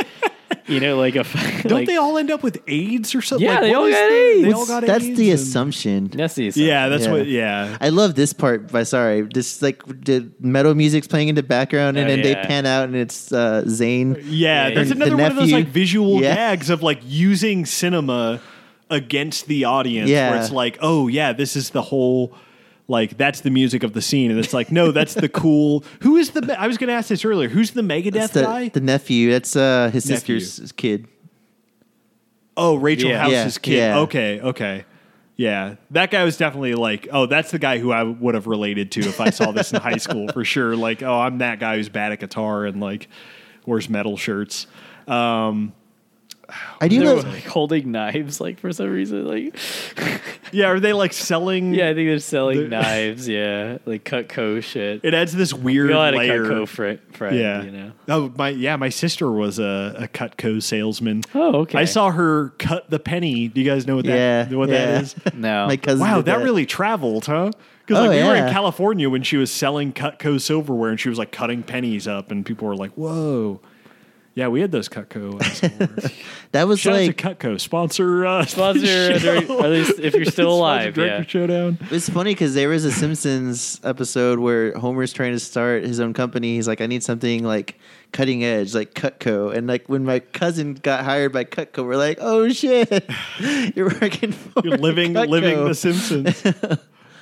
[SPEAKER 1] You know, like a fucking,
[SPEAKER 2] don't
[SPEAKER 1] like,
[SPEAKER 2] they all end up with AIDS or something?
[SPEAKER 1] Yeah,
[SPEAKER 2] Like,
[SPEAKER 1] they
[SPEAKER 2] what
[SPEAKER 1] all
[SPEAKER 2] is
[SPEAKER 1] got
[SPEAKER 2] the- They
[SPEAKER 1] AIDS.
[SPEAKER 2] all got
[SPEAKER 3] That's
[SPEAKER 2] AIDS
[SPEAKER 3] the
[SPEAKER 2] and-
[SPEAKER 3] assumption.
[SPEAKER 1] That's the assumption.
[SPEAKER 2] Yeah, that's
[SPEAKER 3] Yeah.
[SPEAKER 2] what. Yeah,
[SPEAKER 3] I love this part by sorry. This like the metal music's playing in the background and
[SPEAKER 1] Oh,
[SPEAKER 3] then
[SPEAKER 1] yeah.
[SPEAKER 3] they pan out and it's uh Zane.
[SPEAKER 2] Yeah,
[SPEAKER 1] Yeah,
[SPEAKER 2] that's
[SPEAKER 1] yeah.
[SPEAKER 2] another
[SPEAKER 3] The
[SPEAKER 2] one of those
[SPEAKER 3] nephew.
[SPEAKER 2] like visual
[SPEAKER 3] Yeah.
[SPEAKER 2] gags of like using cinema against the audience where
[SPEAKER 3] Yeah.
[SPEAKER 2] it's like, oh yeah, this is the whole like that's the music of the scene and it's like no that's
[SPEAKER 3] (laughs)
[SPEAKER 2] the cool who is the me- I was going to ask this earlier who's the Megadeth
[SPEAKER 3] That's the,
[SPEAKER 2] guy
[SPEAKER 3] the nephew. That's uh his
[SPEAKER 2] Nephew.
[SPEAKER 3] sister's kid.
[SPEAKER 2] oh Rachel
[SPEAKER 1] Yeah.
[SPEAKER 2] House's
[SPEAKER 3] Yeah,
[SPEAKER 2] kid
[SPEAKER 3] yeah.
[SPEAKER 2] okay okay yeah that guy was definitely like oh that's the guy who I would have related to if I saw this in high school for sure like oh I'm that guy who's bad at guitar and like wears metal shirts um
[SPEAKER 3] I do
[SPEAKER 1] They were
[SPEAKER 3] love
[SPEAKER 1] like holding knives, like for some reason, like
[SPEAKER 2] yeah, are they like selling?
[SPEAKER 1] Yeah, I think they're selling knives. Yeah, like Cutco shit.
[SPEAKER 2] It adds this weird
[SPEAKER 1] We all had a
[SPEAKER 2] layer.
[SPEAKER 1] Cutco friend, friend
[SPEAKER 2] yeah.
[SPEAKER 1] you know.
[SPEAKER 2] Oh my. Yeah, my sister was a, a Cutco salesman.
[SPEAKER 1] Oh, okay.
[SPEAKER 2] I saw her cut the penny. Do you guys know what that?
[SPEAKER 3] Yeah,
[SPEAKER 2] what
[SPEAKER 3] yeah.
[SPEAKER 2] that is?
[SPEAKER 1] No.
[SPEAKER 3] My cousin.
[SPEAKER 2] Wow,
[SPEAKER 3] did
[SPEAKER 2] that really traveled, huh? Because
[SPEAKER 3] Oh,
[SPEAKER 2] like we were in
[SPEAKER 3] yeah.
[SPEAKER 2] California when she was selling Cutco silverware, and she was like cutting pennies up, and people were like, "Whoa." Yeah, we had those Cutco. (laughs) uh, silverware.
[SPEAKER 3] (laughs) That was
[SPEAKER 2] Shout
[SPEAKER 3] like
[SPEAKER 2] out to Cutco. Sponsor uh, (laughs)
[SPEAKER 1] Sponsor,
[SPEAKER 2] the show.
[SPEAKER 1] direct- at least if you're still
[SPEAKER 2] Sponsor
[SPEAKER 1] alive,
[SPEAKER 2] Director
[SPEAKER 1] yeah.
[SPEAKER 2] Showdown.
[SPEAKER 3] It's funny because there was a Simpsons episode where Homer's trying to start his own company. He's like, I need something like cutting edge, like Cutco. And like when my cousin got hired by Cutco, we're like, oh shit, (laughs) you're working for
[SPEAKER 2] You're living
[SPEAKER 3] (laughs) Cutco."
[SPEAKER 2] living the Simpsons.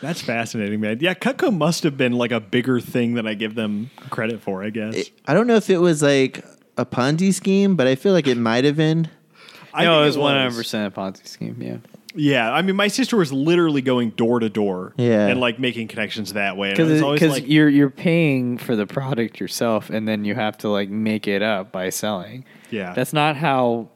[SPEAKER 2] That's fascinating, man. Yeah, Cutco must have been like a bigger thing than I give them credit for. I guess.
[SPEAKER 3] I don't know if it was like a Ponzi scheme, but I feel like it might have been.
[SPEAKER 2] I
[SPEAKER 1] no,
[SPEAKER 2] think
[SPEAKER 1] it was one hundred percent a Ponzi scheme. Yeah,
[SPEAKER 2] Yeah, I mean, my sister was literally going door to door,
[SPEAKER 3] Yeah.
[SPEAKER 2] and like making connections that way. Because
[SPEAKER 1] because
[SPEAKER 2] it's always like,
[SPEAKER 1] you're you're paying for the product yourself, and then you have to like make it up by selling.
[SPEAKER 2] yeah,
[SPEAKER 1] That's not how.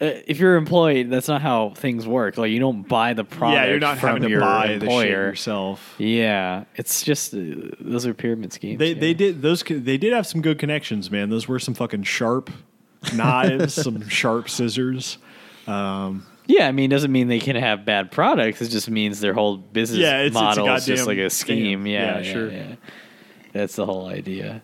[SPEAKER 1] Uh, if you're employed, that's not how things work. Like you don't buy the product.
[SPEAKER 2] yeah. You're not
[SPEAKER 1] from
[SPEAKER 2] having to
[SPEAKER 1] your
[SPEAKER 2] buy the shit
[SPEAKER 1] employer.
[SPEAKER 2] yourself.
[SPEAKER 1] yeah, it's just uh, those are pyramid schemes.
[SPEAKER 2] They
[SPEAKER 1] yeah.
[SPEAKER 2] they did those. co- They did have some good connections, man. Those were some fucking (laughs) sharp knives, some sharp scissors. Um,
[SPEAKER 1] Yeah, I mean, it doesn't mean they can have bad products. It just means their whole business
[SPEAKER 2] Yeah, it's- it's a
[SPEAKER 1] model is
[SPEAKER 2] goddamn
[SPEAKER 1] just like a scheme. Yeah,
[SPEAKER 2] scam. Yeah,
[SPEAKER 1] yeah,
[SPEAKER 2] sure.
[SPEAKER 1] yeah. That's the whole idea.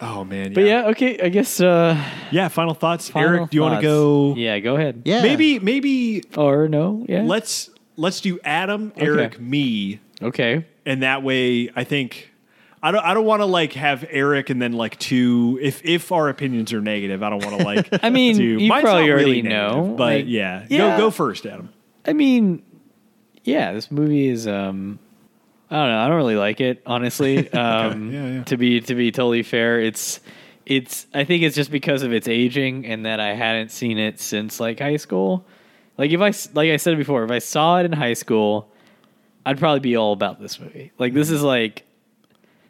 [SPEAKER 2] oh man,
[SPEAKER 1] But yeah, okay. I guess. uh
[SPEAKER 2] Yeah, final thoughts.
[SPEAKER 1] final
[SPEAKER 2] Eric, do you want to
[SPEAKER 1] thoughts.
[SPEAKER 2] go?
[SPEAKER 1] Yeah, go ahead.
[SPEAKER 3] Yeah.
[SPEAKER 2] Maybe maybe
[SPEAKER 1] Or no? Yeah.
[SPEAKER 2] let's let's do Adam, Eric, me,
[SPEAKER 1] okay.
[SPEAKER 2] and that way I think I don't I don't want to like have Eric and then like two if if our opinions are negative, I don't want to
[SPEAKER 1] (laughs)
[SPEAKER 2] like
[SPEAKER 1] I mean,
[SPEAKER 2] do
[SPEAKER 1] you
[SPEAKER 2] mine's
[SPEAKER 1] probably
[SPEAKER 2] not really
[SPEAKER 1] already
[SPEAKER 2] negative,
[SPEAKER 1] know,
[SPEAKER 2] but
[SPEAKER 1] like-
[SPEAKER 2] yeah.
[SPEAKER 1] Yeah.
[SPEAKER 2] Go go first, Adam.
[SPEAKER 1] I mean, yeah, this movie is. um I don't know. I don't really like it,
[SPEAKER 2] (laughs)
[SPEAKER 1] honestly. Um,
[SPEAKER 2] yeah, yeah.
[SPEAKER 1] To be to be totally fair, it's it's. I think it's just because of its aging and that I hadn't seen it since like high school. Like if I s- like I said before, if I saw it in high school, I'd probably be all about this movie. Like this is like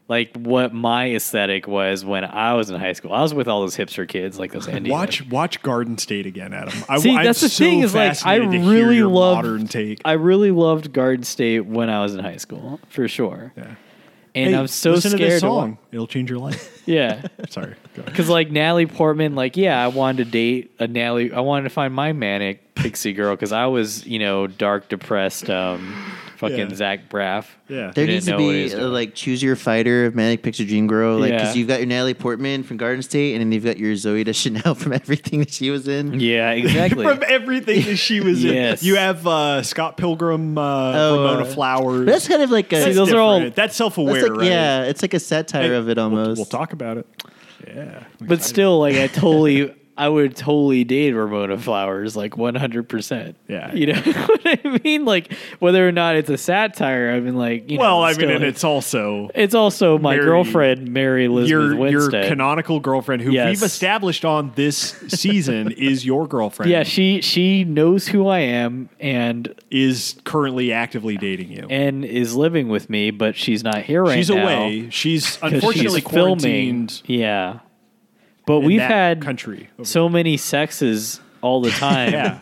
[SPEAKER 1] like what my aesthetic was when I was in high school. I was with all those hipster kids, like those indie
[SPEAKER 2] Watch watch Garden State again, Adam. I,
[SPEAKER 1] See,
[SPEAKER 2] I'm
[SPEAKER 1] that's the
[SPEAKER 2] so
[SPEAKER 1] thing is like I
[SPEAKER 2] fascinated to hear
[SPEAKER 1] really
[SPEAKER 2] your
[SPEAKER 1] loved
[SPEAKER 2] modern take.
[SPEAKER 1] I really loved Garden State when I was in high school, for sure.
[SPEAKER 2] yeah.
[SPEAKER 1] And
[SPEAKER 2] Hey,
[SPEAKER 1] I'm so
[SPEAKER 2] listen
[SPEAKER 1] scared.
[SPEAKER 2] to this
[SPEAKER 1] to wa-
[SPEAKER 2] song. It'll change
[SPEAKER 1] (laughs)
[SPEAKER 2] your life. (laughs)
[SPEAKER 1] yeah,
[SPEAKER 2] Sorry. Go ahead.
[SPEAKER 1] because like Natalie Portman, like yeah, I wanted to date a Natalie. I wanted to find my manic pixie girl because I was you know dark, depressed, um, fucking
[SPEAKER 2] Yeah.
[SPEAKER 1] Zach Braff.
[SPEAKER 2] Yeah.
[SPEAKER 1] didn't
[SPEAKER 3] There needs to
[SPEAKER 1] know what he
[SPEAKER 3] be
[SPEAKER 1] was
[SPEAKER 3] uh,
[SPEAKER 1] doing.
[SPEAKER 3] like choose your fighter of Manic Picture Dream Girl, like because
[SPEAKER 1] Yeah.
[SPEAKER 3] you've got your Natalie Portman from Garden State, and then you've got your Zoe Deschanel (laughs) from everything that she was
[SPEAKER 2] (laughs)
[SPEAKER 3] in.
[SPEAKER 1] Yeah, exactly.
[SPEAKER 2] From everything that she was
[SPEAKER 1] Yes.
[SPEAKER 2] in. You have uh, Scott Pilgrim, uh,
[SPEAKER 3] Oh,
[SPEAKER 2] Ramona
[SPEAKER 3] uh,
[SPEAKER 2] Flowers.
[SPEAKER 3] But that's kind of like a
[SPEAKER 1] See, those are all-
[SPEAKER 2] different. That's self
[SPEAKER 3] that's
[SPEAKER 2] aware,
[SPEAKER 3] like-
[SPEAKER 2] right?
[SPEAKER 3] yeah, it's like a satire
[SPEAKER 2] Hey,
[SPEAKER 3] of it
[SPEAKER 2] we'll-
[SPEAKER 3] almost.
[SPEAKER 2] We'll, talk about it. Yeah.
[SPEAKER 1] but still, like I totally, I would totally date Ramona Flowers, like one hundred percent.
[SPEAKER 2] Yeah.
[SPEAKER 1] you know (laughs) what I mean. Like whether or not it's a satire, I mean, like you
[SPEAKER 2] well,
[SPEAKER 1] know,
[SPEAKER 2] I mean,
[SPEAKER 1] still,
[SPEAKER 2] and
[SPEAKER 1] like-
[SPEAKER 2] it's also
[SPEAKER 1] It's also my
[SPEAKER 2] Mary-
[SPEAKER 1] girlfriend, Mary Elizabeth
[SPEAKER 2] your your
[SPEAKER 1] Winstead.
[SPEAKER 2] canonical girlfriend, who
[SPEAKER 1] Yes.
[SPEAKER 2] we've established on this season is your girlfriend.
[SPEAKER 1] yeah, she she knows who I am and
[SPEAKER 2] is currently actively dating you.
[SPEAKER 1] and is living with me, but she's not here right
[SPEAKER 2] she's
[SPEAKER 1] now.
[SPEAKER 2] away.
[SPEAKER 1] (laughs)
[SPEAKER 2] She's
[SPEAKER 1] 'cause
[SPEAKER 2] unfortunately
[SPEAKER 1] she's filming.
[SPEAKER 2] quarantined.
[SPEAKER 1] Yeah, but
[SPEAKER 2] in
[SPEAKER 1] we've
[SPEAKER 2] that
[SPEAKER 1] had (laughs)
[SPEAKER 2] country.
[SPEAKER 1] so many sexes all the time
[SPEAKER 2] (laughs) yeah,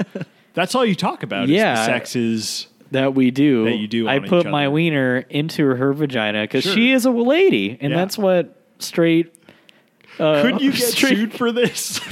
[SPEAKER 2] that's all you talk about. Yeah, is
[SPEAKER 1] Yeah.
[SPEAKER 2] the sexes.
[SPEAKER 1] that we do.
[SPEAKER 2] That you do
[SPEAKER 1] I
[SPEAKER 2] on each
[SPEAKER 1] put my
[SPEAKER 2] other.
[SPEAKER 1] wiener into her vagina because
[SPEAKER 2] Sure.
[SPEAKER 1] she is a lady, and
[SPEAKER 2] Yeah.
[SPEAKER 1] that's what straight. Uh, (laughs)
[SPEAKER 2] Couldn't you get
[SPEAKER 1] straight-
[SPEAKER 2] sued for this? (laughs)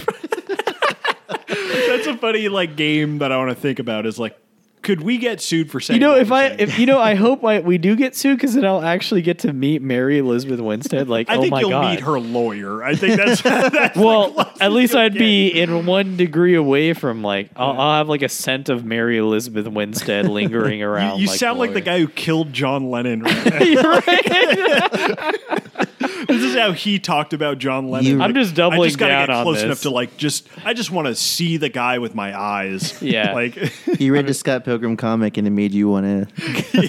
[SPEAKER 2] That's a funny like game that I want to think about. Is like, could we get sued for saying?
[SPEAKER 1] You know,
[SPEAKER 2] what
[SPEAKER 1] if
[SPEAKER 2] we're
[SPEAKER 1] I,
[SPEAKER 2] saying?
[SPEAKER 1] if you know, I hope I, we do get sued because then I'll actually get to meet Mary Elizabeth Winstead. Like,
[SPEAKER 2] (laughs) I
[SPEAKER 1] oh
[SPEAKER 2] think
[SPEAKER 1] my
[SPEAKER 2] you'll
[SPEAKER 1] god!
[SPEAKER 2] meet her lawyer. I think that's, (laughs) that's
[SPEAKER 1] well, at least I'd be in one degree away from like I'll, I'll have like a scent of Mary Elizabeth Winstead
[SPEAKER 2] (laughs)
[SPEAKER 1] lingering
[SPEAKER 2] you,
[SPEAKER 1] around.
[SPEAKER 2] you sound like the guy who killed John Lennon. Right
[SPEAKER 1] (laughs)
[SPEAKER 2] now.
[SPEAKER 1] You're right.
[SPEAKER 2] (laughs) this is how he talked about John Lennon.
[SPEAKER 3] You-
[SPEAKER 1] I'm just
[SPEAKER 2] I
[SPEAKER 1] doubling
[SPEAKER 2] just gotta
[SPEAKER 1] down
[SPEAKER 2] get
[SPEAKER 1] on
[SPEAKER 2] close
[SPEAKER 1] this.
[SPEAKER 2] enough to like just. I just want to see the guy with my eyes.
[SPEAKER 1] Yeah.
[SPEAKER 2] (laughs) like
[SPEAKER 3] You read the Scott Pilgrim comic and it made you want to.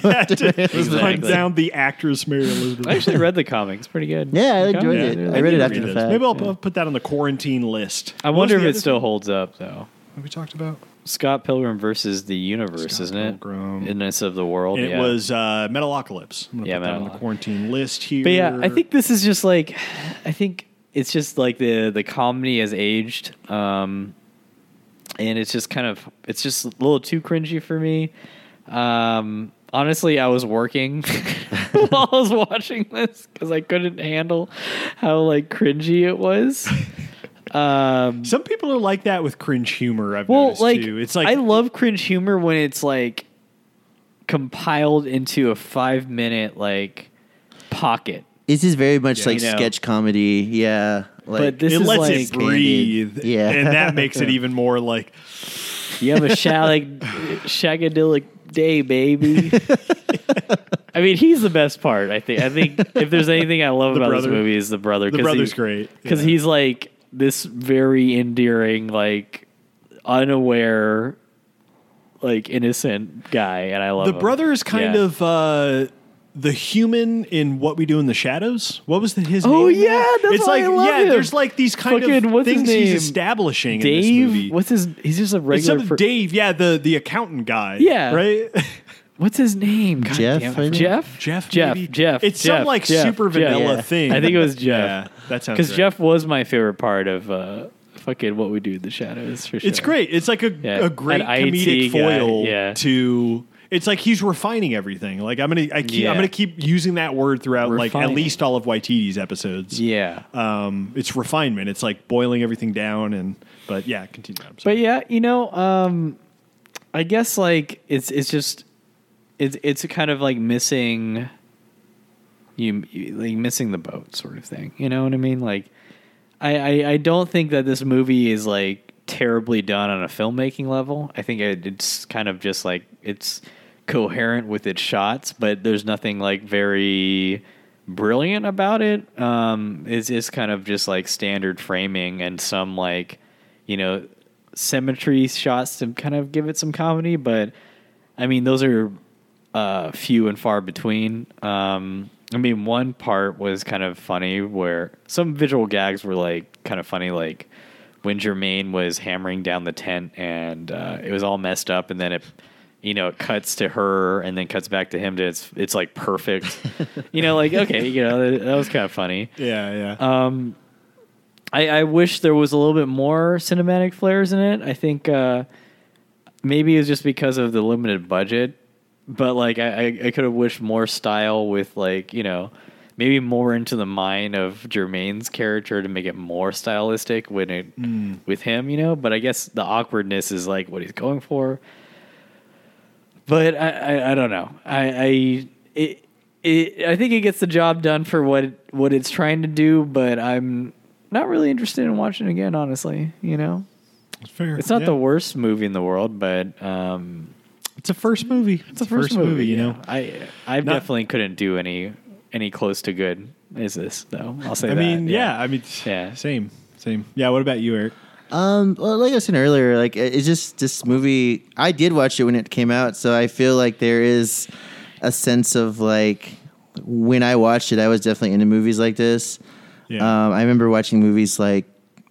[SPEAKER 2] (laughs) yeah, to hunt
[SPEAKER 1] Exactly.
[SPEAKER 2] down the actress Mary Elizabeth.
[SPEAKER 1] I actually read the comics. Pretty good.
[SPEAKER 3] Yeah, I
[SPEAKER 1] The
[SPEAKER 3] enjoyed
[SPEAKER 1] comics
[SPEAKER 3] it.
[SPEAKER 1] are really
[SPEAKER 3] I read it
[SPEAKER 1] good.
[SPEAKER 2] Read
[SPEAKER 3] after the
[SPEAKER 2] those.
[SPEAKER 3] fact,
[SPEAKER 2] Maybe I'll pu- put that on the quarantine list.
[SPEAKER 1] I
[SPEAKER 2] What was
[SPEAKER 1] wonder if
[SPEAKER 2] the
[SPEAKER 1] it
[SPEAKER 2] other
[SPEAKER 1] still
[SPEAKER 2] thing
[SPEAKER 1] holds up though.
[SPEAKER 2] that we talked about.
[SPEAKER 1] Scott Pilgrim versus the universe,
[SPEAKER 2] Scott
[SPEAKER 1] isn't it?
[SPEAKER 2] Pilgrim.
[SPEAKER 1] Inness of the world.
[SPEAKER 2] And
[SPEAKER 1] yeah.
[SPEAKER 2] it was uh, Metalocalypse. I'm gonna
[SPEAKER 1] Yeah,
[SPEAKER 2] put that on the
[SPEAKER 1] Metalocalypse.
[SPEAKER 2] quarantine list here.
[SPEAKER 1] But yeah, I think this is just like, I think it's just like the the comedy has aged, um, and it's just kind of it's just a little too cringy for me. Um, honestly, I was working (laughs) while I was watching this because I couldn't handle how like cringy it
[SPEAKER 2] (laughs)
[SPEAKER 1] was. Um,
[SPEAKER 2] Some people are like that with cringe humor. I've
[SPEAKER 1] well,
[SPEAKER 2] noticed
[SPEAKER 1] like
[SPEAKER 2] too. It's like
[SPEAKER 1] I love cringe humor when it's like compiled into a five minute like pocket.
[SPEAKER 3] This is very much like
[SPEAKER 1] You know.
[SPEAKER 3] sketch comedy. Yeah. Like,
[SPEAKER 1] But this
[SPEAKER 2] it
[SPEAKER 1] is
[SPEAKER 2] lets
[SPEAKER 1] like
[SPEAKER 2] it breathe,
[SPEAKER 3] candid. Yeah.
[SPEAKER 2] and that makes it
[SPEAKER 3] (laughs)
[SPEAKER 2] even more like
[SPEAKER 1] You
[SPEAKER 2] (laughs)
[SPEAKER 1] have a shag- shagadelic day,
[SPEAKER 2] (laughs)
[SPEAKER 1] baby. I mean, he's the best part. I think. I think if there's anything I love
[SPEAKER 2] The
[SPEAKER 1] about
[SPEAKER 2] brother.
[SPEAKER 1] this movie is the brother.
[SPEAKER 2] the
[SPEAKER 1] 'cause
[SPEAKER 2] brother's
[SPEAKER 1] he-
[SPEAKER 2] great
[SPEAKER 1] because he's like this very endearing, like unaware, like innocent guy, and I love
[SPEAKER 2] the
[SPEAKER 1] him.
[SPEAKER 2] brother is kind
[SPEAKER 1] Yeah.
[SPEAKER 2] of uh, the human in what we do in the shadows. What was the, his name?
[SPEAKER 1] Oh,
[SPEAKER 2] in that?
[SPEAKER 1] yeah, that's
[SPEAKER 2] it's
[SPEAKER 1] why
[SPEAKER 2] like
[SPEAKER 1] I love
[SPEAKER 2] yeah.
[SPEAKER 1] him.
[SPEAKER 2] There's like these kind
[SPEAKER 1] Fucking-
[SPEAKER 2] of
[SPEAKER 1] what's his
[SPEAKER 2] things he's
[SPEAKER 1] name?
[SPEAKER 2] establishing in this movie.
[SPEAKER 1] Dave. What's his? He's just a
[SPEAKER 2] it's
[SPEAKER 1] regular.
[SPEAKER 2] something
[SPEAKER 1] per-
[SPEAKER 2] Dave, yeah, the the accountant guy.
[SPEAKER 1] Yeah.
[SPEAKER 2] right. (laughs)
[SPEAKER 1] What's his name? God
[SPEAKER 3] Jeff,
[SPEAKER 1] damn it.
[SPEAKER 3] I think?
[SPEAKER 1] Jeff.
[SPEAKER 2] Jeff,
[SPEAKER 1] Jeff.
[SPEAKER 2] maybe?
[SPEAKER 1] Jeff.
[SPEAKER 2] It's
[SPEAKER 1] Jeff,
[SPEAKER 2] some like
[SPEAKER 1] Jeff,
[SPEAKER 2] super
[SPEAKER 1] Jeff.
[SPEAKER 2] vanilla
[SPEAKER 3] Yeah.
[SPEAKER 2] thing.
[SPEAKER 1] I think it was Jeff.
[SPEAKER 2] (laughs) Yeah, that sounds
[SPEAKER 1] Because
[SPEAKER 2] right.
[SPEAKER 1] Jeff was my favorite part of uh, fucking what we do in the shadows for sure.
[SPEAKER 2] It's great. It's like a,
[SPEAKER 1] Yeah.
[SPEAKER 2] a great
[SPEAKER 1] An IT guy,
[SPEAKER 2] comedic foil
[SPEAKER 1] yeah.
[SPEAKER 2] to. It's like he's refining everything. Like I'm gonna, I keep,
[SPEAKER 1] Yeah.
[SPEAKER 2] I'm gonna keep using that word throughout. Like at
[SPEAKER 1] Refining.
[SPEAKER 2] least all of Waititi's episodes.
[SPEAKER 1] Yeah.
[SPEAKER 2] Um, it's refinement. It's like boiling everything down. And but yeah, continue. I'm sorry.
[SPEAKER 1] But yeah, you know, um, I guess like it's it's just it's it's kind of like missing you you- like missing the boat sort of thing. You know what I mean? Like I I, I don't think that this movie is like terribly done on a filmmaking level. I think it, it's kind of just like it's coherent with its shots, but there's nothing like very brilliant about it. Um, it's it's kind of just like standard framing and some like you know symmetry shots to kind of give it some comedy, but I mean those are uh, few and far between. Um, I mean, one part was kind of funny where some visual gags were like kind of funny, like when Jermaine was hammering down the tent and uh, it was all messed up, and then it, you know, it cuts to her and then cuts back to him. To it's it's like perfect, you know, like okay, you know, that, that was kind of funny.
[SPEAKER 2] yeah, yeah.
[SPEAKER 1] Um, I, I wish there was a little bit more cinematic flares in it. I think uh, maybe it's just because of the limited budget, but like I, I, I could have wished more style with like you know maybe more into the mind of Jermaine's character to make it more stylistic when it with him, you know. But I guess the awkwardness is like what he's going for. But I, I, I don't know. I, I it, it I think it gets the job done for what what it's trying to do, but I'm not really interested in watching it again, honestly. You know,
[SPEAKER 2] it's fair.
[SPEAKER 1] it's not
[SPEAKER 2] Yeah.
[SPEAKER 1] the worst movie in the world, but um,
[SPEAKER 2] It's a first movie.
[SPEAKER 1] it's the first, movie,
[SPEAKER 2] You
[SPEAKER 1] yeah.
[SPEAKER 2] know.
[SPEAKER 1] I I
[SPEAKER 2] Not-
[SPEAKER 1] definitely couldn't do any any close to good as this though. I'll say
[SPEAKER 2] I
[SPEAKER 1] that.
[SPEAKER 2] mean, yeah. I mean,
[SPEAKER 1] Yeah.
[SPEAKER 2] Same, same. Yeah. What about you, Eric?
[SPEAKER 3] Um, well, like I said earlier, like it- it's just this movie. I did watch it when it came out, so I feel like there is a sense of like when I watched it, I was definitely into movies like this.
[SPEAKER 2] Yeah.
[SPEAKER 3] Um, I remember watching movies like,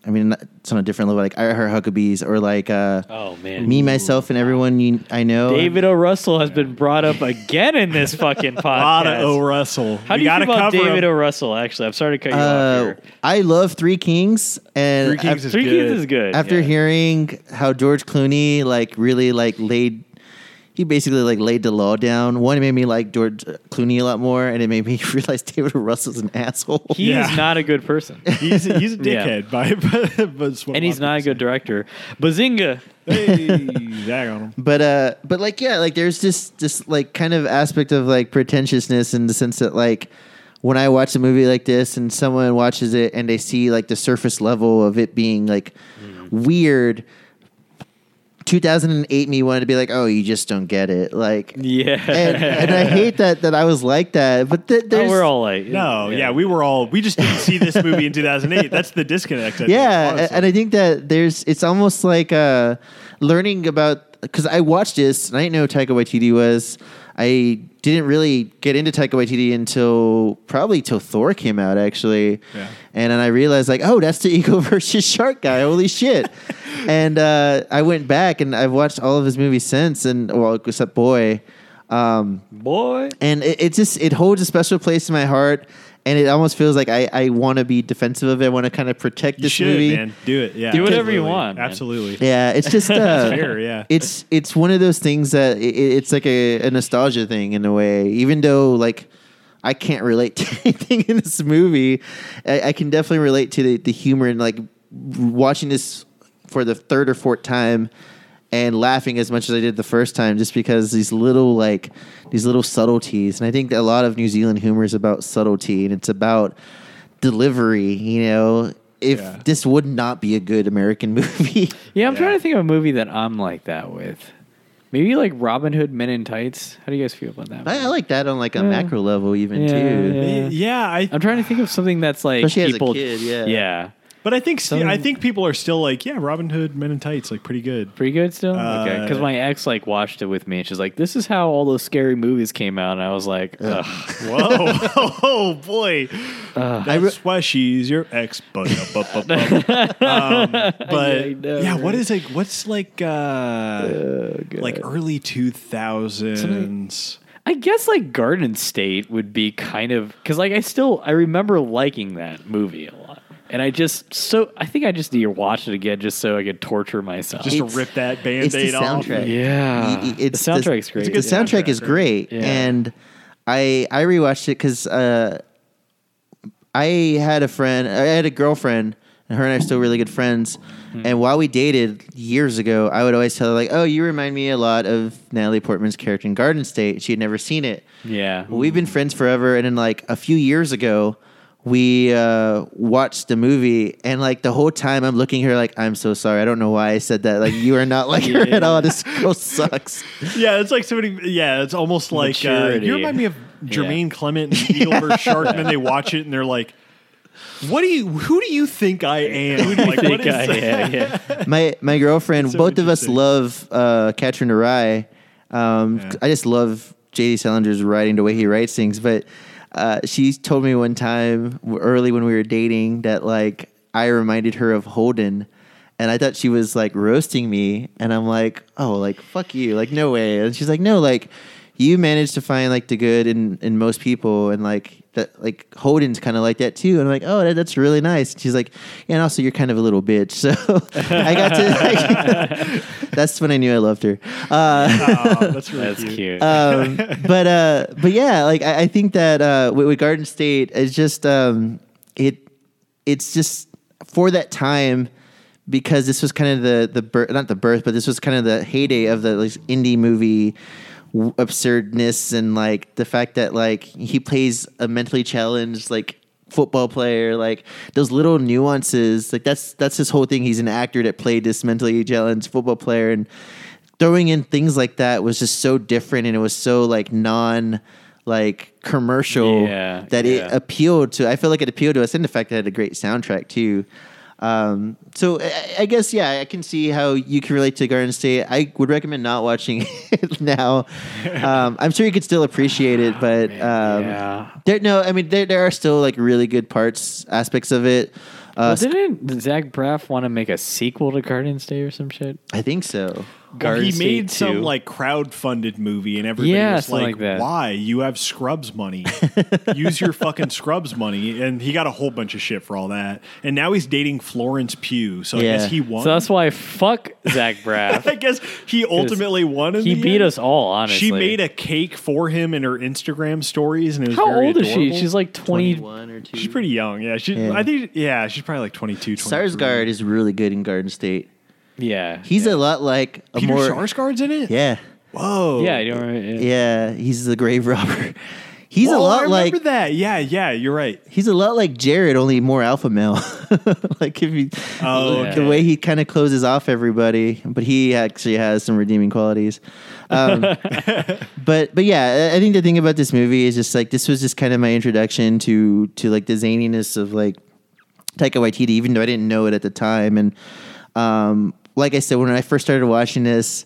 [SPEAKER 3] I mean, not- it's on a different level, like I Heart Huckabees or like uh,
[SPEAKER 1] Oh man.
[SPEAKER 3] Me, Myself, and Everyone you, I Know.
[SPEAKER 1] David O. Russell has been brought up again in this fucking podcast.
[SPEAKER 2] (laughs) a lot of O. Russell.
[SPEAKER 1] How do
[SPEAKER 2] we
[SPEAKER 1] you feel
[SPEAKER 2] gotta
[SPEAKER 1] about
[SPEAKER 2] cover
[SPEAKER 1] David O.
[SPEAKER 2] him.
[SPEAKER 1] Russell? Actually, I'm sorry to cut you off
[SPEAKER 3] Uh,
[SPEAKER 1] here.
[SPEAKER 3] I love Three Kings, and
[SPEAKER 2] Three Kings
[SPEAKER 3] af-
[SPEAKER 2] is
[SPEAKER 1] Three
[SPEAKER 2] good.
[SPEAKER 1] Kids is good.
[SPEAKER 3] after
[SPEAKER 1] yeah.
[SPEAKER 3] hearing how George Clooney like really like laid he basically like laid the law down. One it made me like George uh, Clooney a lot more, and it made me (laughs) realize David Russell's an asshole.
[SPEAKER 1] he
[SPEAKER 2] Yeah.
[SPEAKER 1] is not a good
[SPEAKER 3] (laughs)
[SPEAKER 1] person,
[SPEAKER 2] He's, he's a
[SPEAKER 1] (laughs) Yeah.
[SPEAKER 2] dickhead, by, but, (laughs) but it's what
[SPEAKER 1] and he's
[SPEAKER 2] lot
[SPEAKER 1] not a
[SPEAKER 2] of
[SPEAKER 1] good director. Bazinga!
[SPEAKER 2] people say. Hey, zag
[SPEAKER 1] (laughs)
[SPEAKER 2] on him.
[SPEAKER 3] but uh, but like yeah, like there's just this like kind of aspect of like pretentiousness in the sense that like when I watch a movie like this and someone watches it and they see like the surface level of it being like
[SPEAKER 1] Mm.
[SPEAKER 3] weird. 2008 me wanted to be like, oh, you just don't get it. Like,
[SPEAKER 1] Yeah,
[SPEAKER 3] and, and I hate that that I was like that. But th-
[SPEAKER 1] Oh, (laughs)
[SPEAKER 3] there's
[SPEAKER 1] we're all like,
[SPEAKER 2] No, yeah. we were all we just didn't see this movie in 2008. That's the disconnect. I think,
[SPEAKER 3] yeah, a-
[SPEAKER 2] honestly.
[SPEAKER 3] and I think that there's it's almost like uh, learning about because I watched this and I didn't know who Taika Waititi was. I didn't really get into Taika Waititi until probably till Thor came out actually,
[SPEAKER 2] Yeah.
[SPEAKER 3] and then I realized like oh that's the (laughs) eagle versus shark guy
[SPEAKER 1] (laughs)
[SPEAKER 3] holy shit, and uh, I went back and I've watched all of his movies since and well except Boy. Um,
[SPEAKER 1] boy.
[SPEAKER 3] and it, it just it holds a special place in my heart and it almost feels like I, I want to be defensive of it. I want to kind of protect
[SPEAKER 2] You
[SPEAKER 3] this
[SPEAKER 2] should,
[SPEAKER 3] movie.
[SPEAKER 2] man. Do it. Yeah.
[SPEAKER 1] Do whatever you
[SPEAKER 2] absolutely.
[SPEAKER 1] want, man.
[SPEAKER 2] Absolutely.
[SPEAKER 3] Yeah, it's
[SPEAKER 2] (laughs)
[SPEAKER 3] just uh,
[SPEAKER 2] Fair, yeah.
[SPEAKER 3] It's it's one of those things that i i- it's like a, a nostalgia thing in a way. Even though like I can't relate (laughs) to anything in this movie, I, I can definitely relate to the, the humor and like watching this for the third or fourth time and laughing as much as I did the first time, just because these little like these little subtleties. And I think that a lot of New Zealand humor is about subtlety and it's about delivery. You know, if
[SPEAKER 2] Yeah.
[SPEAKER 3] this would not be a good American (laughs) movie.
[SPEAKER 1] Yeah, I'm
[SPEAKER 2] Yeah.
[SPEAKER 1] trying to think of a movie that I'm like that with. Maybe like Robin Hood Men in Tights. How do you guys feel about that?
[SPEAKER 3] I, I
[SPEAKER 1] one?
[SPEAKER 3] like that on like a
[SPEAKER 1] Yeah.
[SPEAKER 3] macro level even
[SPEAKER 1] Yeah,
[SPEAKER 3] too.
[SPEAKER 1] yeah.
[SPEAKER 2] Y- Yeah. I,
[SPEAKER 1] I'm trying to think of something that's like
[SPEAKER 3] Especially as a
[SPEAKER 1] people.
[SPEAKER 3] kid, yeah.
[SPEAKER 1] yeah,
[SPEAKER 2] but I think
[SPEAKER 1] Some-
[SPEAKER 2] I think people are still like, yeah, Robin Hood, Men in Tights, like pretty good.
[SPEAKER 1] pretty good still.
[SPEAKER 2] Uh,
[SPEAKER 1] okay, because my ex like watched it with me, and she's like, "This is how all those scary movies came out," and I was like, Ugh.
[SPEAKER 2] Whoa. (laughs) oh, boy. That's why she's your ex. But, but, but, but. Um,
[SPEAKER 1] I
[SPEAKER 2] but
[SPEAKER 1] know,
[SPEAKER 2] yeah, what
[SPEAKER 1] right? Uh,
[SPEAKER 2] is like, what's like, uh, like early 2000s?
[SPEAKER 1] I guess like Garden State would be kind of because like I still I remember liking that movie a lot, and I just so I think I just need to watch it again just so I could torture myself.
[SPEAKER 2] Just to
[SPEAKER 3] It's-
[SPEAKER 2] rip that band
[SPEAKER 3] It's the
[SPEAKER 2] aid off.
[SPEAKER 3] soundtrack.
[SPEAKER 1] yeah,
[SPEAKER 3] Y- y-
[SPEAKER 1] it's the soundtrack's great.
[SPEAKER 3] The soundtrack is
[SPEAKER 2] soundtrack,
[SPEAKER 3] great,
[SPEAKER 1] Yeah.
[SPEAKER 3] and I I rewatched it because uh, I had a friend, I had a girlfend, and her and I are still really good friends.
[SPEAKER 1] Hmm.
[SPEAKER 3] And while we dated years ago, I would always tell her like, "Oh, you remind me a lot of Natalie Portman's character in Garden State." She had never seen it.
[SPEAKER 2] (laughs)
[SPEAKER 1] yeah.
[SPEAKER 3] We've been friends forever, and then like a few years ago, we uh, watched the movie, and like the whole time I'm looking at her like, I'm so sorry, I don't know why I said that. Like you are
[SPEAKER 2] (laughs)
[SPEAKER 3] not like her at all. This girl sucks.
[SPEAKER 2] Yeah, it's like somebody. Yeah, it's almost like uh,
[SPEAKER 1] Maturity.
[SPEAKER 2] you remind me of Jermaine Clement and Spielberg Shark, and then they watch it and they're like, "What do you? Who do you think I am? like, what is-
[SPEAKER 1] yeah,
[SPEAKER 2] (laughs)
[SPEAKER 1] yeah.
[SPEAKER 3] My my girlfriend,
[SPEAKER 2] so
[SPEAKER 3] both of us
[SPEAKER 2] interesting.
[SPEAKER 3] love uh, Catcher in the Rye. Um,
[SPEAKER 2] Yeah.
[SPEAKER 3] I just love J.D. Salinger's writing the way he writes things, but uh, she told me one time w- early when we were dating that like I reminded her of Holden. And I thought she was like roasting me, and I'm like, oh, like fuck you, like no way. And she's like, no, like you managed to find like the good in in most people, and like that, like Holden's kind of like that too. And I'm like, oh, that, that's really nice. And she's like, yeah, and also you're kind of a little bitch. (laughs) So I got to. (laughs) that's when I knew I loved her. Uh,
[SPEAKER 2] Aw, Oh,
[SPEAKER 1] (laughs)
[SPEAKER 2] that's really
[SPEAKER 1] That's
[SPEAKER 2] cute.
[SPEAKER 1] cute.
[SPEAKER 3] um, but uh, but yeah, like I, I think that uh, with, with Garden State, it's just um, it it's just for that time because this was kind of the the birth, not the birth, but this was kind of the heyday of the like, indie movie w- absurdness and like the fact that like he plays a mentally challenged like football player like those little nuances like that's that's his whole thing he's an actor that played this mentally challenged football player and throwing in things like that was just so different and it was so like non like commercial
[SPEAKER 1] Yeah,
[SPEAKER 3] that it
[SPEAKER 1] yeah.
[SPEAKER 3] appealed to i feel like it appealed to us and the fact that it had a great soundtrack too um so I, I guess yeah i can see how you can relate to garden state i would recommend not watching (laughs) it now um i'm sure you could still appreciate it but um
[SPEAKER 1] yeah.
[SPEAKER 3] there no i mean there, there are still like really good parts aspects of it uh
[SPEAKER 1] Well, didn't Zach Braff want to make a sequel to Garden State or some shit?
[SPEAKER 3] i think so
[SPEAKER 2] Well,
[SPEAKER 1] Garden
[SPEAKER 2] he
[SPEAKER 1] State
[SPEAKER 2] made some
[SPEAKER 1] 2.
[SPEAKER 2] like crowd-funded movie, and everybody
[SPEAKER 1] Yeah,
[SPEAKER 2] was
[SPEAKER 1] something
[SPEAKER 2] like,
[SPEAKER 1] like that.
[SPEAKER 2] "Why? You have Scrubs
[SPEAKER 1] (laughs)
[SPEAKER 2] money. Use your fucking Scrubs money." And he got a whole bunch of shit for all that. And now he's dating Florence Pugh, so I
[SPEAKER 3] Yeah.
[SPEAKER 2] guess he won.
[SPEAKER 1] So that's why fuck Zach Braff.
[SPEAKER 2] (laughs) I guess he ultimately won. In
[SPEAKER 1] he
[SPEAKER 2] the
[SPEAKER 1] beat
[SPEAKER 2] end.
[SPEAKER 1] us all, honestly.
[SPEAKER 2] She made a cake for him in her Instagram stories, and it was
[SPEAKER 1] How
[SPEAKER 2] very
[SPEAKER 1] old is she?
[SPEAKER 2] adorable.
[SPEAKER 1] She's like 20.
[SPEAKER 3] or two
[SPEAKER 2] she's pretty young. Yeah, she.
[SPEAKER 3] Yeah.
[SPEAKER 2] I think. Yeah, she's probably like 22, 23.
[SPEAKER 3] sarsgaard is really good in garden state
[SPEAKER 1] Yeah.
[SPEAKER 3] He's a lot like a
[SPEAKER 2] Peter
[SPEAKER 3] more
[SPEAKER 2] Sarsgaard's in it.
[SPEAKER 3] yeah,
[SPEAKER 2] Whoa.
[SPEAKER 1] yeah, I don't remember. Yeah.
[SPEAKER 3] yeah. He's the grave robber. (laughs) He's
[SPEAKER 2] Whoa,
[SPEAKER 3] a
[SPEAKER 2] Oh, I
[SPEAKER 3] lot like
[SPEAKER 2] remember that. Yeah, yeah. You're right.
[SPEAKER 3] he's a lot like Jared, only more alpha male. (laughs) like if you,
[SPEAKER 2] Oh,
[SPEAKER 3] the
[SPEAKER 1] okay.
[SPEAKER 3] way he kind of closes off everybody, but he actually has some redeeming qualities. Um, but but yeah, I I think the thing about this movie is just like this was just kind of my introduction to to like the zaniness of like Taika Waititi, even though I didn't know it at the time. And um, like I said, when I first started watching this,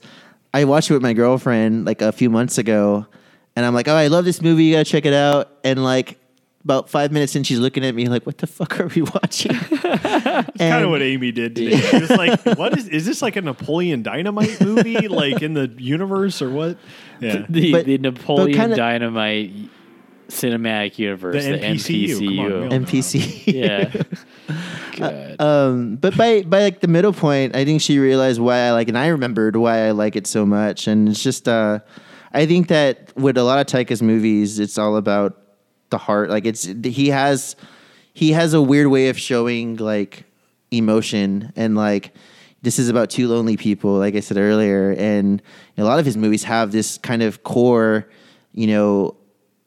[SPEAKER 3] I watched it with my girlfriend like a few months ago, and I'm like, "Oh, I love this movie. You gotta check it out." And like about five minutes in, she's looking at me like, "What the fuck are we watching?"
[SPEAKER 2] Kind of what Amy did today. She was like,
[SPEAKER 1] (laughs)
[SPEAKER 2] "What is? Is this like a Napoleon Dynamite movie, like in the universe or what?" Yeah.
[SPEAKER 1] (laughs) The,
[SPEAKER 3] But-
[SPEAKER 1] the
[SPEAKER 3] but
[SPEAKER 1] Napoleon
[SPEAKER 3] kinda-
[SPEAKER 1] Dynamite cinematic universe, the,
[SPEAKER 2] The NPCU,
[SPEAKER 1] NPCU.
[SPEAKER 2] come on, we all know.
[SPEAKER 3] NPC.
[SPEAKER 1] yeah.
[SPEAKER 3] (laughs)
[SPEAKER 1] Good.
[SPEAKER 3] Um, but by by like the middle point, I think she realized why I like, and I remembered why I like it so much. And it's just, uh, I think that with a lot of Taika's movies, it's all about the heart. Like it's he has he has a weird way of showing like emotion and like this is about two lonely people, like I said earlier. And a lot of his movies have this kind of core, you know.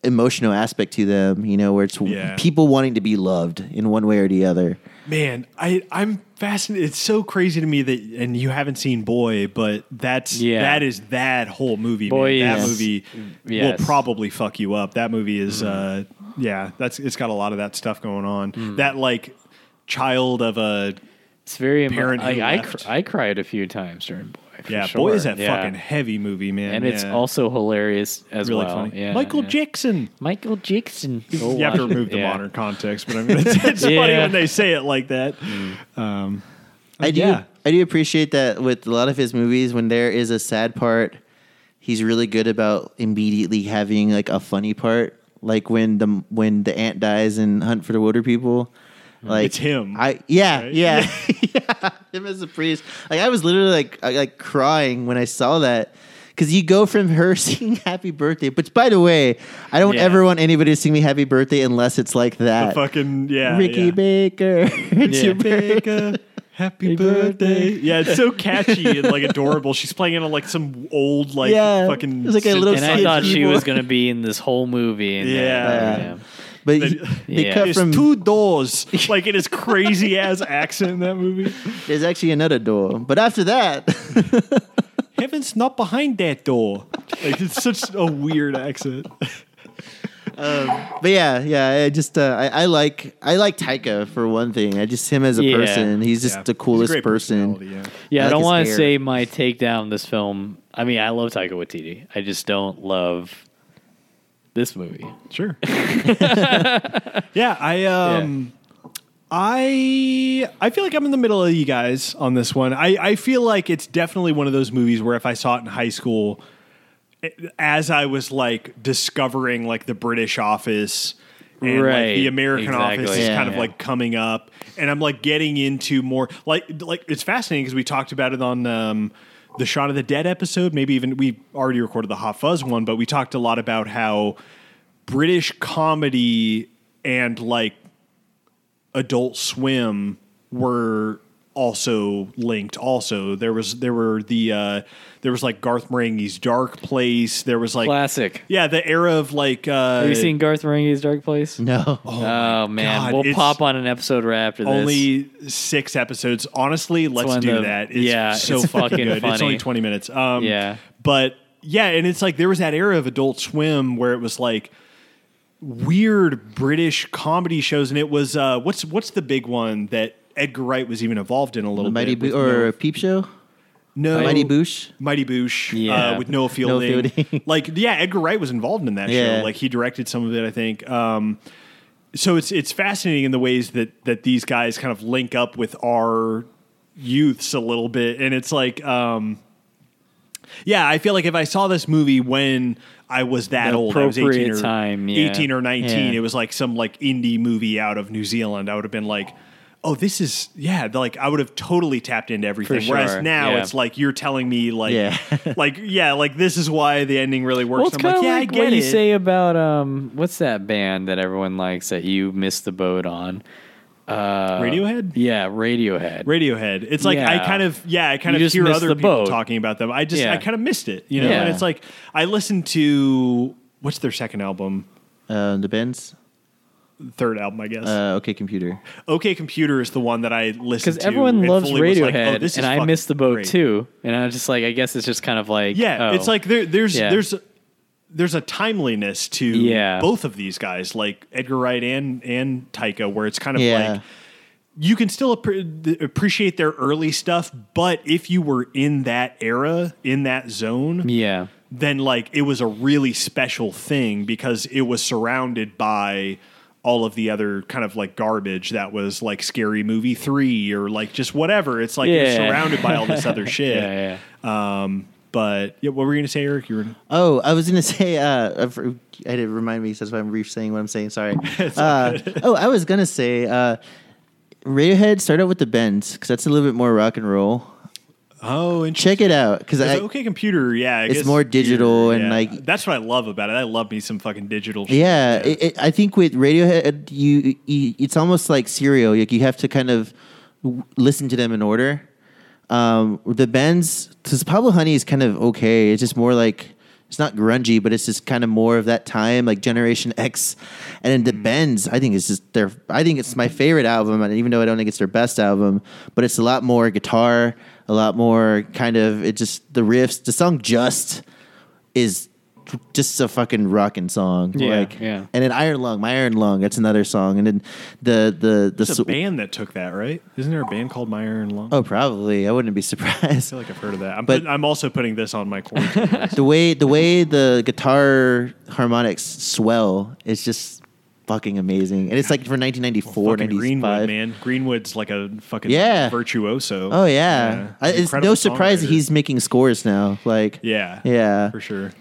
[SPEAKER 3] Emotional aspect to them, you know, where it's
[SPEAKER 2] Yeah.
[SPEAKER 3] people wanting to be loved in one way or the other.
[SPEAKER 2] Man, I I'm fascinated. It's so crazy to me that and you haven't seen Boy, but that's
[SPEAKER 1] Yeah.
[SPEAKER 2] that is that whole movie. man.
[SPEAKER 1] Boy
[SPEAKER 2] that
[SPEAKER 1] is-
[SPEAKER 2] movie
[SPEAKER 1] yes.
[SPEAKER 2] will probably fuck you up. That movie is uh yeah, that's it's got a lot of that stuff going on.
[SPEAKER 1] Mm-hmm.
[SPEAKER 2] That like child of a
[SPEAKER 1] It's very emo-
[SPEAKER 2] Parent who
[SPEAKER 1] like, I,
[SPEAKER 2] left.
[SPEAKER 1] cr- I cried a few times during Boy. for
[SPEAKER 2] yeah,
[SPEAKER 1] sure.
[SPEAKER 2] Boy is that
[SPEAKER 1] Yeah.
[SPEAKER 2] fucking heavy movie, man.
[SPEAKER 1] And it's
[SPEAKER 2] Yeah.
[SPEAKER 1] also hilarious as
[SPEAKER 2] really
[SPEAKER 1] well.
[SPEAKER 2] funny.
[SPEAKER 1] Yeah,
[SPEAKER 2] Michael
[SPEAKER 1] yeah.
[SPEAKER 2] Jackson.
[SPEAKER 1] Michael Jackson. Go
[SPEAKER 3] Oh,
[SPEAKER 2] you have to
[SPEAKER 1] watch it.
[SPEAKER 2] remove the
[SPEAKER 1] Yeah.
[SPEAKER 2] modern context, but I mean, (laughs) it's, it's funny
[SPEAKER 1] Yeah.
[SPEAKER 2] when they say it like that.
[SPEAKER 3] Mm.
[SPEAKER 2] Um,
[SPEAKER 3] I do.
[SPEAKER 2] Yeah.
[SPEAKER 3] I do appreciate that with a lot of his movies. When there is a sad part, he's really good about immediately having like a funny part. Like when the when the ant dies in Hunt for the Wilder People, like
[SPEAKER 2] It's him,
[SPEAKER 3] I yeah
[SPEAKER 2] right? (laughs)
[SPEAKER 3] yeah (laughs) yeah him as a priest. Like I was literally like I- like crying when I saw that. Cause you go from her (laughs) singing "Happy Birthday," which by the way, I don't
[SPEAKER 1] Yeah.
[SPEAKER 3] ever want anybody to sing me "Happy Birthday" unless it's like
[SPEAKER 2] the
[SPEAKER 3] that.
[SPEAKER 2] fucking yeah,
[SPEAKER 3] Ricky
[SPEAKER 2] yeah.
[SPEAKER 3] Baker, (laughs) it's
[SPEAKER 1] Yeah.
[SPEAKER 3] your birthday.
[SPEAKER 2] Happy
[SPEAKER 1] birthday.
[SPEAKER 2] Yeah, it's so catchy
[SPEAKER 3] (laughs)
[SPEAKER 2] and like adorable. She's playing it on like some old like
[SPEAKER 3] Yeah.
[SPEAKER 2] fucking.
[SPEAKER 3] It's like a
[SPEAKER 2] synth-
[SPEAKER 3] little
[SPEAKER 1] And I
[SPEAKER 3] Kid
[SPEAKER 1] thought she
[SPEAKER 3] people.
[SPEAKER 1] was going to be in this whole movie. And
[SPEAKER 2] Yeah.
[SPEAKER 1] yeah.
[SPEAKER 3] But
[SPEAKER 2] They-
[SPEAKER 3] he- they
[SPEAKER 2] (laughs)
[SPEAKER 1] Yeah.
[SPEAKER 3] cut
[SPEAKER 2] There's
[SPEAKER 3] from
[SPEAKER 2] two doors,
[SPEAKER 3] (laughs)
[SPEAKER 2] like in his crazy ass accent in that movie.
[SPEAKER 3] There's actually another door, but after that, (laughs)
[SPEAKER 2] Heaven's not behind that door. Like it's such a weird accent.
[SPEAKER 3] but yeah, yeah. I just uh, I, I like I like Taika for one thing. I just him as a
[SPEAKER 1] Yeah.
[SPEAKER 3] person. He's just
[SPEAKER 2] Yeah.
[SPEAKER 3] the
[SPEAKER 2] He's a
[SPEAKER 3] coolest
[SPEAKER 2] great personality,
[SPEAKER 3] person.
[SPEAKER 2] Yeah.
[SPEAKER 1] Yeah, I,
[SPEAKER 3] I like
[SPEAKER 1] don't
[SPEAKER 3] his
[SPEAKER 1] want to
[SPEAKER 3] hair.
[SPEAKER 1] say my takedown on this film. I mean, I love Taika Waititi. I just don't love this movie.
[SPEAKER 2] Sure. (laughs) yeah, I um I I feel like I'm in the middle of you guys on this one. I I feel like it's definitely one of those movies where if I saw it in high school it- as I was like discovering like the British office and like
[SPEAKER 1] Right,
[SPEAKER 2] the American office
[SPEAKER 1] exactly.
[SPEAKER 2] is
[SPEAKER 3] Yeah.
[SPEAKER 2] kind of like coming up and I'm like getting into more like like it's fascinating because we talked about it on um the Shaun of the Dead episode, maybe even we already recorded the Hot Fuzz one, but we talked a lot about how British comedy and like Adult Swim were also linked. Also, there was there were the uh, there was like Garth Marenghi's Dark Place. There was like
[SPEAKER 1] Classic.
[SPEAKER 2] yeah, the era of like uh,
[SPEAKER 1] Have you seen Garth Marenghi's Dark Place?
[SPEAKER 3] No,
[SPEAKER 1] Oh man,
[SPEAKER 2] God,
[SPEAKER 1] we'll
[SPEAKER 2] it's
[SPEAKER 1] pop on an episode right after this.
[SPEAKER 2] only six episodes. Honestly, let's
[SPEAKER 1] one
[SPEAKER 2] do
[SPEAKER 1] of-
[SPEAKER 2] that. It's
[SPEAKER 1] yeah,
[SPEAKER 2] so
[SPEAKER 1] it's
[SPEAKER 2] fucking
[SPEAKER 1] fucking
[SPEAKER 2] good. It's
[SPEAKER 1] funny.
[SPEAKER 2] only twenty minutes. Um,
[SPEAKER 1] Yeah.
[SPEAKER 2] but yeah, and it's like there was that era of Adult Swim where it was like weird British comedy shows, and it was uh, what's what's the big one that Edgar Wright was even involved in a little
[SPEAKER 3] Mighty
[SPEAKER 2] bit
[SPEAKER 3] Bo-
[SPEAKER 2] with Mel-
[SPEAKER 3] or Peep Show,
[SPEAKER 2] no
[SPEAKER 3] Mighty Boosh.
[SPEAKER 2] Mighty Boosh uh,
[SPEAKER 1] Yeah. (laughs)
[SPEAKER 2] with Noah Fielding.
[SPEAKER 3] Fielding.
[SPEAKER 2] (laughs) like, yeah, Edgar Wright was involved in that
[SPEAKER 3] Yeah.
[SPEAKER 2] show. Like, he directed some of it, I think. Um, so it's it's fascinating in the ways that that these guys kind of link up with our youths a little bit, and it's like, um, yeah, I feel like if I saw this movie when I was that
[SPEAKER 1] The
[SPEAKER 2] old, I was eighteen or
[SPEAKER 1] appropriate time, yeah.
[SPEAKER 2] eighteen or nineteen,
[SPEAKER 3] Yeah.
[SPEAKER 2] it was like some like indie movie out of New Zealand. I would have been like. Oh, this is yeah. Like I would have totally tapped into everything. Whereas
[SPEAKER 1] sure,
[SPEAKER 2] now
[SPEAKER 1] yeah.
[SPEAKER 2] it's like you're telling me like
[SPEAKER 1] (laughs)
[SPEAKER 3] Yeah.
[SPEAKER 2] like yeah, like this is why the ending really works.
[SPEAKER 1] Well, it's
[SPEAKER 2] I'm
[SPEAKER 1] kind
[SPEAKER 2] like,
[SPEAKER 1] of
[SPEAKER 2] yeah,
[SPEAKER 1] like
[SPEAKER 2] I get
[SPEAKER 1] what
[SPEAKER 2] it.
[SPEAKER 1] you say about um, what's that band that everyone likes that you missed the boat on? Uh,
[SPEAKER 2] Radiohead?
[SPEAKER 1] Yeah, Radiohead.
[SPEAKER 2] Radiohead. It's like I
[SPEAKER 1] Yeah.
[SPEAKER 2] kind of yeah, I kind
[SPEAKER 1] You
[SPEAKER 2] of
[SPEAKER 1] just
[SPEAKER 2] hear
[SPEAKER 1] missed
[SPEAKER 2] other
[SPEAKER 1] the
[SPEAKER 2] people
[SPEAKER 1] boat.
[SPEAKER 2] talking about them. I just
[SPEAKER 1] Yeah.
[SPEAKER 2] I kind of missed it, you know.
[SPEAKER 1] Yeah.
[SPEAKER 2] And it's like I listened to what's their second album,
[SPEAKER 3] Uh, the Benz.
[SPEAKER 2] third album, I guess.
[SPEAKER 3] Uh, okay, computer.
[SPEAKER 2] okay, Computer is the one that I listened
[SPEAKER 1] because
[SPEAKER 2] to.
[SPEAKER 1] everyone
[SPEAKER 2] and
[SPEAKER 1] loves
[SPEAKER 2] fully was
[SPEAKER 1] Radiohead,
[SPEAKER 2] like, oh, this is
[SPEAKER 1] and I
[SPEAKER 2] fucking
[SPEAKER 1] missed the boat
[SPEAKER 2] great.
[SPEAKER 1] too. And I'm just like, I guess it's just kind of like,
[SPEAKER 2] Yeah,
[SPEAKER 1] oh.
[SPEAKER 2] it's like there, there's
[SPEAKER 1] Yeah.
[SPEAKER 2] there's there's a timeliness to
[SPEAKER 1] Yeah.
[SPEAKER 2] both of these guys, like Edgar Wright and and Taika, where it's kind of
[SPEAKER 3] Yeah.
[SPEAKER 2] like you can still appre- th- appreciate their early stuff, but if you were in that era, in that zone,
[SPEAKER 1] yeah,
[SPEAKER 2] then like it was a really special thing because it was surrounded by all of the other kind of like garbage that was like scary movie 3 or like just whatever it's like you're
[SPEAKER 1] Yeah. (laughs)
[SPEAKER 2] surrounded by all this other shit
[SPEAKER 1] yeah, yeah.
[SPEAKER 2] um, But yeah, what were you going to say, Eric? You were
[SPEAKER 3] Oh, I was gonna (laughs) say. Uh, I for- I didn't remind me. so That's why I'm re-saying what I'm saying. Sorry.
[SPEAKER 2] (laughs)
[SPEAKER 3] uh, oh, I was gonna say. Uh, Radiohead start out with the bends because that's a little bit more rock and roll.
[SPEAKER 2] oh, and
[SPEAKER 3] Check it out because I
[SPEAKER 2] okay computer. Yeah, I
[SPEAKER 3] It's
[SPEAKER 2] guess-
[SPEAKER 3] more digital and, like-
[SPEAKER 2] that's what I love about it. I love me some fucking digital. shit.
[SPEAKER 3] yeah, It, it, I think with Radiohead you, you it's almost like cereal. Like you have to kind of w- listen to them in order. Um, the bands because Pablo Honey is kind of okay. It's just more like it's not grungy, but it's just kind of more of that time, like Generation (laughs) X, and then the
[SPEAKER 1] Mm.
[SPEAKER 3] Bends. I think it's just their. I think it's my favorite album, and even though I don't think it's their best album, but it's a lot more guitar, a lot more kind of it. Just the riffs, the song "Just" is just a fucking rocking song.
[SPEAKER 1] Yeah,
[SPEAKER 3] like,
[SPEAKER 1] yeah.
[SPEAKER 3] And then Iron Lung, my Iron Lung, that's another song. And then the the the
[SPEAKER 2] There's
[SPEAKER 3] sw-
[SPEAKER 2] a band that took that, right? Isn't there a band called My Iron Lung? I
[SPEAKER 3] oh, probably I wouldn't be (laughs) surprised.
[SPEAKER 2] feel like I've heard of that. I'm,
[SPEAKER 3] But-
[SPEAKER 2] put- I'm also putting this on my quarantine. list.
[SPEAKER 3] the way the way the guitar harmonics swell is just fucking amazing, and it's like for 1994,
[SPEAKER 2] fucking
[SPEAKER 3] 95.
[SPEAKER 2] Greenwood, man. Greenwood's like a fucking
[SPEAKER 3] Yeah.
[SPEAKER 2] virtuoso.
[SPEAKER 3] Oh yeah, I, it's
[SPEAKER 2] Incredible
[SPEAKER 3] no surprise that
[SPEAKER 2] songwriter.
[SPEAKER 3] he's making scores now. Like
[SPEAKER 2] yeah,
[SPEAKER 3] yeah.
[SPEAKER 2] for sure.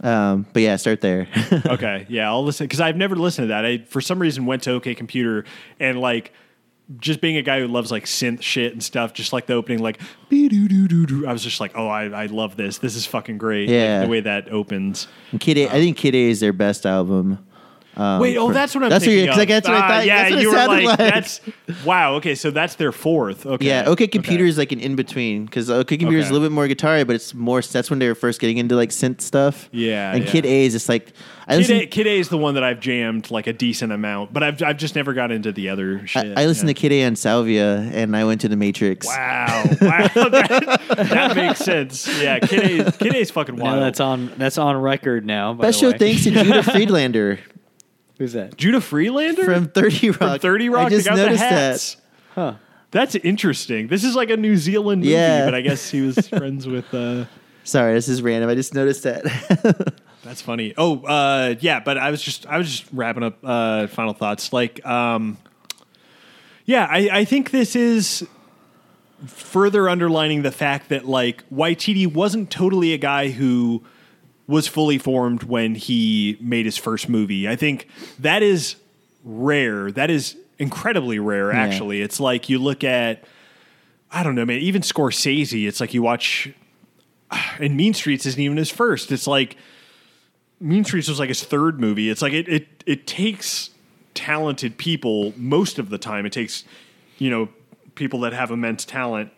[SPEAKER 3] Um, but yeah, start there. (laughs)
[SPEAKER 2] okay, yeah, I'll listen because I've never listened to that. I for some reason went to OK Computer and like just being a guy who loves like synth shit and stuff, just like the opening, like "Be-do-do-do-do," I was just like, oh, I, I love this. This is fucking great. Like,
[SPEAKER 3] Yeah.
[SPEAKER 2] the way that opens.
[SPEAKER 3] And Kid A, I think Kid A is their best album. Um,
[SPEAKER 2] Wait, oh,
[SPEAKER 3] for-
[SPEAKER 2] that's what I'm
[SPEAKER 3] that's what
[SPEAKER 2] thinking.
[SPEAKER 3] you- 'cause, like,
[SPEAKER 2] of.
[SPEAKER 3] that's what I
[SPEAKER 2] Ah,
[SPEAKER 3] thought-
[SPEAKER 2] yeah,
[SPEAKER 3] that's what it
[SPEAKER 2] you were
[SPEAKER 3] sounded
[SPEAKER 2] like,
[SPEAKER 3] like.
[SPEAKER 2] that's wow. Okay, so that's their fourth. Okay,
[SPEAKER 3] Yeah, OK Computer is like an in between because OK Computer is
[SPEAKER 2] Okay.
[SPEAKER 3] a little bit more guitar, but it's more. That's when they were first getting into like synth stuff.
[SPEAKER 2] Yeah,
[SPEAKER 3] and
[SPEAKER 2] yeah.
[SPEAKER 3] Kid A is just like I
[SPEAKER 2] Kid
[SPEAKER 3] listen-
[SPEAKER 2] A, Kid A is the one that I've jammed like a decent amount, but I've I've just never got into the other shit.
[SPEAKER 3] I, I listened
[SPEAKER 2] yeah.
[SPEAKER 3] to Kid A on Salvia, and I went to the Matrix.
[SPEAKER 2] Wow, wow, (laughs) that, that makes sense. Yeah, Kid A, Kid A's fucking
[SPEAKER 1] Now
[SPEAKER 2] wild.
[SPEAKER 1] that's on that's on record now. By the
[SPEAKER 3] Special
[SPEAKER 1] way.
[SPEAKER 3] thanks
[SPEAKER 2] (laughs)
[SPEAKER 3] to Judah Friedlander
[SPEAKER 1] Who's that?
[SPEAKER 2] Judah Freelander (laughs)
[SPEAKER 3] from Thirty Rock.
[SPEAKER 2] From Thirty Rock.
[SPEAKER 3] I just
[SPEAKER 2] they got
[SPEAKER 3] noticed
[SPEAKER 2] the hats.
[SPEAKER 3] that.
[SPEAKER 1] Huh.
[SPEAKER 2] That's interesting. This is like a New Zealand movie,
[SPEAKER 3] Yeah.
[SPEAKER 2] but I guess he was friends with. Uh,
[SPEAKER 3] Sorry, this is random. I just noticed that.
[SPEAKER 2] That's funny. Oh, uh, yeah, but I was just I was just wrapping up uh, final thoughts. Like, um, yeah, I, I think this is further underlining the fact that like YTD wasn't totally a guy who was fully formed when he made his first movie. I think that is rare. That is incredibly rare. Actually, it's like you look at. I don't know, man. Even Scorsese, it's like you watch, and Mean Streets isn't even his first. It's like Mean Streets was like his third movie. It's like it it it takes talented people most of the time. It takes you know people that have immense talent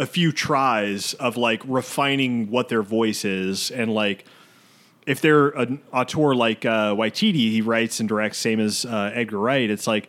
[SPEAKER 2] a few tries of like refining what their voice is and like if they're an auteur like uh, Waititi, he writes and directs same as uh, Edgar Wright. It's like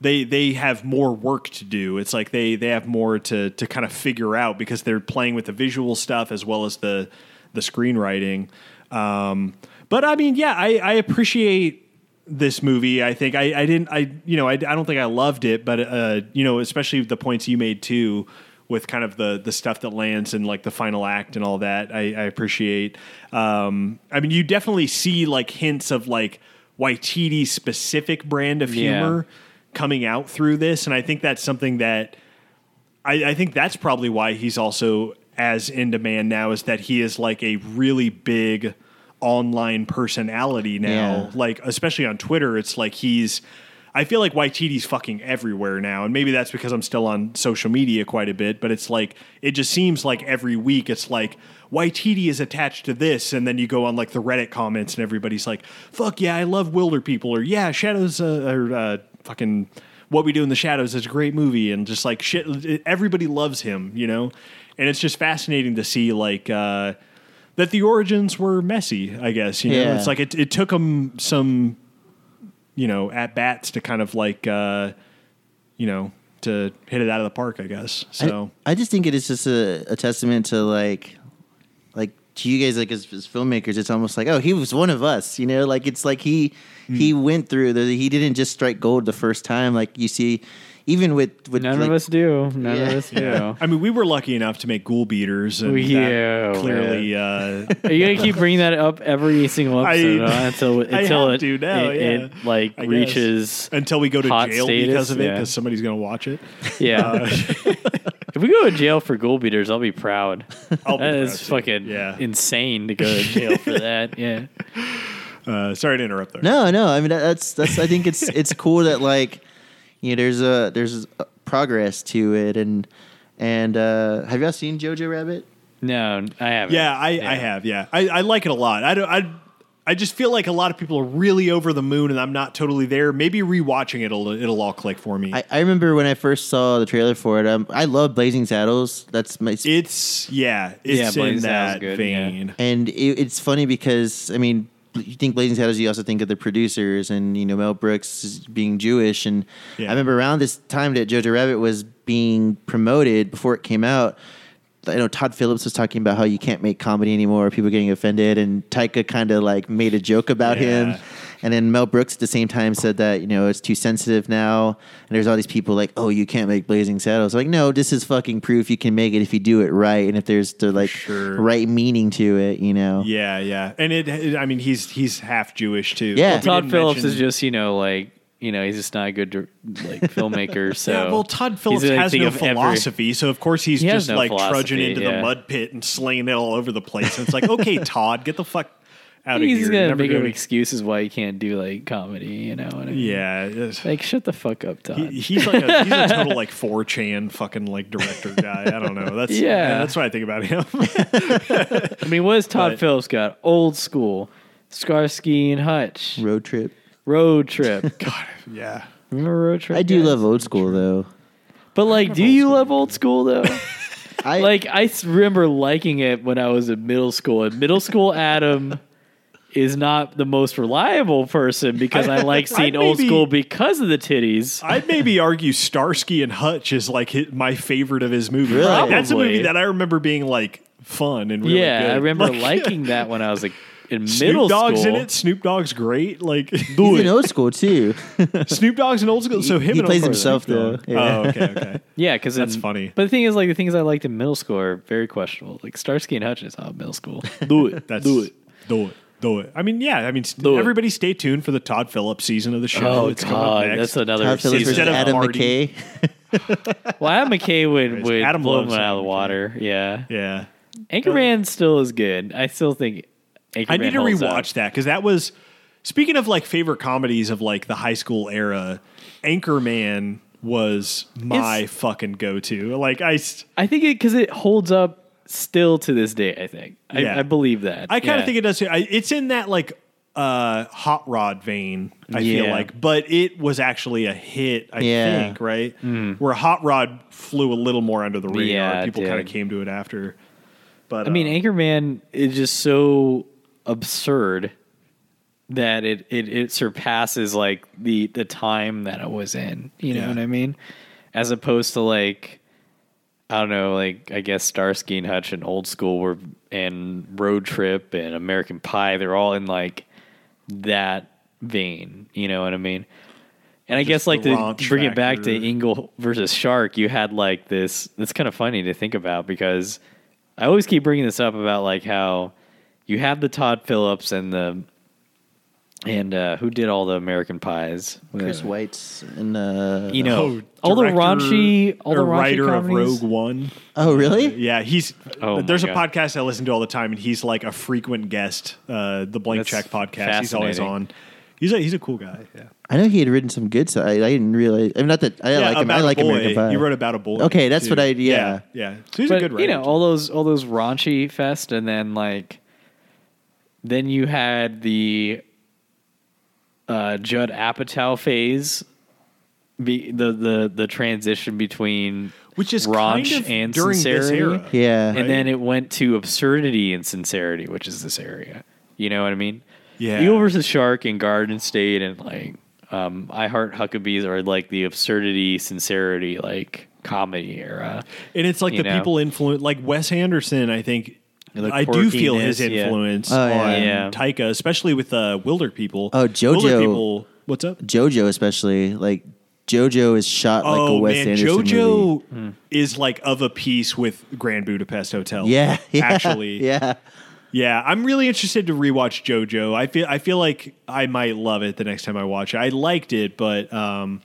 [SPEAKER 2] they they have more work to do. It's like they they have more to to kind of figure out because they're playing with the visual stuff as well as the the screenwriting. Um, but I mean, yeah, I, I appreciate this movie. I think I, I didn't I you know I, I don't think I loved it, but uh, you know especially the points you made too with kind of the the stuff that lands in like the final act and all that. I, I appreciate. Um, I mean, you definitely see like hints of like Waititi's specific brand of
[SPEAKER 1] Yeah.
[SPEAKER 2] humor coming out through this, and I think that's something that. I, I think that's probably why he's also as in demand now is that he is like a really big online personality now.
[SPEAKER 3] Yeah.
[SPEAKER 2] Like especially on Twitter, it's like he's. I feel like YTD's fucking everywhere now, and maybe that's because I'm still on social media quite a bit. But it's like it just seems like every week it's like YTD is attached to this, and then you go on like the Reddit comments, and everybody's like, "Fuck yeah, I love Wilder People," or "Yeah, Shadows," uh, or uh, "Fucking What We Do in the Shadows" is a great movie, and just like shit, everybody loves him, you know. And it's just fascinating to see like uh, that the origins were messy. I guess you know,
[SPEAKER 3] Yeah.
[SPEAKER 2] it's like it, it took him some you know, at bats to kind of like, uh, you know, to hit it out of the park, I guess. (laughs) So
[SPEAKER 3] I, I just think it is just a, a testament to like, like to you guys, like as, as filmmakers, it's almost like, oh, he was one of us, you know. Like it's like he
[SPEAKER 2] Hmm.
[SPEAKER 3] he went through. The, he didn't just strike gold the first time. Like you see, even with with
[SPEAKER 1] None
[SPEAKER 3] like,
[SPEAKER 1] of us do. None
[SPEAKER 3] Yeah.
[SPEAKER 1] of us (laughs) do.
[SPEAKER 2] I mean, we were lucky enough to make ghoul beaters, and
[SPEAKER 1] We-
[SPEAKER 2] that
[SPEAKER 1] yeah,
[SPEAKER 2] clearly, uh, (laughs)
[SPEAKER 1] Are you gonna keep bringing that up every single
[SPEAKER 2] I-
[SPEAKER 1] episode huh? until
[SPEAKER 2] (laughs) I
[SPEAKER 1] until
[SPEAKER 2] have
[SPEAKER 1] it,
[SPEAKER 2] to now,
[SPEAKER 1] it, it,
[SPEAKER 2] yeah.
[SPEAKER 1] like
[SPEAKER 2] (laughs) I guess.
[SPEAKER 1] reaches
[SPEAKER 2] until we go to
[SPEAKER 1] Hot
[SPEAKER 2] jail
[SPEAKER 1] status,
[SPEAKER 2] because of it,
[SPEAKER 1] yeah.
[SPEAKER 2] because somebody's going to watch it.
[SPEAKER 1] yeah. (laughs) If we go to jail for ghoul beaters, I'll be proud.
[SPEAKER 2] I'll be
[SPEAKER 1] That
[SPEAKER 2] proud
[SPEAKER 1] is
[SPEAKER 2] too.
[SPEAKER 1] fucking
[SPEAKER 2] Yeah.
[SPEAKER 1] insane to go to jail for that. Yeah.
[SPEAKER 2] Uh, sorry to interrupt there.
[SPEAKER 3] No, no. I mean, that- that's that's. I think it's it's cool that like, you know, there's a there's a progress to it, and and uh, have y'all seen Jojo Rabbit?
[SPEAKER 1] No, I haven't.
[SPEAKER 2] Yeah, I, I have. Yeah, I, I like it a lot. I don't. I, I just feel like a lot of people are really over the moon, and I'm not totally there. Maybe rewatching it, will it'll all click for me.
[SPEAKER 3] I, I remember when I first saw the trailer for it. Um, I love Blazing Saddles. That's my
[SPEAKER 2] it's
[SPEAKER 1] Yeah,
[SPEAKER 2] yeah, it's
[SPEAKER 1] Blazing
[SPEAKER 2] in
[SPEAKER 1] Saddles
[SPEAKER 2] that
[SPEAKER 1] good,
[SPEAKER 2] vein.
[SPEAKER 3] and it, it's funny because I mean, you think Blazing Saddles, you also think of the producers, and you know Mel Brooks is being Jewish, and
[SPEAKER 2] Yeah.
[SPEAKER 3] I remember around this time that Jojo Rabbit was being promoted before it came out. I know Todd Phillips was talking about how you can't make comedy anymore, people getting offended, and Taika kind of like made a joke about
[SPEAKER 2] Yeah.
[SPEAKER 3] him. And then Mel Brooks at the same time said that, you know, it's too sensitive now. And there's all these people like, oh, you can't make Blazing Saddles. Like, no, this is fucking proof you can make it if you do it right. And if there's the like
[SPEAKER 2] Sure.
[SPEAKER 3] right meaning to it, you know?
[SPEAKER 2] Yeah, yeah, and it, it- I mean, he's he's half Jewish too.
[SPEAKER 3] Yeah.
[SPEAKER 2] We
[SPEAKER 1] Todd
[SPEAKER 2] didn't
[SPEAKER 1] Phillips
[SPEAKER 2] mention-
[SPEAKER 1] is just you know like you know he's just not a good dir-
[SPEAKER 2] (laughs)
[SPEAKER 1] like filmmaker. So
[SPEAKER 2] Yeah, well, Todd
[SPEAKER 1] uh, he's
[SPEAKER 2] Phillips
[SPEAKER 1] the
[SPEAKER 2] has
[SPEAKER 1] thing
[SPEAKER 2] no
[SPEAKER 1] of every-
[SPEAKER 2] philosophy, so of course he's
[SPEAKER 1] He has
[SPEAKER 2] just
[SPEAKER 1] no
[SPEAKER 2] like trudging
[SPEAKER 1] philosophy,
[SPEAKER 2] into
[SPEAKER 1] yeah.
[SPEAKER 2] the mud pit and slinging it all over the place. And it's
[SPEAKER 1] (laughs)
[SPEAKER 2] like, okay, Todd, get the fuck out of
[SPEAKER 1] he's
[SPEAKER 2] here.
[SPEAKER 1] just gonna
[SPEAKER 2] You're never
[SPEAKER 1] make up
[SPEAKER 2] doing-
[SPEAKER 1] excuses why he can't do like comedy. You know. What I mean? (laughs)
[SPEAKER 2] Yeah, it's-
[SPEAKER 1] Like shut the fuck up, Todd.
[SPEAKER 2] He- He's like a, he's a total like four chan fucking like director guy. I don't know.
[SPEAKER 1] (laughs)
[SPEAKER 2] That's
[SPEAKER 1] Yeah.
[SPEAKER 2] yeah. That's what I think about him. (laughs)
[SPEAKER 1] I mean, what has Todd
[SPEAKER 2] But-
[SPEAKER 1] Phillips got? Old school, Skarsky and Hutch,
[SPEAKER 3] Road trip.
[SPEAKER 1] Road Trip. God,
[SPEAKER 2] yeah.
[SPEAKER 1] remember Road Trip?
[SPEAKER 3] I do
[SPEAKER 1] guys?
[SPEAKER 3] love old school, though.
[SPEAKER 1] But like, do you love old school though?
[SPEAKER 3] (laughs) I,
[SPEAKER 1] like I s- remember liking it when I was in middle school. And middle school Adam is not the most reliable person because I like seeing
[SPEAKER 2] I
[SPEAKER 1] old
[SPEAKER 2] maybe-
[SPEAKER 1] school because of the titties.
[SPEAKER 2] I'd maybe argue Starsky and Hutch is like hi my favorite of his movies.
[SPEAKER 3] Really?
[SPEAKER 2] Like, that's a
[SPEAKER 1] Probably.
[SPEAKER 2] movie that I remember being like fun and really
[SPEAKER 1] yeah,
[SPEAKER 2] good.
[SPEAKER 1] I remember
[SPEAKER 2] (laughs) Like,
[SPEAKER 1] liking that when I was like in (laughs)
[SPEAKER 2] Snoop
[SPEAKER 1] middle
[SPEAKER 2] Dogg's
[SPEAKER 1] school.
[SPEAKER 2] in it. Snoop Dogg's great. Like (laughs)
[SPEAKER 3] he's in old school, too.
[SPEAKER 2] Snoop Dogg's in old school. So him
[SPEAKER 3] he
[SPEAKER 2] and
[SPEAKER 3] plays
[SPEAKER 2] Old School.
[SPEAKER 3] himself, though. Yeah.
[SPEAKER 2] Oh, okay,
[SPEAKER 3] (laughs)
[SPEAKER 2] okay.
[SPEAKER 1] Yeah, because
[SPEAKER 2] That's funny.
[SPEAKER 1] But the thing is, like the things I liked in middle school are very questionable. Like Starsky and Hutch is not middle school. Do it.
[SPEAKER 2] That's
[SPEAKER 1] Do it.
[SPEAKER 2] Do it. Do it. I mean, yeah. I mean, st-
[SPEAKER 1] Do it.
[SPEAKER 2] everybody, stay tuned for the Todd Phillips season of the show.
[SPEAKER 1] Oh
[SPEAKER 2] it's coming up
[SPEAKER 1] god,
[SPEAKER 2] next.
[SPEAKER 1] that's another
[SPEAKER 3] Todd Phillips versus
[SPEAKER 1] season.
[SPEAKER 2] Instead of
[SPEAKER 3] Adam
[SPEAKER 2] Marty.
[SPEAKER 3] McKay.
[SPEAKER 1] Well, Adam McKay would, would
[SPEAKER 2] Adam
[SPEAKER 1] blow him
[SPEAKER 2] loves
[SPEAKER 1] out of
[SPEAKER 2] Adam
[SPEAKER 1] the
[SPEAKER 2] McKay.
[SPEAKER 1] water. Yeah.
[SPEAKER 2] yeah.
[SPEAKER 1] Anchorman still is good. I still think Anchorman
[SPEAKER 2] I need to
[SPEAKER 1] holds up.
[SPEAKER 2] rewatch that because that was speaking of like favorite comedies of like the high school era. Anchorman was my
[SPEAKER 1] It's-
[SPEAKER 2] fucking go to. Like I, s-
[SPEAKER 1] I think it because it holds up still to this day. I think. I,
[SPEAKER 2] Yeah.
[SPEAKER 1] I believe that.
[SPEAKER 2] I kind of
[SPEAKER 1] Yeah.
[SPEAKER 2] think it does. I, it's in that like uh hot rod vein. I feel
[SPEAKER 1] Yeah.
[SPEAKER 2] like, but it was actually a hit. I
[SPEAKER 3] Yeah.
[SPEAKER 2] think right where hot rod flew a little more under the radar.
[SPEAKER 1] Mm. Yeah, it
[SPEAKER 2] People kind of
[SPEAKER 1] did.
[SPEAKER 2] came to it after. But
[SPEAKER 1] I mean,
[SPEAKER 2] uh,
[SPEAKER 1] Anchorman is just so absurd that it it, it surpasses like the the time that it was in. You know
[SPEAKER 2] Yeah.
[SPEAKER 1] what I mean? As opposed to like. I don't know, like I guess Starsky and Hutch and Old School were and Road Trip and American Pie, they're all in like that vein, you know what I mean? And I guess like
[SPEAKER 2] the
[SPEAKER 1] to
[SPEAKER 2] raunch
[SPEAKER 1] bring it back to
[SPEAKER 2] factor.
[SPEAKER 1] Ingle versus Shark, you had like this. It's kind of funny to think about because I always keep bringing this up about like how you have the Todd Phillips and the and uh, who did all the American Pies?
[SPEAKER 3] Chris White's in. Uh,
[SPEAKER 1] You know,
[SPEAKER 2] oh,
[SPEAKER 1] all the
[SPEAKER 2] director
[SPEAKER 1] raunchy, all the
[SPEAKER 2] or
[SPEAKER 1] raunchy
[SPEAKER 2] writer
[SPEAKER 1] comedies.
[SPEAKER 2] of Rogue One.
[SPEAKER 3] oh, really?
[SPEAKER 2] Yeah, he's.
[SPEAKER 1] Oh my
[SPEAKER 2] there's a
[SPEAKER 1] God.
[SPEAKER 2] podcast I listen to all the time, and he's like a frequent guest. Uh, the Blank
[SPEAKER 1] That's
[SPEAKER 2] Check podcast. He's always on.
[SPEAKER 1] fascinating.
[SPEAKER 2] He's a he's a cool guy. Yeah,
[SPEAKER 3] I know he had written some good stuff. I, I didn't realize. I mean, not that I
[SPEAKER 2] yeah
[SPEAKER 3] like him.
[SPEAKER 2] about
[SPEAKER 3] I
[SPEAKER 2] a
[SPEAKER 3] like
[SPEAKER 2] boy.
[SPEAKER 3] American Pie.
[SPEAKER 2] You wrote about a boy.
[SPEAKER 3] Okay, that's
[SPEAKER 2] too.
[SPEAKER 3] what I- yeah.
[SPEAKER 2] yeah. yeah. So he's
[SPEAKER 1] but
[SPEAKER 2] a good writer.
[SPEAKER 1] you know all those all those raunchy fest and then like then you had the uh judd apatow phase be, the the the transition between
[SPEAKER 2] Which is
[SPEAKER 1] raunch
[SPEAKER 2] kind of
[SPEAKER 1] and
[SPEAKER 2] during this
[SPEAKER 1] sincerity
[SPEAKER 2] era,
[SPEAKER 3] Yeah.
[SPEAKER 1] and
[SPEAKER 2] right?
[SPEAKER 1] then it went to absurdity and sincerity which is this area you know what i mean
[SPEAKER 2] Yeah.
[SPEAKER 1] eagle versus shark and garden state and like um i heart huckabees are like the absurdity sincerity like comedy era
[SPEAKER 2] and it's like
[SPEAKER 1] you
[SPEAKER 2] the
[SPEAKER 1] know.
[SPEAKER 2] people influence, like Wes Anderson. I think
[SPEAKER 1] The
[SPEAKER 2] I do feel
[SPEAKER 1] quirkiness,
[SPEAKER 2] his
[SPEAKER 1] yeah.
[SPEAKER 2] influence
[SPEAKER 3] Oh, yeah.
[SPEAKER 2] on
[SPEAKER 1] Yeah.
[SPEAKER 2] Taika, especially with uh, Wilder people.
[SPEAKER 3] Oh, JoJo.
[SPEAKER 2] Wilder people. What's up?
[SPEAKER 3] JoJo, especially. Like, JoJo is shot like a Wes Anderson
[SPEAKER 2] Oh, JoJo
[SPEAKER 3] movie.
[SPEAKER 1] Hmm.
[SPEAKER 2] is like of a piece with Grand Budapest Hotel.
[SPEAKER 3] Yeah, (laughs) yeah.
[SPEAKER 2] actually, yeah.
[SPEAKER 3] Yeah.
[SPEAKER 2] I'm really interested to rewatch JoJo. I feel I feel like I might love it the next time I watch it. I liked it, but um,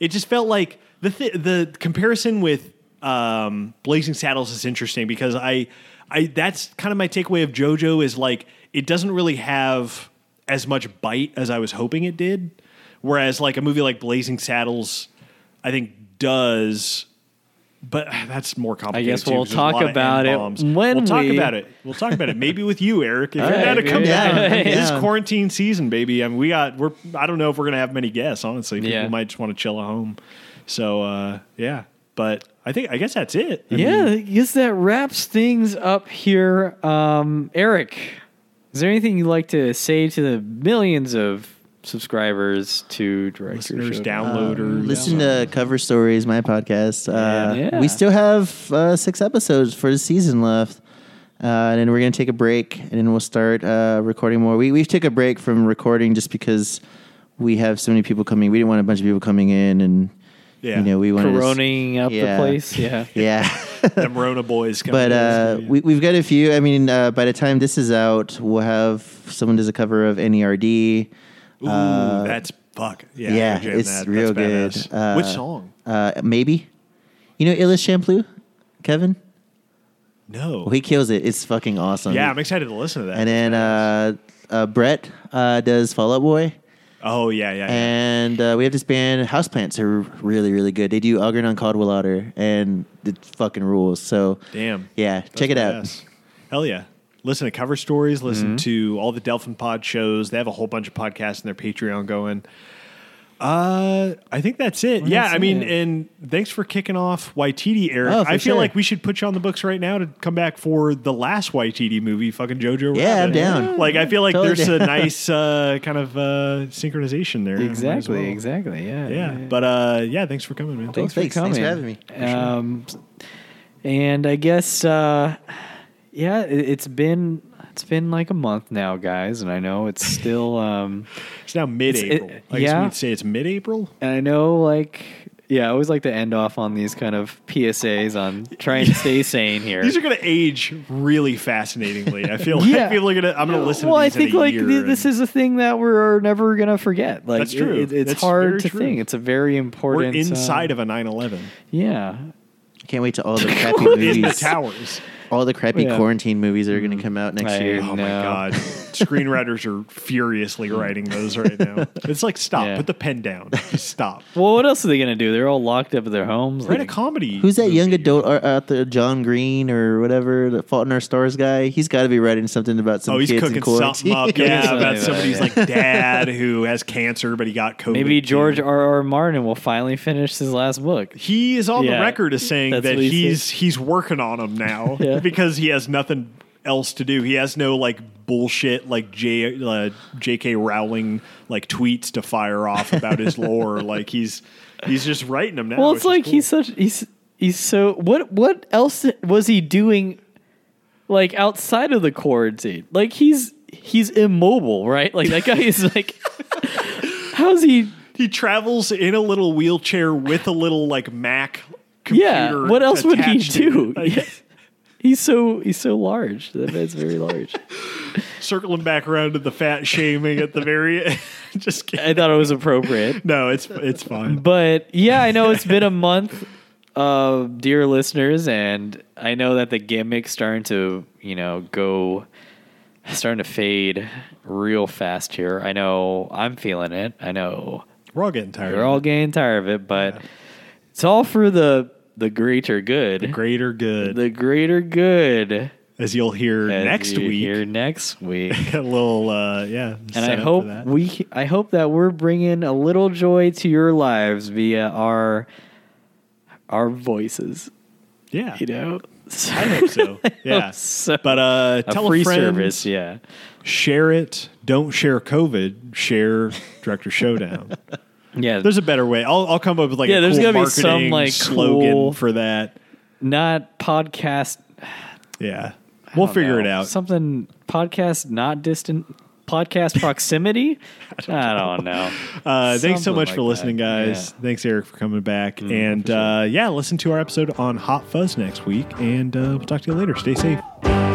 [SPEAKER 2] it just felt like the th- the comparison with. um, Blazing Saddles is interesting because I, I that's kind of my takeaway of JoJo is like it doesn't really have as much bite as I was hoping it did, whereas like a movie like Blazing Saddles, I think does. But (sighs) that's more complicated.
[SPEAKER 1] guess
[SPEAKER 2] too,
[SPEAKER 1] we'll
[SPEAKER 2] 'cause there's a lot
[SPEAKER 1] talk
[SPEAKER 2] of
[SPEAKER 1] about it
[SPEAKER 2] N-bombs.
[SPEAKER 1] when
[SPEAKER 2] we'll talk
[SPEAKER 1] we-
[SPEAKER 2] about it. We'll talk about it. Maybe with you, Eric, if you're
[SPEAKER 1] right,
[SPEAKER 2] down to come
[SPEAKER 1] maybe.
[SPEAKER 2] down.
[SPEAKER 1] Yeah,
[SPEAKER 2] This
[SPEAKER 3] yeah.
[SPEAKER 2] is quarantine season, baby. I mean, we got we're. I don't know if we're gonna have many guests. Honestly, people
[SPEAKER 1] Yeah.
[SPEAKER 2] might just want to chill at home. So uh, yeah, but I think I guess that's it. I
[SPEAKER 1] yeah, I guess that wraps things up here. Um, Eric, is there anything you'd like to say to the millions of subscribers to Direct Your
[SPEAKER 2] listeners,
[SPEAKER 1] Show?
[SPEAKER 2] downloaders. uh,
[SPEAKER 3] Uh, Listen to Cover Stories, my podcast. Uh,
[SPEAKER 1] Yeah.
[SPEAKER 3] We still have uh, six episodes for the season left. Uh, and then we're going to take a break and then we'll start uh, recording more. We, we took a break from recording just because we have so many people coming. We didn't want a bunch of people coming in and,
[SPEAKER 2] Yeah.
[SPEAKER 3] you know, we wanted to s-
[SPEAKER 1] Coroning up
[SPEAKER 3] Yeah.
[SPEAKER 1] the place.
[SPEAKER 3] (laughs)
[SPEAKER 1] Yeah.
[SPEAKER 2] (laughs)
[SPEAKER 3] Yeah.
[SPEAKER 2] the Rona boys. coming
[SPEAKER 3] but
[SPEAKER 2] in.
[SPEAKER 3] uh,
[SPEAKER 2] Yeah.
[SPEAKER 3] we, we've got a few. I mean, uh, by the time this is out, we'll have someone does a cover of E NERD.
[SPEAKER 2] Ooh, that's fuck. Yeah, I
[SPEAKER 3] uh, yeah,
[SPEAKER 2] gotta jam
[SPEAKER 3] it's
[SPEAKER 2] that.
[SPEAKER 3] real good.
[SPEAKER 2] That's badass.
[SPEAKER 3] Uh,
[SPEAKER 2] Which song?
[SPEAKER 3] Uh, maybe. You know Illis Shampoo, Kevin?
[SPEAKER 2] No.
[SPEAKER 3] Well, he kills it. It's fucking awesome.
[SPEAKER 2] yeah, I'm excited to listen to that.
[SPEAKER 3] And then uh, uh, Brett uh, does Fall Out Boy.
[SPEAKER 2] oh yeah, yeah. yeah.
[SPEAKER 3] And uh, we have this band, Houseplants, are really, really good. They do Algernon Caldwell Otter, and it fucking rules. So,
[SPEAKER 2] Damn.
[SPEAKER 3] yeah, check it out. Mm-hmm.
[SPEAKER 2] Yes. Hell yeah. Listen to cover stories, listen to all the Delphin Pod shows. They have a whole bunch of podcasts in their Patreon going. Uh, I think that's it. yeah,
[SPEAKER 1] that's
[SPEAKER 2] I mean,
[SPEAKER 1] it.
[SPEAKER 2] and thanks for kicking off Waititi, Eric.
[SPEAKER 3] Oh, for
[SPEAKER 2] I feel
[SPEAKER 3] sure.
[SPEAKER 2] like we should put you on the books right now to come back for the last Waititi movie, fucking Jojo.
[SPEAKER 3] Yeah, I'm
[SPEAKER 2] Rabbit.
[SPEAKER 3] down.
[SPEAKER 2] Like, I feel like
[SPEAKER 3] Totally
[SPEAKER 2] there's a
[SPEAKER 3] down. (laughs)
[SPEAKER 2] nice uh, kind of uh, synchronization there. Might as
[SPEAKER 1] Exactly.
[SPEAKER 2] well.
[SPEAKER 1] Exactly. Yeah.
[SPEAKER 2] Yeah, but uh, yeah, thanks for coming, man.
[SPEAKER 1] Thanks,
[SPEAKER 3] Thanks-
[SPEAKER 1] for coming.
[SPEAKER 3] thanks for having me. For sure.
[SPEAKER 1] Um, and I guess, uh, yeah, it, it's been it's been like a month now, guys, and I know it's still. Um,
[SPEAKER 2] It's now mid-April.
[SPEAKER 1] it-
[SPEAKER 2] I guess
[SPEAKER 1] yeah.
[SPEAKER 2] we'd say it's mid-April.
[SPEAKER 1] and I know, like, yeah, I always like to end off on these kind of PSAs on trying to stay sane here.
[SPEAKER 2] These are going to age really fascinatingly. I feel like
[SPEAKER 1] (laughs) Yeah.
[SPEAKER 2] people are going to. I'm going to listen.
[SPEAKER 1] well,
[SPEAKER 2] to these
[SPEAKER 1] I think
[SPEAKER 2] in a
[SPEAKER 1] like
[SPEAKER 2] year
[SPEAKER 1] th- this
[SPEAKER 2] and
[SPEAKER 1] is a thing that we're never gonna forget. Like,
[SPEAKER 2] That's true.
[SPEAKER 1] It, it- it's
[SPEAKER 2] That's very
[SPEAKER 1] hard to
[SPEAKER 2] true.
[SPEAKER 1] think. It's a very
[SPEAKER 2] we're
[SPEAKER 1] important. uh,
[SPEAKER 2] inside of a 9/11
[SPEAKER 1] yeah,
[SPEAKER 3] Can't wait till
[SPEAKER 2] (laughs)
[SPEAKER 3] all the crappy
[SPEAKER 2] in the
[SPEAKER 3] movies,
[SPEAKER 2] towers.
[SPEAKER 3] all the crappy
[SPEAKER 1] Yeah.
[SPEAKER 3] quarantine movies that are going to come out next
[SPEAKER 1] I-
[SPEAKER 3] year.
[SPEAKER 2] Mm. Oh my
[SPEAKER 1] No. (laughs)
[SPEAKER 2] god! Screenwriters are furiously writing those right now. It's like stop.
[SPEAKER 1] Yeah.
[SPEAKER 2] Put the pen down. Just stop.
[SPEAKER 1] Well, what else are they gonna do? They're all locked up at their homes.
[SPEAKER 2] Write a
[SPEAKER 1] like-
[SPEAKER 2] comedy.
[SPEAKER 3] Who's that
[SPEAKER 2] movie.
[SPEAKER 3] young adult ar- out there, John Green or whatever, the Fault in Our Stars guy? He's got to be writing something about some
[SPEAKER 2] Oh, he's
[SPEAKER 3] kids in
[SPEAKER 2] cooking something
[SPEAKER 3] quarantine.
[SPEAKER 1] (laughs)
[SPEAKER 2] up.
[SPEAKER 3] (laughs)
[SPEAKER 1] Cooking
[SPEAKER 2] Yeah,
[SPEAKER 1] something
[SPEAKER 2] about
[SPEAKER 1] up,
[SPEAKER 2] somebody's
[SPEAKER 1] yeah.
[SPEAKER 2] like dad who has cancer, but he got COVID.
[SPEAKER 1] Maybe George R. R. Martin will finally finish his last book.
[SPEAKER 2] He is on the
[SPEAKER 1] Yeah.
[SPEAKER 2] record as saying
[SPEAKER 1] That's
[SPEAKER 2] that
[SPEAKER 1] what he
[SPEAKER 2] he's
[SPEAKER 1] said.
[SPEAKER 2] he's working on them now
[SPEAKER 1] (laughs) Yeah.
[SPEAKER 2] because he has nothing else to do. He has no like bullshit like J uh, J.K. Rowling like tweets to fire off
[SPEAKER 1] (laughs)
[SPEAKER 2] about his lore. Like he's he's just writing them now.
[SPEAKER 1] Well,
[SPEAKER 2] which
[SPEAKER 1] it's
[SPEAKER 2] is
[SPEAKER 1] like
[SPEAKER 2] cool.
[SPEAKER 1] he's such he's he's so what what else was he doing like outside of the quarantine? Like he's he's immobile, right? Like that guy is like (laughs) how's he
[SPEAKER 2] he travels in a little wheelchair with a little like Mac. Computer
[SPEAKER 1] Yeah, what else would he
[SPEAKER 2] attached to
[SPEAKER 1] do?
[SPEAKER 2] it. Like,
[SPEAKER 1] Yeah. He's so he's so large. That man's very large.
[SPEAKER 2] (laughs) Circling back around to the fat shaming at the very (laughs) end. just kidding.
[SPEAKER 1] I thought it was appropriate.
[SPEAKER 2] No, it's it's fine.
[SPEAKER 1] But yeah, I know it's been
[SPEAKER 2] (laughs)
[SPEAKER 1] a month, uh, dear listeners, and I know that the gimmick's starting to, you know, go, starting to fade real fast here. I know I'm feeling it. I know
[SPEAKER 2] We're all getting tired.
[SPEAKER 1] you're all getting tired of it, but it's all for the the greater good, the,
[SPEAKER 2] greater good.
[SPEAKER 1] greater good.
[SPEAKER 2] as you'll hear
[SPEAKER 1] as
[SPEAKER 2] next
[SPEAKER 1] you
[SPEAKER 2] week.
[SPEAKER 1] hear next week.
[SPEAKER 2] (laughs) A little, uh, yeah.
[SPEAKER 1] and I
[SPEAKER 2] setup for
[SPEAKER 1] hope
[SPEAKER 2] that.
[SPEAKER 1] we I hope that we're bringing a little joy to your lives via our our voices.
[SPEAKER 2] yeah,
[SPEAKER 1] You know, So-
[SPEAKER 2] I hope so.
[SPEAKER 1] (laughs)
[SPEAKER 2] Yeah,
[SPEAKER 1] so.
[SPEAKER 2] but uh,
[SPEAKER 1] a
[SPEAKER 2] tell
[SPEAKER 1] free
[SPEAKER 2] a friend,
[SPEAKER 1] service. Yeah,
[SPEAKER 2] share it. Don't share COVID. Share
[SPEAKER 1] (laughs)
[SPEAKER 2] Director Showdown.
[SPEAKER 1] yeah.
[SPEAKER 2] There's a better way. I'll, I'll come up with like
[SPEAKER 1] Yeah,
[SPEAKER 2] a
[SPEAKER 1] there's
[SPEAKER 2] cool
[SPEAKER 1] gotta be
[SPEAKER 2] marketing
[SPEAKER 1] some, like,
[SPEAKER 2] slogan
[SPEAKER 1] cool-
[SPEAKER 2] for that.
[SPEAKER 1] not podcast.
[SPEAKER 2] Yeah, we'll
[SPEAKER 1] I don't
[SPEAKER 2] figure
[SPEAKER 1] know,
[SPEAKER 2] it out.
[SPEAKER 1] Something podcast not distant.
[SPEAKER 2] (laughs)
[SPEAKER 1] Podcast proximity. I don't know.
[SPEAKER 2] Uh, thanks so
[SPEAKER 1] Something
[SPEAKER 2] much
[SPEAKER 1] like
[SPEAKER 2] for listening,
[SPEAKER 1] that. Mm,
[SPEAKER 2] guys. Thanks, Eric, for coming back. and uh, yeah, listen to our episode on Hot Fuzz next week. And uh, we'll talk to you later. Stay safe.
[SPEAKER 1] Yeah.